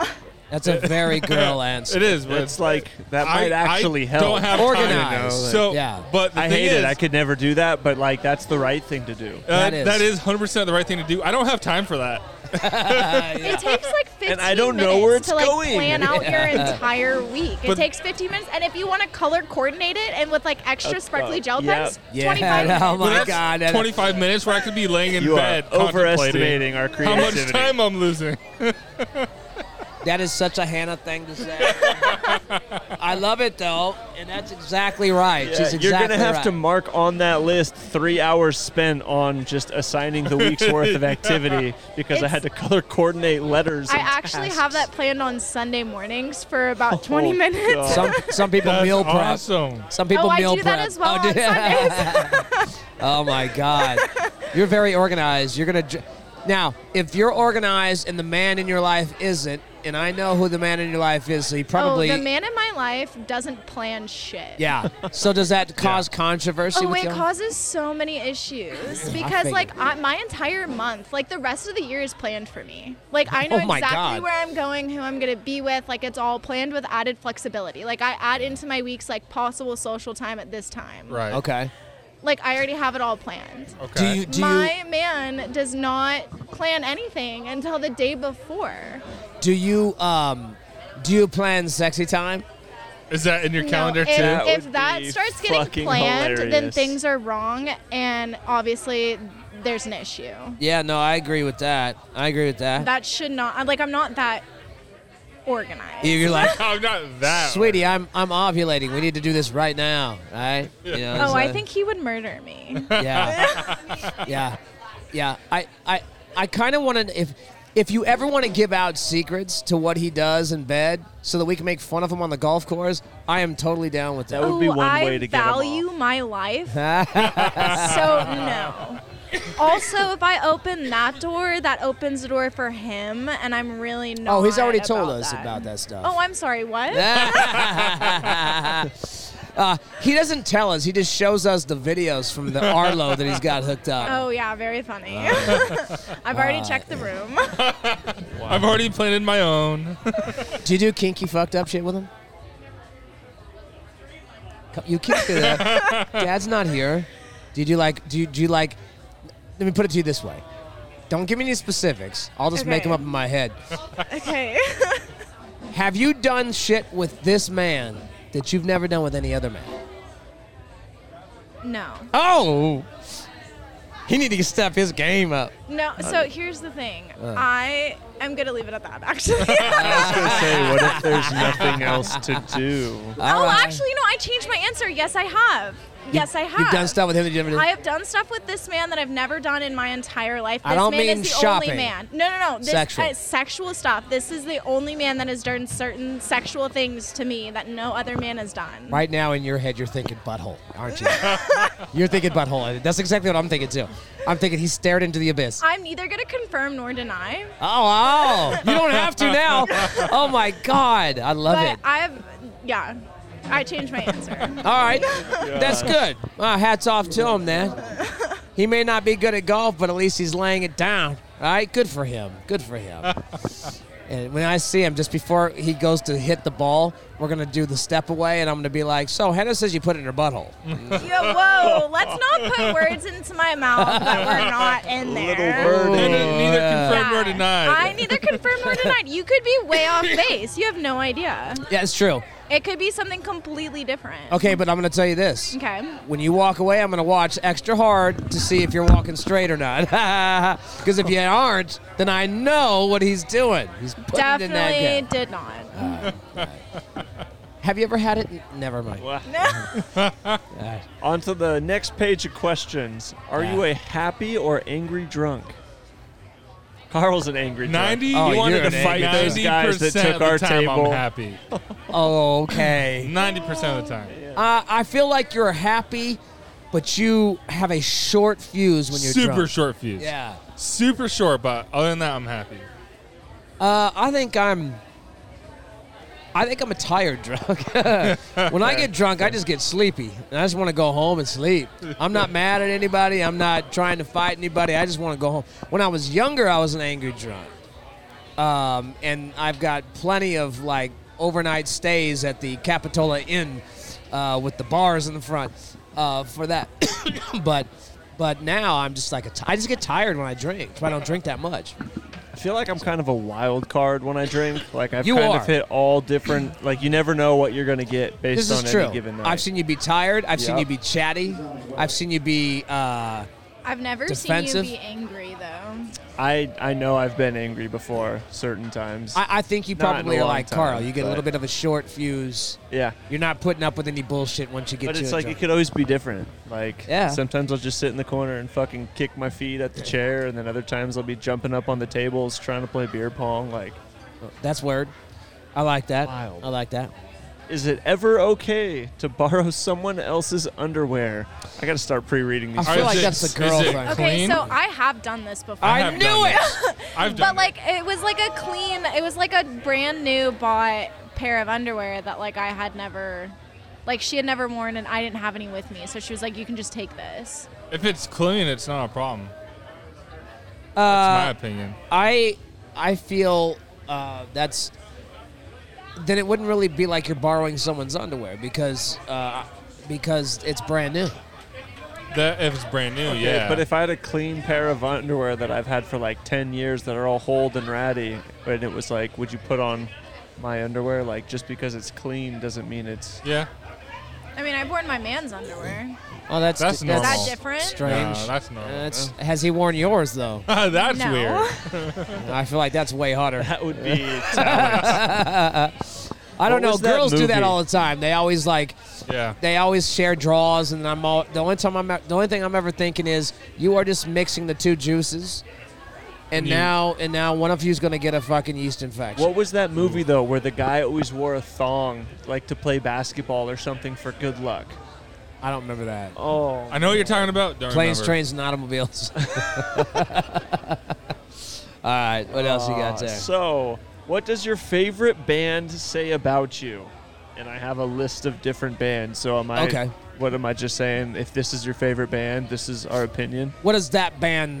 Speaker 1: That's a very girl answer.
Speaker 2: It is, but
Speaker 5: It's like that
Speaker 2: I-
Speaker 5: might actually
Speaker 2: I
Speaker 5: help.
Speaker 2: Don't have Time.
Speaker 1: Organized.
Speaker 2: So,
Speaker 1: Yeah.
Speaker 2: but the
Speaker 5: I
Speaker 2: thing
Speaker 5: hate
Speaker 2: is,
Speaker 5: it. I could never do that, but like that's the right thing to do.
Speaker 2: Uh,
Speaker 1: That is.
Speaker 2: that is 100 percent the right thing to do. I don't have time for that.
Speaker 8: it takes like 15
Speaker 5: And I don't know
Speaker 8: minutes
Speaker 5: where it's
Speaker 8: to like
Speaker 5: going.
Speaker 8: plan out your entire week
Speaker 2: But-
Speaker 8: it takes 15 minutes and if you want to color coordinate it and with like extra sparkly gel
Speaker 5: yeah. Oh
Speaker 8: pens
Speaker 1: Yeah, no,
Speaker 8: 25 minutes.
Speaker 1: my
Speaker 2: But that's
Speaker 1: God, that-
Speaker 2: 25 minutes where I could be laying in
Speaker 5: You are
Speaker 2: bed contemplating
Speaker 5: overestimating our
Speaker 2: how much
Speaker 5: creativity.
Speaker 2: time I'm losing.
Speaker 1: That is such a Hannah thing to say. I love it though, and that's exactly right.
Speaker 5: Yeah,
Speaker 1: She's exactly
Speaker 5: you're gonna have
Speaker 1: right.
Speaker 5: to mark on that list three hours spent on just assigning the week's worth of activity because I
Speaker 8: It's-
Speaker 5: had to color coordinate letters.
Speaker 8: I
Speaker 5: and
Speaker 8: actually
Speaker 5: tasks.
Speaker 8: have that planned on Sunday mornings for about 20
Speaker 5: Oh,
Speaker 8: minutes.
Speaker 5: God.
Speaker 1: some some people
Speaker 2: That's
Speaker 1: meal prep.
Speaker 2: awesome.
Speaker 1: Some people
Speaker 8: oh, I
Speaker 1: meal
Speaker 8: do
Speaker 1: prep.
Speaker 8: that as well
Speaker 1: do-
Speaker 8: on Sundays.
Speaker 1: oh my God, you're very organized. You're gonna. Dr- Now, if you're organized and the man in your life isn't, and I know who the man in your life is, so he probably
Speaker 8: Oh, the man in my life doesn't plan shit.
Speaker 1: yeah. So does that cause controversy?
Speaker 8: Oh,
Speaker 1: with
Speaker 8: it
Speaker 1: y'all?
Speaker 8: causes so many issues because,
Speaker 1: figured.
Speaker 8: like, I, my entire month, like, the rest of the year is planned for me. Like, I know
Speaker 1: Oh my
Speaker 8: exactly
Speaker 1: God.
Speaker 8: where I'm going, who I'm going to be with. Like, it's all planned with added flexibility. Like, I add into my weeks, like, possible social time at this time.
Speaker 2: Right.
Speaker 1: Okay.
Speaker 8: Like, I already have it all planned.
Speaker 2: Okay.
Speaker 1: Do you do
Speaker 8: my man does not plan anything until the day before.
Speaker 1: you do you um do you plan sexy time?
Speaker 2: Is that in your
Speaker 8: No,
Speaker 2: calendar
Speaker 8: if,
Speaker 2: too?
Speaker 5: That
Speaker 8: if
Speaker 5: would
Speaker 8: that
Speaker 5: be
Speaker 8: starts getting
Speaker 5: fucking
Speaker 8: planned, then
Speaker 5: hilarious.
Speaker 8: things are wrong, and obviously there's an issue.
Speaker 1: Yeah. No, I agree with that. I agree with that.
Speaker 8: That should not. I'm Like I'm not that organized.
Speaker 1: you're like,
Speaker 2: Oh, not that.
Speaker 1: sweetie, I'm I'm ovulating. We need to do this right now, right? You know,
Speaker 8: oh,
Speaker 1: so-
Speaker 8: I think he would murder me.
Speaker 1: Yeah. yeah. Yeah. I I I kind of want to if if you ever want to give out secrets to what he does in bed so that we can make fun of him on the golf course, I am totally down with that.
Speaker 5: That would be
Speaker 8: Ooh,
Speaker 5: one
Speaker 8: I
Speaker 5: way to get 'em
Speaker 8: value my life. so no. Also, if I open that door, that opens the door for him, and I'm really not.
Speaker 1: Oh, he's already told
Speaker 8: about
Speaker 1: us
Speaker 8: that.
Speaker 1: about that stuff.
Speaker 8: Oh, I'm sorry. What?
Speaker 1: uh, he doesn't tell us. He just shows us the videos from the Arlo that he's got hooked up.
Speaker 8: Oh yeah, very funny. I've already checked the room.
Speaker 2: I've already planted my own.
Speaker 1: Do you do kinky fucked up shit with him? Co- You can't do that. Dad's not here. Do you do like? Do you do you like? Let me put it to you this way. Don't give me any specifics. I'll just make
Speaker 8: Okay.
Speaker 1: them up in my head.
Speaker 8: okay.
Speaker 1: Have you done shit with this man that you've never done with any other man?
Speaker 8: no.
Speaker 1: Oh, he need to step his game up.
Speaker 8: No. So here's the thing. I am gonna leave it at that. Actually.
Speaker 5: I was gonna say, what if there's nothing else to do?
Speaker 8: oh, actually, no. I changed my answer. Yes, I have. yes, I have.
Speaker 1: You've done stuff with him that you never did.
Speaker 8: Ah. I have done stuff with this man that I've never done in my entire life.
Speaker 1: I
Speaker 8: This
Speaker 1: don't
Speaker 8: man
Speaker 1: mean
Speaker 8: is the
Speaker 1: shopping.
Speaker 8: only man. No, no, no. This
Speaker 1: Sexual.
Speaker 8: Uh, sexual stuff. This is the only man that has done certain sexual things to me that no other man has done.
Speaker 1: Right now in your head, you're thinking butthole, aren't you? you're thinking butthole. That's exactly what I'm thinking too. I'm thinking he stared into the abyss.
Speaker 8: I'm neither gonna confirm nor deny.
Speaker 1: Oh, oh, you don't have to now. Oh my God, I love
Speaker 8: But
Speaker 1: it.
Speaker 8: I've, yeah, I changed my answer.
Speaker 1: All right, that's good. Well, hats off to him then. He may not be good at golf, but at least he's laying it down. All right, good for him. Good for him. And when I see him, just before he goes to hit the ball, we're gonna do the step away, and I'm gonna be like, "So Hannah says you put it in her butthole."
Speaker 8: yeah, whoa, let's not put words into my mouth that were not in there.
Speaker 2: Neither,
Speaker 5: Oh,
Speaker 2: neither
Speaker 1: yeah.
Speaker 2: confirmed nor
Speaker 8: Yeah.
Speaker 2: denied.
Speaker 8: I neither confirm nor denied. You could be way off base. You have no idea.
Speaker 1: Yeah, it's true.
Speaker 8: It could be something completely different.
Speaker 1: Okay, but I'm gonna tell you this.
Speaker 8: Okay.
Speaker 1: when you walk away, I'm going to watch extra hard to see if you're walking straight or not. Because if you aren't, then I know what he's doing. He's putting it in that
Speaker 8: Definitely
Speaker 1: gap.
Speaker 8: did not.
Speaker 2: Uh,
Speaker 1: Have you ever had it? N- Never mind.
Speaker 5: On to the next page of questions. Are you a happy or angry drunk? Carl's an angry drunk.
Speaker 2: Ninety.
Speaker 1: Oh,
Speaker 5: He wanted
Speaker 1: you're
Speaker 5: to
Speaker 1: an
Speaker 5: fight
Speaker 1: angry
Speaker 5: those guys that
Speaker 2: 90%
Speaker 5: took our
Speaker 2: of the time
Speaker 5: table.
Speaker 2: I'm happy.
Speaker 1: Oh, okay.
Speaker 2: Ninety percent of the time.
Speaker 1: Uh, I feel like you're happy, but you have a short fuse when you're
Speaker 2: Super
Speaker 1: drunk.
Speaker 2: short fuse.
Speaker 1: Yeah.
Speaker 2: Super short, but other than that, I'm happy.
Speaker 1: Uh, I think I'm. I think I'm a tired drunk. when I get drunk, I just get sleepy, and I just want to go home and sleep. I'm not mad at anybody. I'm not trying to fight anybody. I just want to go home. When I was younger, I was an angry drunk, um, and I've got plenty of like overnight stays at the Capitola Inn uh, with the bars in the front uh, for that. but but now I'm just like a t- I just get tired when I drink. That's why I don't drink that much.
Speaker 5: I feel like I'm kind of a wild card when I drink. Like I've
Speaker 1: You
Speaker 5: kind
Speaker 1: are.
Speaker 5: of hit all different. Like you never know what you're gonna get based
Speaker 1: This is
Speaker 5: on
Speaker 1: true.
Speaker 5: any given night.
Speaker 1: I've seen you be tired. I've seen
Speaker 5: Yep.
Speaker 1: you be chatty. I've seen you be. Uh,
Speaker 8: I've never
Speaker 1: Defensive?
Speaker 8: seen you be angry though.
Speaker 5: I I know I've been angry before certain times.
Speaker 1: I, I think you
Speaker 5: Not in
Speaker 1: probably
Speaker 5: a
Speaker 1: are
Speaker 5: long
Speaker 1: like
Speaker 5: time,
Speaker 1: Carl. You get a little
Speaker 5: but-
Speaker 1: bit of a short fuse.
Speaker 5: yeah,
Speaker 1: You're not putting up with any bullshit once you get.
Speaker 5: but
Speaker 1: to
Speaker 5: it's
Speaker 1: a
Speaker 5: like
Speaker 1: drunk-
Speaker 5: it could always be different. Like
Speaker 1: Yeah.
Speaker 5: sometimes I'll just sit in the corner and fucking kick my feet at the chair, and then other times I'll be jumping up on the tables trying to play beer pong. Like
Speaker 1: That's word. I like that.
Speaker 5: Wild.
Speaker 1: I like that.
Speaker 5: Is it ever okay to borrow someone else's underwear? I got to start pre-reading these.
Speaker 1: I feel
Speaker 2: Is
Speaker 1: like
Speaker 2: it-
Speaker 1: that's the
Speaker 2: is it
Speaker 1: girlfriend.
Speaker 8: Okay,
Speaker 2: clean?
Speaker 8: so I have done this before.
Speaker 2: I have done it. I've done
Speaker 8: but like it was like a clean it was like a brand new bought pair of underwear that like i had never like she had never worn and i didn't have any with me so she was like you can just take this
Speaker 2: If it's clean, it's not a problem.
Speaker 5: Uh,
Speaker 2: That's my opinion.
Speaker 1: I I feel uh, that's then it wouldn't really be like you're borrowing someone's underwear because uh, because it's brand new.
Speaker 2: That if it's brand new, yeah.
Speaker 5: But if I had a clean pair of underwear that I've had for like 10 years that are all holed and ratty, and it was like, would you put on my underwear? Like, just because it's clean doesn't mean it's.
Speaker 2: yeah,
Speaker 8: i mean i've worn my man's underwear
Speaker 1: Oh, that's
Speaker 2: That's
Speaker 1: that's,
Speaker 2: normal.
Speaker 8: Is that different?
Speaker 1: Strange.
Speaker 2: No, that's normal.
Speaker 1: That's- has he worn yours though?
Speaker 2: that's
Speaker 8: No.
Speaker 2: weird.
Speaker 1: I feel like that's way hotter.
Speaker 5: That would be.
Speaker 1: I don't
Speaker 5: What
Speaker 1: know.
Speaker 5: was that
Speaker 1: Girls do that
Speaker 5: movie?
Speaker 1: all the time. They always like
Speaker 2: Yeah.
Speaker 1: they always share draws, and I'm all, the only time I'm the only thing I'm ever thinking is you are just mixing the two juices, and
Speaker 2: You-
Speaker 1: now and now one of you's gonna get a fucking yeast infection.
Speaker 5: what was that movie though, where the guy always wore a thong, like to play basketball or something for good luck?
Speaker 1: I don't remember that.
Speaker 5: Oh,
Speaker 2: I know what you're talking about. Don't
Speaker 1: Planes,
Speaker 2: remember.
Speaker 1: trains, and automobiles. All right, what else you got
Speaker 5: Uh,
Speaker 1: there?
Speaker 5: So, what does your favorite band say about you? And I have a list of different bands. So am I?
Speaker 1: Okay.
Speaker 5: What am I just saying? If this is your favorite band, this is our opinion.
Speaker 1: What does that band?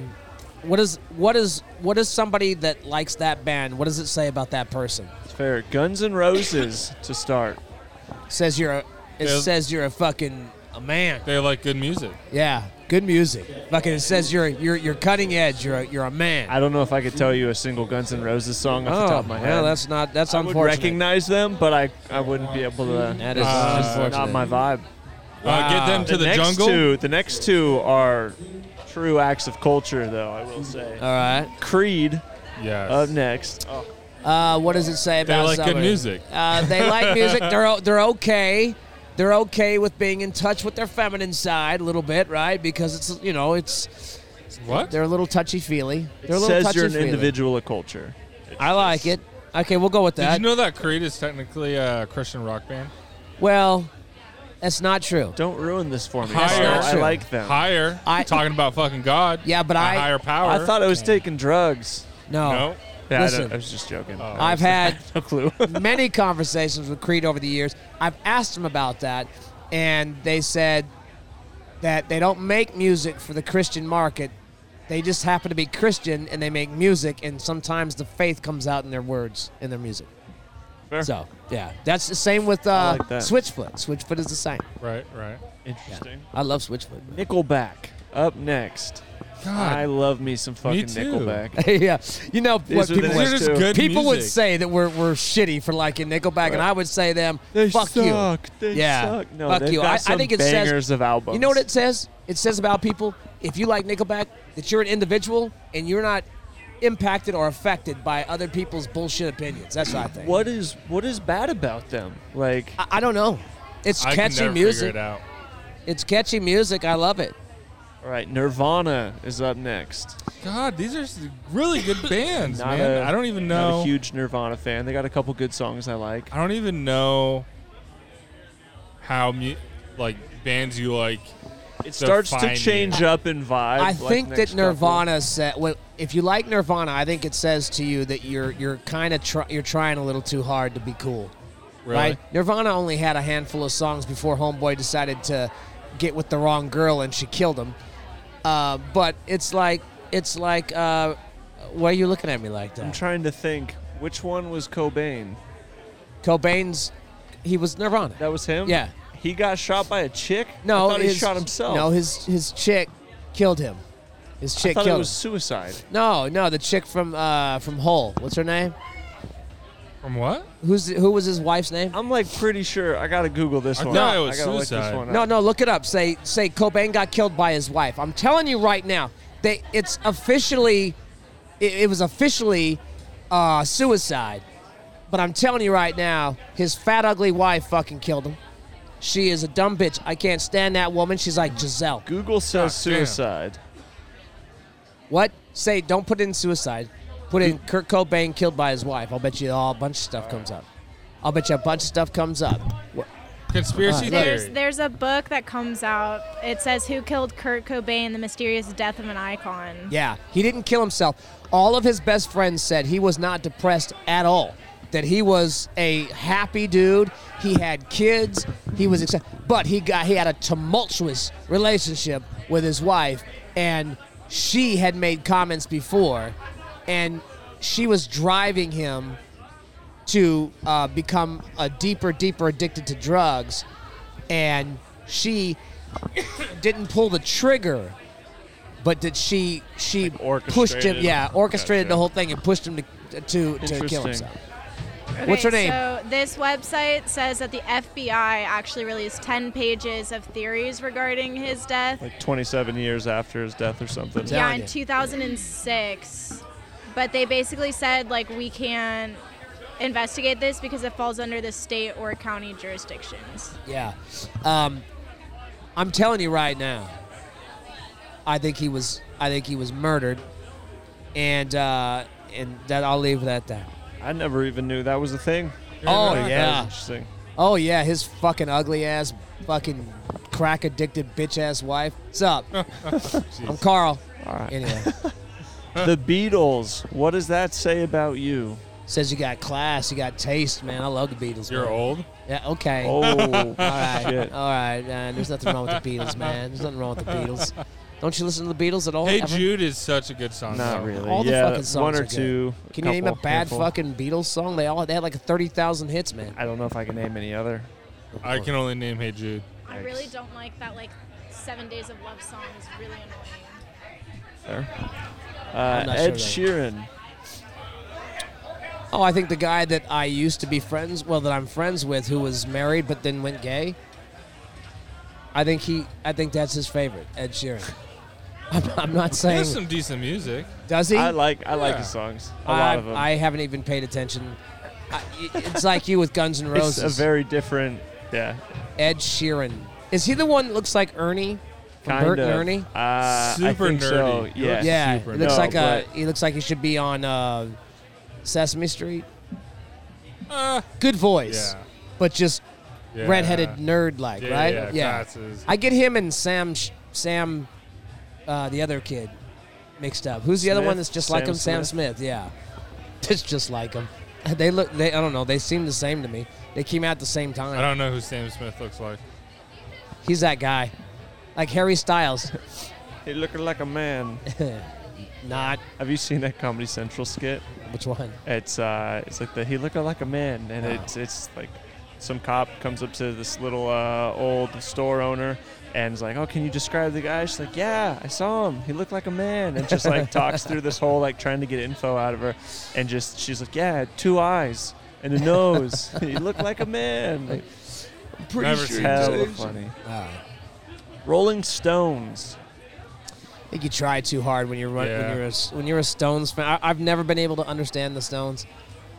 Speaker 1: What is what is what is somebody that likes that band? What does it say about that person?
Speaker 5: It's fair. Guns N' Roses to start.
Speaker 1: says you're a, it
Speaker 2: Yeah.
Speaker 1: says you're a fucking a man.
Speaker 2: They like good music. Uh,
Speaker 1: Yeah, good music. Fucking it says you're you're you're cutting edge. You're a, you're a man.
Speaker 5: I don't know if I could tell you a single Guns N' Roses song off the top of my head.
Speaker 1: Oh, well, that's not that's
Speaker 5: I would
Speaker 1: unfortunate.
Speaker 5: recognize them, but I, I wouldn't be able to.
Speaker 1: that is
Speaker 2: Uh,
Speaker 5: It's
Speaker 1: unfortunate.
Speaker 5: not my vibe.
Speaker 2: Uh, get them to the,
Speaker 5: next
Speaker 2: jungle.
Speaker 5: Two, the next two are true acts of culture, though I will say.
Speaker 1: All right.
Speaker 5: Creed
Speaker 2: Yes.
Speaker 5: up next. Oh,
Speaker 1: Uh, what does it say
Speaker 2: They
Speaker 1: about?
Speaker 2: like good
Speaker 1: somebody?
Speaker 2: music.
Speaker 1: Uh, they like music. They're o- they're okay. They're okay with being in touch with their feminine side a little bit, right? Because it's you know it's
Speaker 2: what?
Speaker 1: they're a little touchy feely. They're a little
Speaker 5: says
Speaker 1: touchy
Speaker 5: you're an individual of culture.
Speaker 1: I like it. Okay, we'll go with
Speaker 2: Did
Speaker 1: that.
Speaker 2: you know that Creed is technically a Christian rock band?
Speaker 1: well, that's not true.
Speaker 5: Don't ruin this for me.
Speaker 2: Higher.
Speaker 5: Carl. I
Speaker 1: Sure.
Speaker 5: like them.
Speaker 2: Higher.
Speaker 1: I-
Speaker 2: talking about fucking God.
Speaker 1: Yeah, but
Speaker 2: a
Speaker 1: I-
Speaker 2: higher power.
Speaker 5: I thought I was taking drugs. Oh.
Speaker 1: No.
Speaker 2: no.
Speaker 5: Yeah, I,
Speaker 1: Listen.
Speaker 5: don't- I was just joking.
Speaker 1: I've had
Speaker 5: no clue.
Speaker 1: many conversations with Creed over the years. I've asked them about that, and they said that they don't make music for the Christian market. They just happen to be Christian and they make music, and sometimes the faith comes out in their words, in their music.
Speaker 5: Fair.
Speaker 1: So, yeah. That's the same with uh,
Speaker 5: like that.
Speaker 1: Switchfoot. Switchfoot is the same.
Speaker 2: Right. Right.
Speaker 5: Interesting.
Speaker 1: I love Switchfoot.
Speaker 5: Nickelback up next. I
Speaker 2: God.
Speaker 5: love me some fucking
Speaker 2: too.
Speaker 5: Nickelback.
Speaker 1: yeah. You know, what
Speaker 5: are the
Speaker 1: people,
Speaker 2: These
Speaker 5: next
Speaker 2: are
Speaker 1: would,
Speaker 2: just
Speaker 5: two.
Speaker 2: good
Speaker 1: people would
Speaker 2: music.
Speaker 1: say that we're, we're shitty for liking Nickelback, and I would say them,
Speaker 5: They
Speaker 1: fuck you.
Speaker 5: suck. They
Speaker 1: Yeah.
Speaker 5: suck. No,
Speaker 1: Fuck
Speaker 5: they've
Speaker 1: you.
Speaker 5: got
Speaker 1: I- I
Speaker 5: some
Speaker 1: think it says-
Speaker 5: bangers of albums.
Speaker 1: You know what it says? It says about people if you like Nickelback that you're an individual and you're not impacted or affected by other people's bullshit opinions. That's what I think.
Speaker 5: What is what is bad about them? Like
Speaker 1: I, I don't know. It's
Speaker 2: I can
Speaker 1: catchy
Speaker 2: never figure
Speaker 1: music.
Speaker 2: it out.
Speaker 1: It's catchy music. I love it.
Speaker 5: All right, Nirvana is up next.
Speaker 2: God, these are s- really good bands,
Speaker 5: Not
Speaker 2: man.
Speaker 5: a-
Speaker 2: I don't even
Speaker 5: Not
Speaker 2: know.
Speaker 5: a huge Nirvana fan. They got a couple good songs I like.
Speaker 2: I don't even know how mu- like bands you like.
Speaker 5: It starts to
Speaker 2: Define
Speaker 5: change
Speaker 2: you.
Speaker 5: up in vibe.
Speaker 1: I
Speaker 5: like
Speaker 1: think
Speaker 5: next
Speaker 1: that
Speaker 5: couple.
Speaker 1: Nirvana said, well, if you like Nirvana, I think it says to you that you're you're kind of try, you're trying a little too hard to be cool,
Speaker 2: Really?
Speaker 1: right? Nirvana only had a handful of songs before Homeboy decided to get with the wrong girl and she killed him. Uh, but it's like it's like uh, why are you looking at me like
Speaker 5: I'm
Speaker 1: that?
Speaker 5: trying to think which one was Cobain.
Speaker 1: Cobain's he was Nirvana.
Speaker 5: That was him.
Speaker 1: Yeah.
Speaker 5: He got shot by a chick.
Speaker 1: no,
Speaker 5: I thought
Speaker 1: his,
Speaker 5: he shot himself.
Speaker 1: No, his his chick killed him. His
Speaker 5: I
Speaker 1: chick
Speaker 5: thought it
Speaker 1: killed
Speaker 5: was
Speaker 1: him.
Speaker 5: suicide.
Speaker 1: No, no, the chick from uh, from Hole. What's her name?
Speaker 2: From what?
Speaker 1: Who's who was his wife's name?
Speaker 5: I'm like pretty sure. I gotta Google this
Speaker 2: I
Speaker 5: one.
Speaker 2: thought it
Speaker 5: I
Speaker 2: was
Speaker 5: gotta look
Speaker 2: suicide.
Speaker 5: this one
Speaker 1: No,
Speaker 5: up.
Speaker 1: no, look it up. Say say Cobain got killed by his wife. I'm telling you right now, they it's officially, it, it was officially uh, suicide. But I'm telling you right now, his fat ugly wife fucking killed him. She is a dumb bitch. I can't stand that woman. She's like Giselle.
Speaker 5: Google says
Speaker 2: God damn.
Speaker 5: suicide.
Speaker 1: What? Say don't put in suicide. Put in Kurt Cobain killed by his wife. I'll bet you all a bunch of stuff comes up. I'll bet you a bunch of stuff comes up. What?
Speaker 2: Conspiracy
Speaker 8: There's
Speaker 2: theory.
Speaker 8: there's a book that comes out. It says Who Killed Kurt Cobain: The Mysterious Death of an Icon.
Speaker 1: Yeah, he didn't kill himself. All of his best friends said he was not depressed at all. That he was a happy dude. He had kids. He was excited, but he got he had a tumultuous relationship with his wife, and she had made comments before, and she was driving him to uh, become a deeper, deeper addicted to drugs, and she didn't pull the trigger, but did she? She pushed him.
Speaker 5: orchestrated.
Speaker 1: Yeah, orchestrated the
Speaker 5: Gotcha.
Speaker 1: whole thing and pushed him to to, to kill
Speaker 5: Interesting.
Speaker 1: himself. What's her
Speaker 8: Okay,
Speaker 1: name?
Speaker 8: So this website says that the FBI actually released 10 pages of theories regarding his death.
Speaker 5: Like 27 years after his death or something.
Speaker 1: Yeah.
Speaker 8: Yeah,
Speaker 1: telling
Speaker 8: in
Speaker 1: you.
Speaker 8: 2006. But they basically said like we can investigate this because it falls under the state or county jurisdictions.
Speaker 1: Yeah, um, I'm telling you right now. I think he was. I think he was murdered, and uh, and that I'll leave that there.
Speaker 5: I never even knew that was a thing.
Speaker 1: Oh
Speaker 5: Like, that was
Speaker 1: yeah.
Speaker 5: interesting.
Speaker 1: Oh yeah, his fucking ugly ass, fucking crack addicted bitch ass wife. What's up?
Speaker 5: Oh,
Speaker 1: I'm Carl. Anyway,
Speaker 5: the Beatles. What does that say about you?
Speaker 1: says you got class, you got taste, man. I love the Beatles.
Speaker 2: You're
Speaker 1: man.
Speaker 2: old.
Speaker 1: Yeah. Okay.
Speaker 5: Oh,
Speaker 1: All right.
Speaker 5: shit.
Speaker 1: All right. Man. There's nothing wrong with the Beatles, man. There's nothing wrong with the Beatles. Don't you listen to the Beatles at all?
Speaker 2: Hey
Speaker 1: ever?
Speaker 2: Jude is such a good song.
Speaker 5: Not
Speaker 2: though.
Speaker 5: really.
Speaker 1: All the
Speaker 5: yeah,
Speaker 1: fucking songs
Speaker 5: one
Speaker 1: are
Speaker 5: or
Speaker 1: good.
Speaker 5: two.
Speaker 1: Can you name a
Speaker 5: couple,
Speaker 1: bad
Speaker 5: handful.
Speaker 1: fucking Beatles song? They all they had like thirty thousand hits, man.
Speaker 5: I don't know if I can name any other.
Speaker 2: I can only name Hey Jude.
Speaker 8: I really don't like that like 7 days of love song is really annoying.
Speaker 5: There.
Speaker 1: I'm
Speaker 5: Uh,
Speaker 1: not
Speaker 5: Ed
Speaker 1: sure
Speaker 5: Sheeran.
Speaker 1: Oh, I think the guy that I used to be friends, well, that I'm friends with, who was married but then went gay. I think he, I think that's his favorite, Ed Sheeran. I'm, I'm not
Speaker 2: He has
Speaker 1: saying
Speaker 2: some decent music.
Speaker 1: does he.
Speaker 5: I like I like
Speaker 2: Yeah.
Speaker 5: his songs. A
Speaker 1: I-
Speaker 5: lot of them.
Speaker 1: I haven't even paid attention. I, it's like you with Guns N'
Speaker 5: it's
Speaker 1: Roses.
Speaker 5: a very different. Yeah,
Speaker 1: Ed Sheeran. Is he the one that looks like Ernie? From
Speaker 5: kind
Speaker 1: Bert
Speaker 5: of.
Speaker 1: and Ernie.
Speaker 5: Uh, I
Speaker 2: Super
Speaker 5: think so,
Speaker 2: nerdy.
Speaker 5: Yeah.
Speaker 1: Yeah,
Speaker 2: Super
Speaker 1: he looks
Speaker 5: No,
Speaker 1: like a.
Speaker 5: but-
Speaker 1: He looks like he should be on uh, Sesame Street. Uh, Good voice,
Speaker 2: Yeah.
Speaker 1: but just
Speaker 2: yeah.
Speaker 1: redheaded nerd like,
Speaker 2: Yeah,
Speaker 1: right?
Speaker 2: yeah, glasses.
Speaker 1: I get him and Sam Sh- Sam uh, the other kid mixed up. Who's the other
Speaker 5: Smith?
Speaker 1: one that's just like
Speaker 5: Sam
Speaker 1: him? Sam Smith, yeah. That's just like him. They look they I don't know, they seem the same to me. They came out at the same
Speaker 2: I
Speaker 1: time.
Speaker 2: don't know who Sam Smith looks like.
Speaker 1: He's that guy. Like Harry Styles.
Speaker 5: He looking like a man.
Speaker 1: Not
Speaker 5: Have you seen that Comedy Central skit?
Speaker 1: which one?
Speaker 5: It's uh, it's like the he looking like a man, and
Speaker 1: Wow.
Speaker 5: it's it's like some cop comes up to this little uh, old store owner and is like, "Oh, can you describe the guy?" She's like, "Yeah, I saw him. He looked like a man," and just like talks through this whole like trying to get info out of her, and just she's like, "Yeah, two eyes and a nose. he looked like a man." Like,
Speaker 2: Pretty Never sure.
Speaker 5: hella funny.
Speaker 1: Ah.
Speaker 5: Rolling Stones.
Speaker 1: I think you try too hard when you're run,
Speaker 2: Yeah.
Speaker 1: when you're a, s- when you're a Stones fan. I, I've never been able to understand the Stones.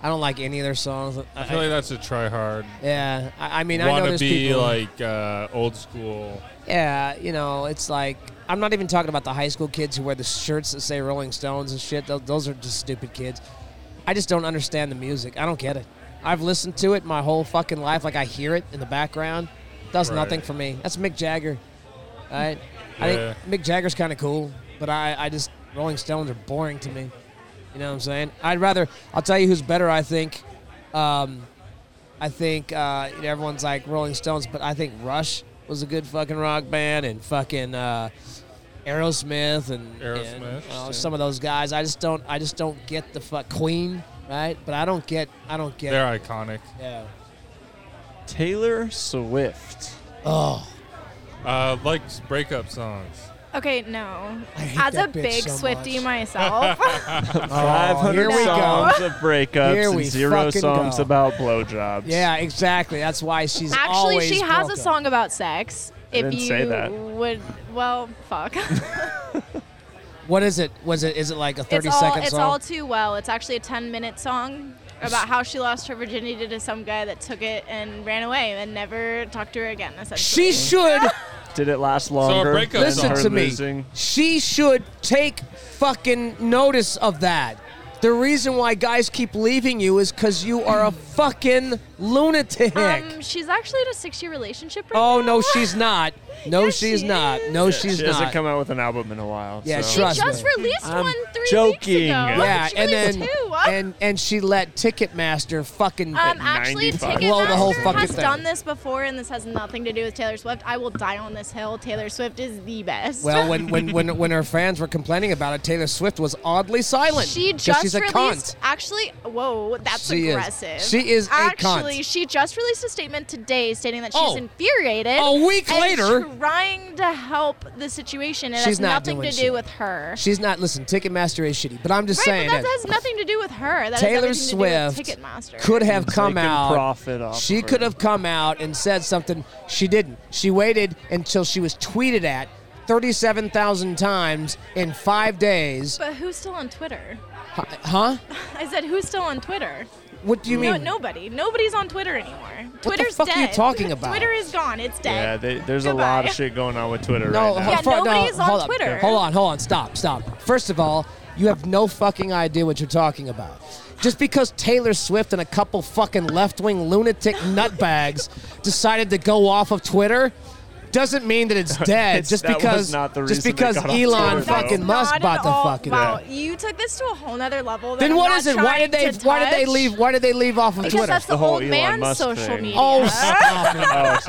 Speaker 1: I don't like any of their songs. I-
Speaker 2: I feel like that's a try hard.
Speaker 1: yeah, I, I mean, I know
Speaker 2: Wanna
Speaker 1: there's
Speaker 2: be
Speaker 1: people.
Speaker 2: like uh, old school.
Speaker 1: Yeah, you know, it's like I'm not even talking about the high school kids who wear the shirts that say Rolling Stones and shit. Those, those are just stupid kids. I just don't understand the music. I don't get it. I've listened to it my whole fucking life. Like I hear it in the background. Does
Speaker 2: Right.
Speaker 1: nothing for me. That's Mick Jagger. All right. I
Speaker 2: Yeah.
Speaker 1: think Mick Jagger's kind of cool, but I, I just Rolling Stones are boring to me. You know what I'm saying? I'd rather I'll tell you who's better. I think. Um, I think uh, you know, everyone's like Rolling Stones, but I think Rush was a good fucking rock band, and fucking uh, Aerosmith, and, and,
Speaker 2: Aerosmith,
Speaker 1: uh, some of those guys. I just don't, I just don't get the fuck Queen, right? But I don't get, I don't get.
Speaker 2: They're iconic.
Speaker 1: Yeah.
Speaker 5: Taylor Swift.
Speaker 1: Oh,
Speaker 2: Uh, like breakup songs.
Speaker 8: Okay, no.
Speaker 1: I hate
Speaker 8: As a
Speaker 1: that bitch
Speaker 8: big
Speaker 1: so much.
Speaker 8: Swifty myself,
Speaker 1: Oh, here
Speaker 5: 500
Speaker 1: we go.
Speaker 5: songs of breakups
Speaker 1: Here
Speaker 5: and
Speaker 1: we
Speaker 5: zero
Speaker 1: fucking
Speaker 5: songs
Speaker 1: go.
Speaker 5: about blowjobs.
Speaker 1: yeah, exactly. That's why she's
Speaker 8: Actually,
Speaker 1: always
Speaker 8: she has a
Speaker 1: broke up.
Speaker 8: song about sex.
Speaker 5: I
Speaker 8: if
Speaker 5: didn't
Speaker 8: you
Speaker 5: say that.
Speaker 8: would, well, fuck.
Speaker 1: What is it? Was it? Is it like a
Speaker 8: it's
Speaker 1: thirty second
Speaker 8: all it's
Speaker 1: song?
Speaker 8: all too well. It's actually a ten minute song about how she lost her virginity to some guy that took it and ran away and never talked to her again. Essentially.
Speaker 1: she should
Speaker 5: Did it last longer?
Speaker 2: breakup
Speaker 5: than
Speaker 1: listen
Speaker 2: song.
Speaker 5: her
Speaker 1: to me.
Speaker 5: losing?
Speaker 1: She should take fucking notice of that. The reason why guys keep leaving you is because you are a fucking lunatic.
Speaker 9: Um, she's actually in a six-year relationship right
Speaker 1: oh,
Speaker 9: now.
Speaker 1: no, she's not. No,
Speaker 9: Yes,
Speaker 1: she's
Speaker 9: she
Speaker 1: not.
Speaker 9: is.
Speaker 1: No, she's
Speaker 5: she
Speaker 1: not.
Speaker 5: hasn't come out with an album in a while.
Speaker 1: Yeah,
Speaker 5: so.
Speaker 9: She
Speaker 1: trust
Speaker 9: just
Speaker 1: me.
Speaker 9: released
Speaker 5: I'm
Speaker 9: one three weeks ago.
Speaker 5: joking.
Speaker 1: yeah,
Speaker 9: she
Speaker 1: and
Speaker 9: released
Speaker 1: then
Speaker 9: two. What?
Speaker 1: and and she let Ticketmaster fucking
Speaker 8: Um, actually,
Speaker 5: 95.
Speaker 1: Blow the whole
Speaker 8: Ticketmaster
Speaker 1: fucking
Speaker 8: has
Speaker 1: thing.
Speaker 8: done this before, and this has nothing to do with Taylor Swift. I will die on this hill. Taylor Swift is the best.
Speaker 1: Well, when, when, when, when her fans were complaining about it, Taylor Swift was oddly silent.
Speaker 9: She
Speaker 1: 'cause
Speaker 9: just
Speaker 1: she's a
Speaker 9: released-
Speaker 1: cunt.
Speaker 8: Actually, whoa, that's
Speaker 1: She is.
Speaker 8: aggressive.
Speaker 1: She is a cunt.
Speaker 8: Actually, she just released a statement today stating that she's
Speaker 1: Oh.
Speaker 8: infuriated.
Speaker 1: A week
Speaker 8: and
Speaker 1: later.
Speaker 8: trying to help the situation. It
Speaker 1: She's
Speaker 8: has
Speaker 1: not
Speaker 8: nothing
Speaker 1: doing
Speaker 8: to do
Speaker 1: shit.
Speaker 8: with her.
Speaker 1: She's not. Listen, Ticketmaster is shitty, but I'm just
Speaker 8: right,
Speaker 1: saying
Speaker 8: but that
Speaker 1: that
Speaker 8: has nothing to do with her. That has
Speaker 1: Taylor
Speaker 8: everything to do with
Speaker 1: Swift
Speaker 8: Ticketmaster.
Speaker 1: could have come
Speaker 5: They can
Speaker 1: out.
Speaker 5: profit off
Speaker 1: she
Speaker 5: of
Speaker 1: could
Speaker 5: her.
Speaker 1: have come out and said something. She didn't. She waited until she was tweeted at 37,000 times in five days.
Speaker 8: But who's still on Twitter?
Speaker 1: Huh?
Speaker 8: I said, who's still on Twitter?
Speaker 1: What do you
Speaker 8: No,
Speaker 1: mean?
Speaker 8: nobody. Nobody's on Twitter anymore.
Speaker 1: the
Speaker 8: Twitter's
Speaker 1: fuck are
Speaker 8: dead.
Speaker 1: you talking about?
Speaker 8: Twitter is gone. It's
Speaker 5: Yeah,
Speaker 8: dead.
Speaker 5: they, there's a lot of
Speaker 8: Goodbye.
Speaker 5: shit going on with Twitter
Speaker 1: No,
Speaker 5: right now.
Speaker 1: ho-
Speaker 8: Yeah,
Speaker 1: fo- no,
Speaker 8: nobody is on
Speaker 1: hold up.
Speaker 8: Twitter.
Speaker 1: Hold on, hold on, stop, stop. First of all, you have no fucking idea what you're talking about. Just because Taylor Swift and a couple fucking left-wing lunatic nutbags decided to go off of Twitter doesn't mean that it's dead.
Speaker 5: It's-
Speaker 1: just
Speaker 5: that was
Speaker 1: because
Speaker 5: not the
Speaker 1: just
Speaker 5: reason they
Speaker 1: because
Speaker 5: got off
Speaker 1: Elon
Speaker 5: Twitter, though.
Speaker 1: fucking
Speaker 8: That's
Speaker 1: Musk
Speaker 8: not
Speaker 1: bought
Speaker 8: at
Speaker 1: the
Speaker 8: all-
Speaker 1: fucking
Speaker 8: Wow, you took this to a whole nother level. that
Speaker 1: Then
Speaker 8: I'm
Speaker 1: what
Speaker 8: not
Speaker 1: is it? Why did
Speaker 8: trying
Speaker 1: they
Speaker 8: to
Speaker 1: why did they
Speaker 8: touch.
Speaker 1: leave why did they leave off of
Speaker 8: Because
Speaker 1: Twitter?
Speaker 8: that's the,
Speaker 5: The whole
Speaker 8: old
Speaker 5: Elon
Speaker 8: man's
Speaker 5: Musk
Speaker 8: social
Speaker 5: thing.
Speaker 8: media.
Speaker 1: oh, stop it.
Speaker 5: Oh, see,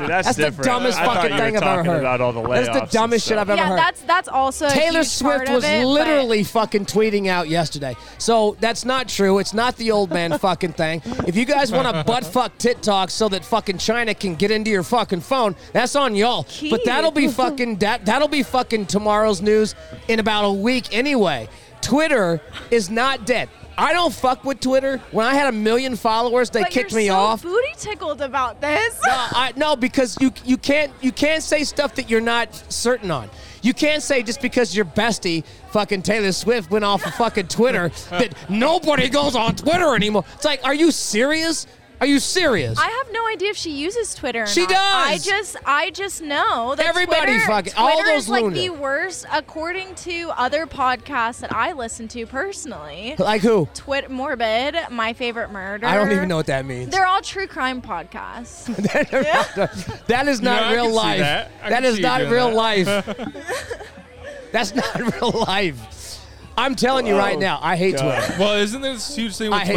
Speaker 5: that's,
Speaker 1: That's the
Speaker 5: different.
Speaker 1: dumbest
Speaker 5: I thought
Speaker 1: fucking
Speaker 5: you were
Speaker 1: thing I've ever
Speaker 5: talking
Speaker 1: heard.
Speaker 5: About all the
Speaker 1: That's the
Speaker 5: layoffs and
Speaker 1: dumbest shit
Speaker 5: stuff.
Speaker 1: I've ever
Speaker 8: yeah,
Speaker 1: heard.
Speaker 8: that's that's also a
Speaker 1: Taylor
Speaker 8: huge
Speaker 1: Swift
Speaker 8: part of
Speaker 1: was
Speaker 8: it, but-
Speaker 1: literally fucking tweeting out yesterday. So that's not true. It's not the old man fucking thing. If you guys want to butt fuck TikTok so that fucking China can get into your fucking phone, that's on y'all. But that'll be fucking that that'll be fucking tomorrow's news in about a week anyway. Twitter is not dead. I don't fuck with Twitter. When I had a million followers, they
Speaker 8: but
Speaker 1: kicked
Speaker 8: you're
Speaker 1: me
Speaker 8: so
Speaker 1: off.
Speaker 8: Booty tickled about this.
Speaker 1: Uh, I, no, because you you can't you can't say stuff that you're not certain on. You can't say just because your bestie fucking Taylor Swift went off of fucking Twitter that nobody goes on Twitter anymore. It's like, are you serious? Are you serious?
Speaker 8: I have no idea if she uses Twitter. Or
Speaker 1: She
Speaker 8: not.
Speaker 1: does.
Speaker 8: I just, I just know that
Speaker 1: Everybody
Speaker 8: Twitter,
Speaker 1: fucking- all
Speaker 8: Twitter
Speaker 1: those
Speaker 8: is like the
Speaker 1: lunatics.
Speaker 8: worst, according to other podcasts that I listen to personally.
Speaker 1: like who?
Speaker 8: Twit Morbid, my favorite murder.
Speaker 1: I don't even know what that means.
Speaker 8: They're all true crime podcasts.
Speaker 1: That is not
Speaker 2: I
Speaker 1: real
Speaker 2: can see
Speaker 1: life.
Speaker 2: that. I
Speaker 1: that
Speaker 2: can
Speaker 1: is
Speaker 2: see you
Speaker 1: not
Speaker 2: doing
Speaker 1: real
Speaker 2: that.
Speaker 1: life. That's not real life. I'm telling you right
Speaker 5: Oh,
Speaker 1: now, I hate
Speaker 5: God.
Speaker 1: Twitter.
Speaker 2: Well, isn't there this huge thing with
Speaker 1: I hate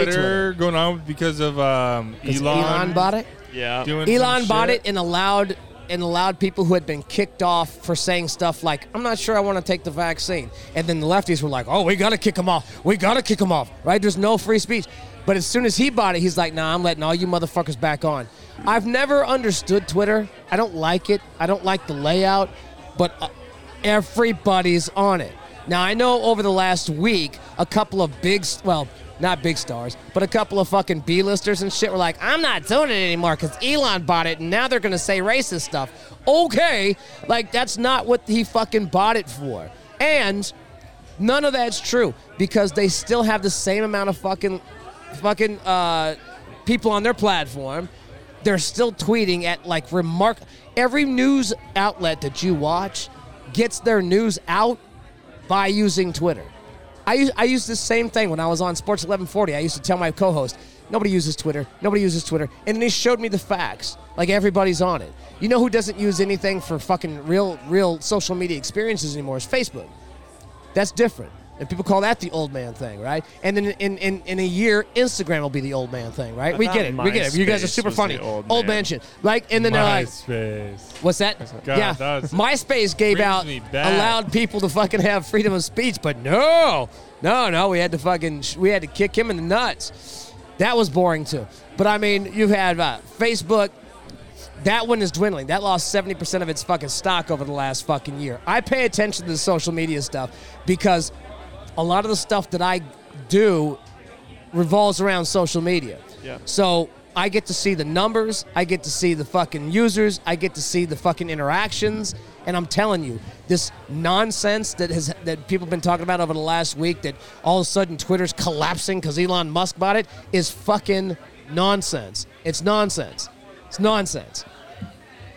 Speaker 1: Twitter.
Speaker 2: Twitter, going on because of um, Elon,
Speaker 1: Elon bought it.
Speaker 5: Yeah.
Speaker 2: doing
Speaker 1: Elon
Speaker 2: some
Speaker 1: bought
Speaker 2: shit?
Speaker 1: it and allowed and allowed people who had been kicked off for saying stuff like "I'm not sure I want to take the vaccine," and then the lefties were like, "Oh, we gotta kick him off. We gotta kick him off." Right? There's no free speech. But as soon as he bought it, he's like, "Nah, I'm letting all you motherfuckers back on." I've never understood Twitter. I don't like it. I don't like the layout, but uh, everybody's on it. Now I know over the last week, a couple of big, well, not big stars, but a couple of fucking B-listers and shit were like, "I'm not doing it anymore because Elon bought it, and now they're gonna say racist stuff." Okay, like that's not what he fucking bought it for, and none of that's true because they still have the same amount of fucking, fucking uh, people on their platform. They're still tweeting at like remark. Every news outlet that you watch gets their news out by using Twitter. I use, I used the same thing when I was on Sports 1140. I used to tell my co-host, nobody uses Twitter, nobody uses Twitter, and then he showed me the facts. Like everybody's on it. You know who doesn't use anything for fucking real real social media experiences anymore is Facebook. That's different. And people call that the old man thing, right? And then in, in, in a year, Instagram will be the old man thing, right?
Speaker 5: I
Speaker 1: We
Speaker 5: thought
Speaker 1: get it. We get it. You guys are
Speaker 5: MySpace
Speaker 1: super
Speaker 5: was
Speaker 1: funny.
Speaker 5: the old
Speaker 1: Old
Speaker 5: man.
Speaker 1: man shit. Like, and then they're like,
Speaker 2: MySpace.
Speaker 1: What's that?
Speaker 2: God,
Speaker 1: yeah,
Speaker 2: that was-
Speaker 1: MySpace gave
Speaker 2: brings
Speaker 1: out
Speaker 2: me back.
Speaker 1: allowed people to fucking have freedom of speech, but no, no, no, we had to fucking we had to kick him in the nuts. That was boring too. But I mean, you've had uh, Facebook. That one is dwindling. That lost seventy percent of its fucking stock over the last fucking year. I pay attention to the social media stuff because a lot of the stuff that I do revolves around social media.
Speaker 5: Yeah.
Speaker 1: So I get to see the numbers, I get to see the fucking users, I get to see the fucking interactions, and I'm telling you, this nonsense that has that people have been talking about over the last week that all of a sudden Twitter's collapsing because Elon Musk bought it is fucking nonsense. It's nonsense. It's nonsense.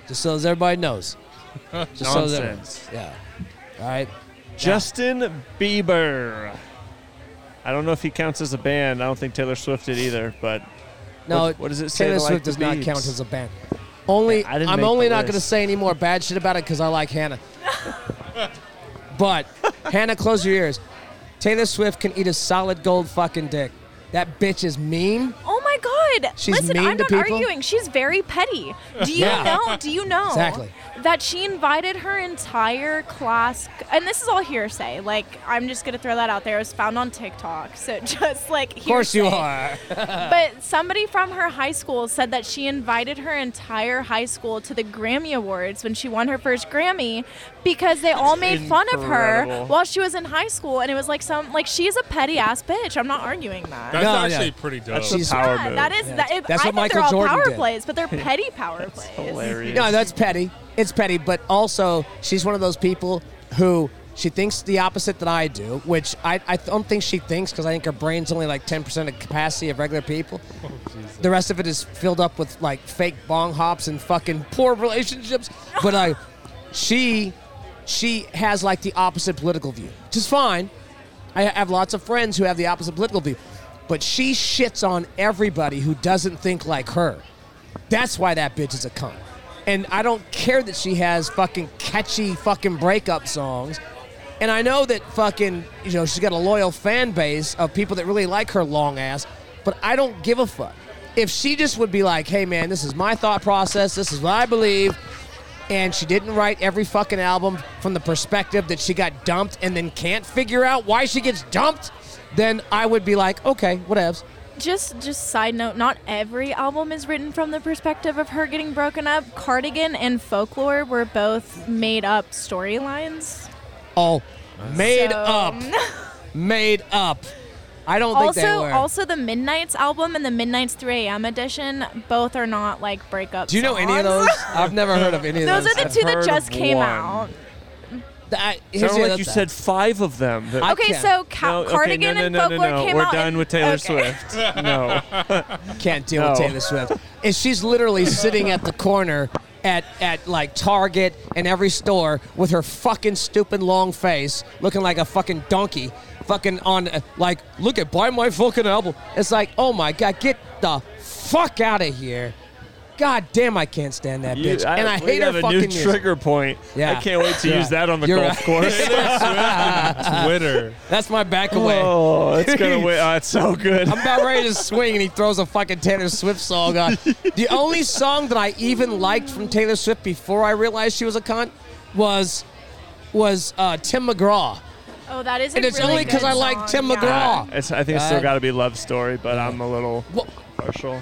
Speaker 1: Just so as everybody knows. Just so as everybody-
Speaker 5: Nonsense.
Speaker 1: yeah. All right.
Speaker 5: Justin Bieber. I don't know if he counts as a band. I don't think Taylor Swift did either, but
Speaker 1: No,
Speaker 5: What- what does it say
Speaker 1: Taylor
Speaker 5: to like
Speaker 1: Swift
Speaker 5: the
Speaker 1: does not
Speaker 5: Biebs?
Speaker 1: count as a band. Only
Speaker 5: Yeah, I didn't
Speaker 1: I'm
Speaker 5: make
Speaker 1: only
Speaker 5: the
Speaker 1: not going to
Speaker 5: list.
Speaker 1: say any more bad shit about it because I like Hannah. but Hannah, close your ears. Taylor Swift can eat a solid gold fucking dick. That bitch is mean.
Speaker 8: Oh my God!
Speaker 1: She's
Speaker 8: Listen,
Speaker 1: mean
Speaker 8: I'm
Speaker 1: to
Speaker 8: not
Speaker 1: people?
Speaker 8: arguing. She's very petty. Do you
Speaker 1: Yeah.
Speaker 8: know? Do you know
Speaker 1: Exactly.
Speaker 8: that she invited her entire class? And this is all hearsay. Like I'm just gonna throw that out there. It was found on TikTok, so just like
Speaker 1: Of course you are.
Speaker 8: But somebody from her high school said that she invited her entire high school to the Grammy Awards when she won her first Grammy because they all made fun of her
Speaker 5: Incredible.
Speaker 8: while she was in high school, and it was like some like she's a petty ass bitch. I'm not arguing that.
Speaker 2: That's
Speaker 1: No,
Speaker 2: actually
Speaker 1: yeah.
Speaker 2: pretty dope.
Speaker 5: a
Speaker 1: She's-
Speaker 5: power
Speaker 8: Yeah,
Speaker 5: move.
Speaker 8: that is that. It,
Speaker 1: That's
Speaker 8: I
Speaker 1: what
Speaker 8: think
Speaker 1: Michael
Speaker 8: they're all
Speaker 1: Jordan
Speaker 8: power
Speaker 1: did.
Speaker 8: plays, but they're petty power
Speaker 5: That's
Speaker 8: plays.
Speaker 5: hilarious.
Speaker 1: No, that's petty. It's petty, but also she's one of those people who she thinks the opposite that I do, which I, I don't think she thinks because I think her brain's only like 10% of capacity of regular people. the rest of it is filled up with like fake bong hops and fucking poor relationships. But I, she, she has like the opposite political view, which is fine. I have lots of friends who have the opposite political view, but she shits on everybody who doesn't think like her. That's why that bitch is a cunt. And I don't care that she has fucking catchy fucking breakup songs. And I know that fucking, you know, she's got a loyal fan base of people that really like her long ass, but I don't give a fuck. If she just would be like, hey man, this is my thought process, this is what I believe, and she didn't write every fucking album from the perspective that she got dumped and then can't figure out why she gets dumped, then I would be like, okay, whatevs.
Speaker 8: Just just side note, not every album is written from the perspective of her getting broken up. Cardigan and Folklore were both made up storylines.
Speaker 1: All made
Speaker 8: So-
Speaker 1: up. made up. I don't think they
Speaker 8: Also,
Speaker 1: were.
Speaker 8: also the Midnight's album and the Midnight's 3 a.m. edition both are not like breakup.
Speaker 1: Do you know any of those? I've never heard of any of those.
Speaker 8: Those are the
Speaker 5: I've
Speaker 8: two that
Speaker 5: heard
Speaker 8: just
Speaker 5: of
Speaker 8: came
Speaker 5: one.
Speaker 8: out.
Speaker 1: I, here's
Speaker 5: Sounded
Speaker 1: the
Speaker 5: like
Speaker 1: other
Speaker 5: you
Speaker 1: thing.
Speaker 5: said five of them. That-
Speaker 1: I
Speaker 8: Okay,
Speaker 1: can't-
Speaker 8: so ca-
Speaker 5: no,
Speaker 8: Oh, Cardigan
Speaker 5: okay, no,
Speaker 8: and
Speaker 5: no, no,
Speaker 8: Folklore
Speaker 5: no, no.
Speaker 8: came
Speaker 5: We're
Speaker 8: out.
Speaker 5: done
Speaker 8: and-
Speaker 5: with Taylor
Speaker 8: okay.
Speaker 5: Swift. No.
Speaker 1: can't deal with
Speaker 5: No.
Speaker 1: Taylor Swift. Is she's literally sitting at the corner at at like Target and every store with her fucking stupid long face, looking like a fucking donkey, fucking on uh, like look at buy my fucking album. It's like oh my god, get the fuck out of here. God damn, I can't stand that
Speaker 5: You-
Speaker 1: bitch, and I
Speaker 5: we
Speaker 1: hate her
Speaker 5: have a
Speaker 1: fucking
Speaker 5: new
Speaker 1: music.
Speaker 5: trigger point.
Speaker 1: Yeah.
Speaker 5: I can't wait to
Speaker 1: Yeah.
Speaker 5: use that on the
Speaker 1: You're
Speaker 5: golf
Speaker 1: right.
Speaker 5: course.
Speaker 2: Twitter.
Speaker 1: That's my back away.
Speaker 5: Oh, it's gonna win. Oh, it's so good.
Speaker 1: I'm about ready to swing, and he throws a fucking Taylor Swift song on. The only song that I even liked from Taylor Swift before I realized she was a cunt was was uh, Tim McGraw,
Speaker 8: Oh, that is. a
Speaker 1: and it's
Speaker 8: really
Speaker 1: only because
Speaker 8: good
Speaker 1: I like Tim
Speaker 8: song, yeah.
Speaker 1: McGraw.
Speaker 5: It's, I think it's still
Speaker 1: God.
Speaker 5: got to be love story, but I'm a little
Speaker 1: What
Speaker 5: partial.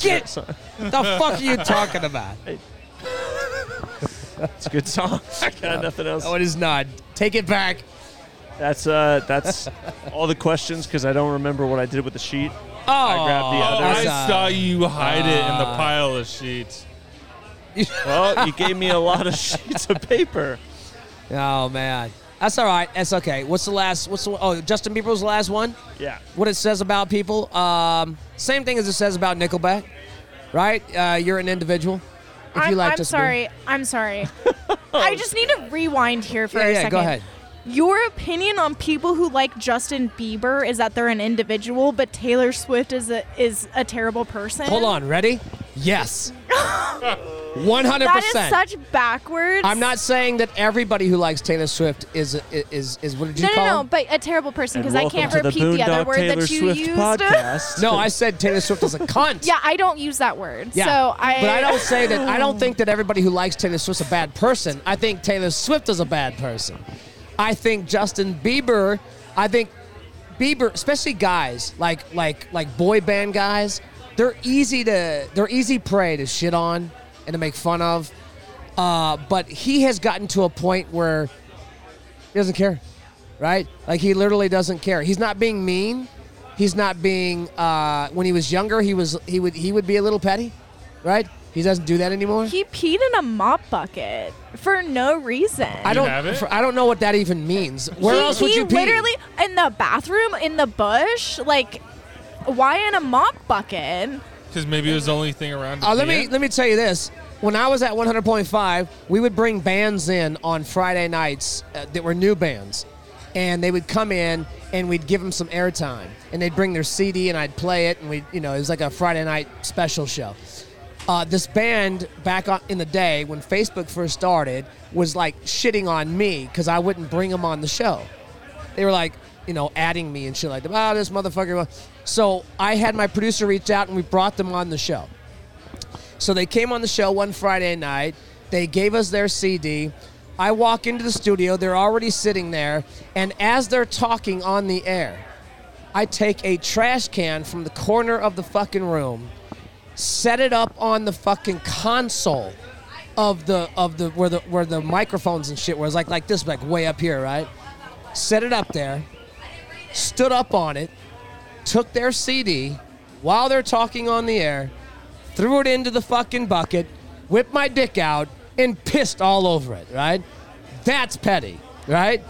Speaker 1: Get
Speaker 5: So-
Speaker 1: the fuck are you talking about?
Speaker 5: It's a good song. I got nothing else.
Speaker 1: Oh, it is not. Take it back.
Speaker 5: That's uh, that's all the questions because I don't remember what I did with the sheet.
Speaker 1: Oh,
Speaker 5: grabbed the
Speaker 2: Oh, I
Speaker 5: others.
Speaker 1: that's,
Speaker 2: saw
Speaker 1: uh,
Speaker 2: you hide it in the pile of sheets.
Speaker 5: Well, you gave me a lot of sheets of paper.
Speaker 1: oh man, that's all right. That's okay. What's the last? What's the? Oh, Justin Bieber was the last one.
Speaker 5: Yeah.
Speaker 1: what it says about people. Um, same thing as it says about Nickelback, right? Uh, you're an individual. If
Speaker 8: I'm,
Speaker 1: you like
Speaker 8: I'm
Speaker 1: Justin Bieber-
Speaker 8: sorry. I'm sorry. I just need to rewind here for
Speaker 1: Yeah,
Speaker 8: a
Speaker 1: yeah,
Speaker 8: second.
Speaker 1: go ahead.
Speaker 8: Your opinion on people who like Justin Bieber is that they're an individual, but Taylor Swift is a is a terrible person.
Speaker 1: Hold on, ready? Yes. 100%.
Speaker 8: That is such backwards.
Speaker 1: I'm not saying that everybody who likes Taylor Swift is is is what did you
Speaker 8: No, no,
Speaker 1: call
Speaker 8: no.
Speaker 1: him?
Speaker 8: But a terrible person because I
Speaker 5: welcome
Speaker 8: can't
Speaker 5: to
Speaker 8: repeat the, other
Speaker 5: Boondock
Speaker 8: word
Speaker 5: Taylor
Speaker 8: that you
Speaker 5: Swift
Speaker 8: used.
Speaker 5: podcast.
Speaker 1: No, I said Taylor Swift is a cunt.
Speaker 8: yeah, I don't use that word.
Speaker 1: Yeah.
Speaker 8: So I.
Speaker 1: But I don't say that. I don't think that everybody who likes Taylor Swift's a bad person. I think Taylor Swift is a bad person. I think Justin Bieber. I think Bieber, especially guys like like like boy band guys, they're easy to they're easy prey to shit on and to make fun of. Uh, but he has gotten to a point where he doesn't care, right? Like he literally doesn't care. He's not being mean. He's not being. Uh, when he was younger, he was he would he would be a little petty, right? He doesn't do that anymore.
Speaker 8: He peed in a mop bucket for no reason.
Speaker 1: I don't.
Speaker 2: have it?
Speaker 1: fr- I don't know what that even means. Where
Speaker 8: he,
Speaker 1: else would
Speaker 8: he
Speaker 1: you pee?
Speaker 8: literally in the bathroom in the bush like why in a mop bucket
Speaker 2: Because maybe it was the only thing around. to
Speaker 1: Uh, let
Speaker 2: see
Speaker 1: me
Speaker 2: it.
Speaker 1: let me tell you this. When I was at 100.5, we would bring bands in on Friday nights uh, that were new bands,
Speaker 4: and they would come in and we'd give them some airtime, and they'd bring their CD and I'd play it, and we, you know, it was like a Friday night special show. Uh, this band back on, in the day when Facebook first started was like shitting on me because I wouldn't bring them on the show. They were like, you know, adding me and shit like that. Ah, this motherfucker. So I had my producer reach out and we brought them on the show. So they came on the show one Friday night. They gave us their CD. I walk into the studio. They're already sitting there. And as they're talking on the air, I take a trash can from the corner of the fucking room, set it up on the fucking console of the of the where the where the microphones and shit was like like this like way up here, right? Set it up there. Stood up on it, took their CD while they're talking on the air, threw it into the fucking bucket, whipped my dick out, and pissed all over it, right? That's petty, right?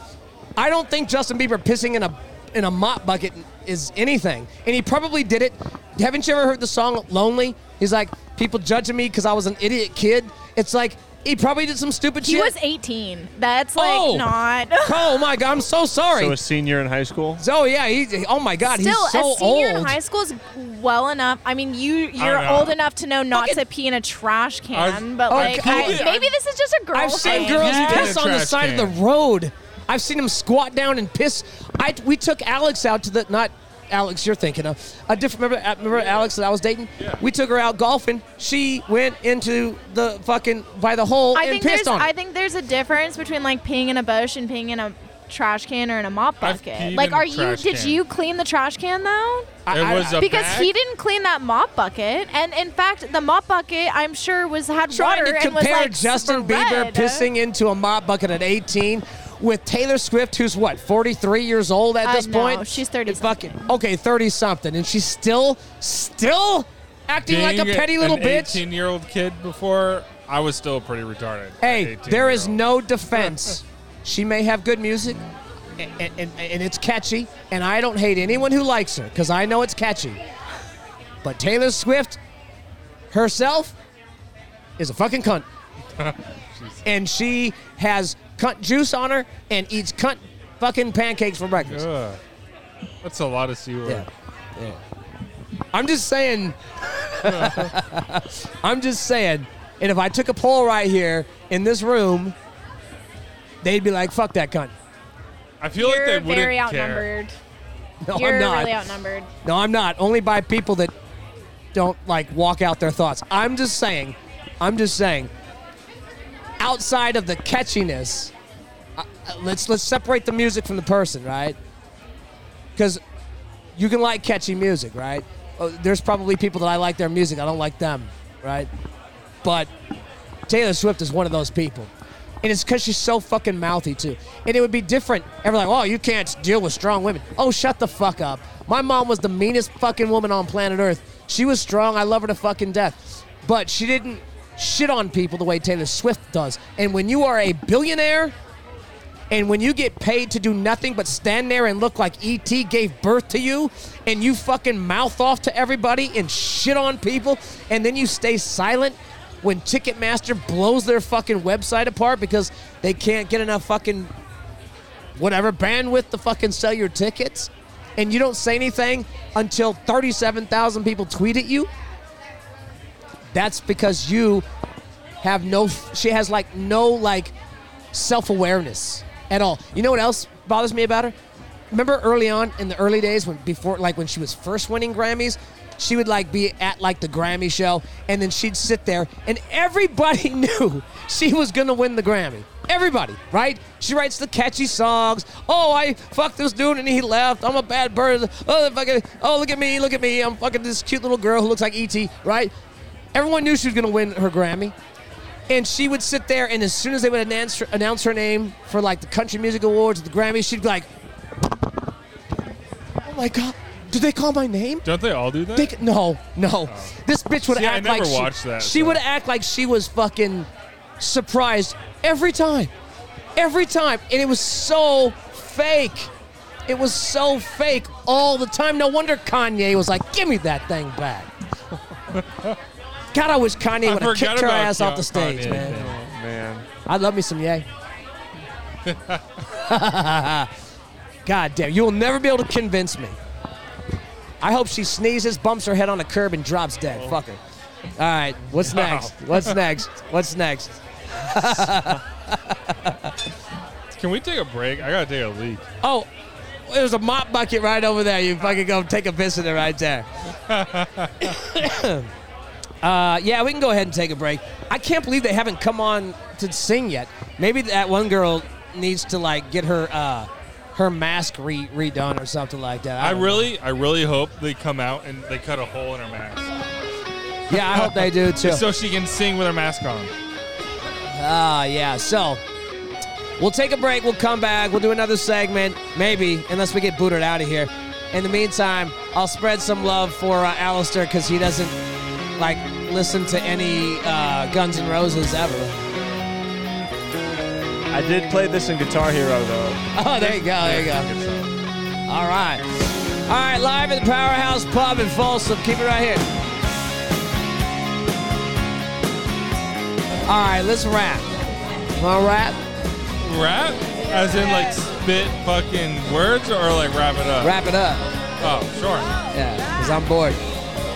Speaker 4: I don't think Justin Bieber pissing in a in a mop bucket is anything. And he probably did it. Haven't you ever heard the song Lonely? He's like, people judging me because I was an idiot kid. It's like he probably did some stupid
Speaker 8: He
Speaker 4: shit.
Speaker 8: was 18. That's like
Speaker 4: Oh!
Speaker 8: not.
Speaker 4: oh my god, I'm so sorry.
Speaker 5: So a senior in high school.
Speaker 4: oh yeah, he, oh my god,
Speaker 8: Still,
Speaker 4: he's so
Speaker 8: a senior
Speaker 4: old.
Speaker 8: in high school is well enough. I mean, you you're
Speaker 2: know.
Speaker 8: old enough to know not
Speaker 4: Fucking-
Speaker 8: to pee in a trash can,
Speaker 2: I've-
Speaker 8: but
Speaker 4: I've-
Speaker 8: like I-
Speaker 2: I've-
Speaker 8: maybe this is just a girl
Speaker 4: I've seen
Speaker 8: thing.
Speaker 4: girls
Speaker 2: Yeah.
Speaker 4: piss
Speaker 2: In a
Speaker 4: on the
Speaker 2: trash
Speaker 4: side of
Speaker 2: can.
Speaker 4: the road. I've seen them squat down and piss. I we took Alex out to the not Alex you're thinking of a different remember uh, remember Alex that I was dating. We took her out golfing. She went into the fucking by the hole
Speaker 8: I
Speaker 4: and
Speaker 8: think
Speaker 4: pissed
Speaker 8: there's
Speaker 4: on.
Speaker 8: I
Speaker 4: it.
Speaker 8: think there's a difference between like peeing in a bush and peeing in a trash can or in a mop
Speaker 2: I've
Speaker 8: bucket.
Speaker 2: peed
Speaker 8: Like,
Speaker 2: in a
Speaker 8: are you
Speaker 2: trash
Speaker 8: did
Speaker 2: can.
Speaker 8: you clean the trash can though?
Speaker 4: I-
Speaker 2: It
Speaker 4: I-
Speaker 2: was a
Speaker 8: because
Speaker 2: bag?
Speaker 8: he didn't clean that mop bucket, and in fact, the mop bucket I'm sure was had
Speaker 4: trying
Speaker 8: water
Speaker 4: to
Speaker 8: and was
Speaker 4: compare
Speaker 8: like
Speaker 4: Justin Bieber
Speaker 8: spread.
Speaker 4: pissing into a mop bucket at 18 with Taylor Swift, who's what 43 years old at
Speaker 8: Uh,
Speaker 4: this
Speaker 8: no,
Speaker 4: point.
Speaker 8: she's 30
Speaker 4: It's Fucking, okay, 30 something, and she's still still acting like a
Speaker 2: Being
Speaker 4: petty little
Speaker 2: an
Speaker 4: bitch.
Speaker 2: 18 year old kid before, I was still pretty retarded.
Speaker 4: Hey,
Speaker 2: 18
Speaker 4: there
Speaker 2: year
Speaker 4: is
Speaker 2: old.
Speaker 4: no defense. she may have good music, and, and, and it's catchy, and I don't hate anyone who likes her because I know it's catchy. But Taylor Swift herself is a fucking cunt. and she has cunt juice on her and eats cunt fucking pancakes for breakfast.
Speaker 2: Ugh. That's a lot of C word.
Speaker 4: Yeah. I'm just saying. I'm just saying. And if I took a poll right here in this room, they'd be like, "Fuck that cunt."
Speaker 2: I feel like they
Speaker 8: You're
Speaker 2: wouldn't
Speaker 8: very
Speaker 2: care.
Speaker 8: outnumbered.
Speaker 4: No,
Speaker 8: You're
Speaker 4: I'm not.
Speaker 8: really outnumbered.
Speaker 4: no, I'm not. Only by people that don't like walk out their thoughts. I'm just saying. I'm just saying. Outside of the catchiness, uh, uh, let's let's separate the music from the person, right? Because you can like catchy music, right? Oh, there's probably people that I like their music. I don't like them, right? But Taylor Swift is one of those people. And it's because she's so fucking mouthy, too. And it would be different. Everyone like, oh, you can't deal with strong women. Oh, shut the fuck up. My mom was the meanest fucking woman on planet Earth. She was strong. I love her to fucking death. But she didn't shit on people the way Taylor Swift does. And when you are a billionaire, and when you get paid to do nothing but stand there and look like ET gave birth to you, and you fucking mouth off to everybody and shit on people, and then you stay silent when Ticketmaster blows their fucking website apart because they can't get enough fucking whatever bandwidth to fucking sell your tickets, and you don't say anything until 37,000 people tweet at you. That's because you have no, she has like no like self awareness at all. You know what else bothers me about her? Remember early on in the early days when before like when she was first winning Grammys, she would like be at like the Grammy show and then she'd sit there and everybody knew she was gonna win the Grammy. Everybody, right? She writes the catchy songs. Oh, I fucked this dude and he left. I'm a bad bird. Oh, fucking, oh, look at me, look at me. I'm fucking this cute little girl who looks like
Speaker 8: E
Speaker 4: E.T., right? Everyone knew she was gonna win her Grammy. And she would sit there, and as soon as they would announce her, announce her name for like the Country Music Awards, the Grammys, she'd be like, "Oh my god, did they call my name?"
Speaker 2: Don't they all do that?
Speaker 4: They c- no, no. This bitch would
Speaker 2: Oh. See, I
Speaker 4: act
Speaker 2: never
Speaker 4: like she,
Speaker 2: watched that,
Speaker 4: she
Speaker 2: so-
Speaker 4: would act like she was fucking surprised every time, every time, and it was so fake. It was so fake all the time. No wonder Kanye was like, "Give me that thing back." God, I wish Kanye
Speaker 2: I
Speaker 4: would
Speaker 2: forgot
Speaker 4: have kicked her
Speaker 2: about
Speaker 4: ass off the
Speaker 2: Kanye
Speaker 4: stage,
Speaker 2: thing.
Speaker 4: man.
Speaker 5: Man,
Speaker 4: I'd love me some yay.
Speaker 8: God damn, you will never be able to convince me. I hope she sneezes, bumps her head on a curb, and drops dead.
Speaker 2: Oh.
Speaker 8: Fuck her. All right, what's next? What's next? What's next?
Speaker 2: Can we take a break? I gotta take a leak.
Speaker 8: Oh, there's a mop bucket right over there. You fucking go take a piss in it right there. uh, yeah, we can go ahead and take a break. I can't believe they haven't come on to sing yet. Maybe that one girl needs to like get her uh, her mask re- redone or something like that.
Speaker 2: I
Speaker 8: don't
Speaker 2: really, I really hope they come out and they cut a hole in her mask,
Speaker 8: know. yeah, I hope they do too.
Speaker 2: so she can sing with her mask on.
Speaker 8: Ah, yeah. So we'll take a break. We'll come back. We'll do another segment, maybe, unless we get booted out of here. In the meantime, I'll spread some love for uh, Alistair because he doesn't like listen to any uh, Guns N' Roses ever.
Speaker 5: I did play this in Guitar Hero though.
Speaker 8: Oh, there you go. There you go. All right. All right, live at the Powerhouse Pub in Folsom. Keep it right here. All right, let's rap. Want to rap?
Speaker 2: Rap, as in like spit fucking words, or like wrap it up.
Speaker 8: Wrap it up.
Speaker 2: Oh, sure.
Speaker 8: Yeah, because I'm bored.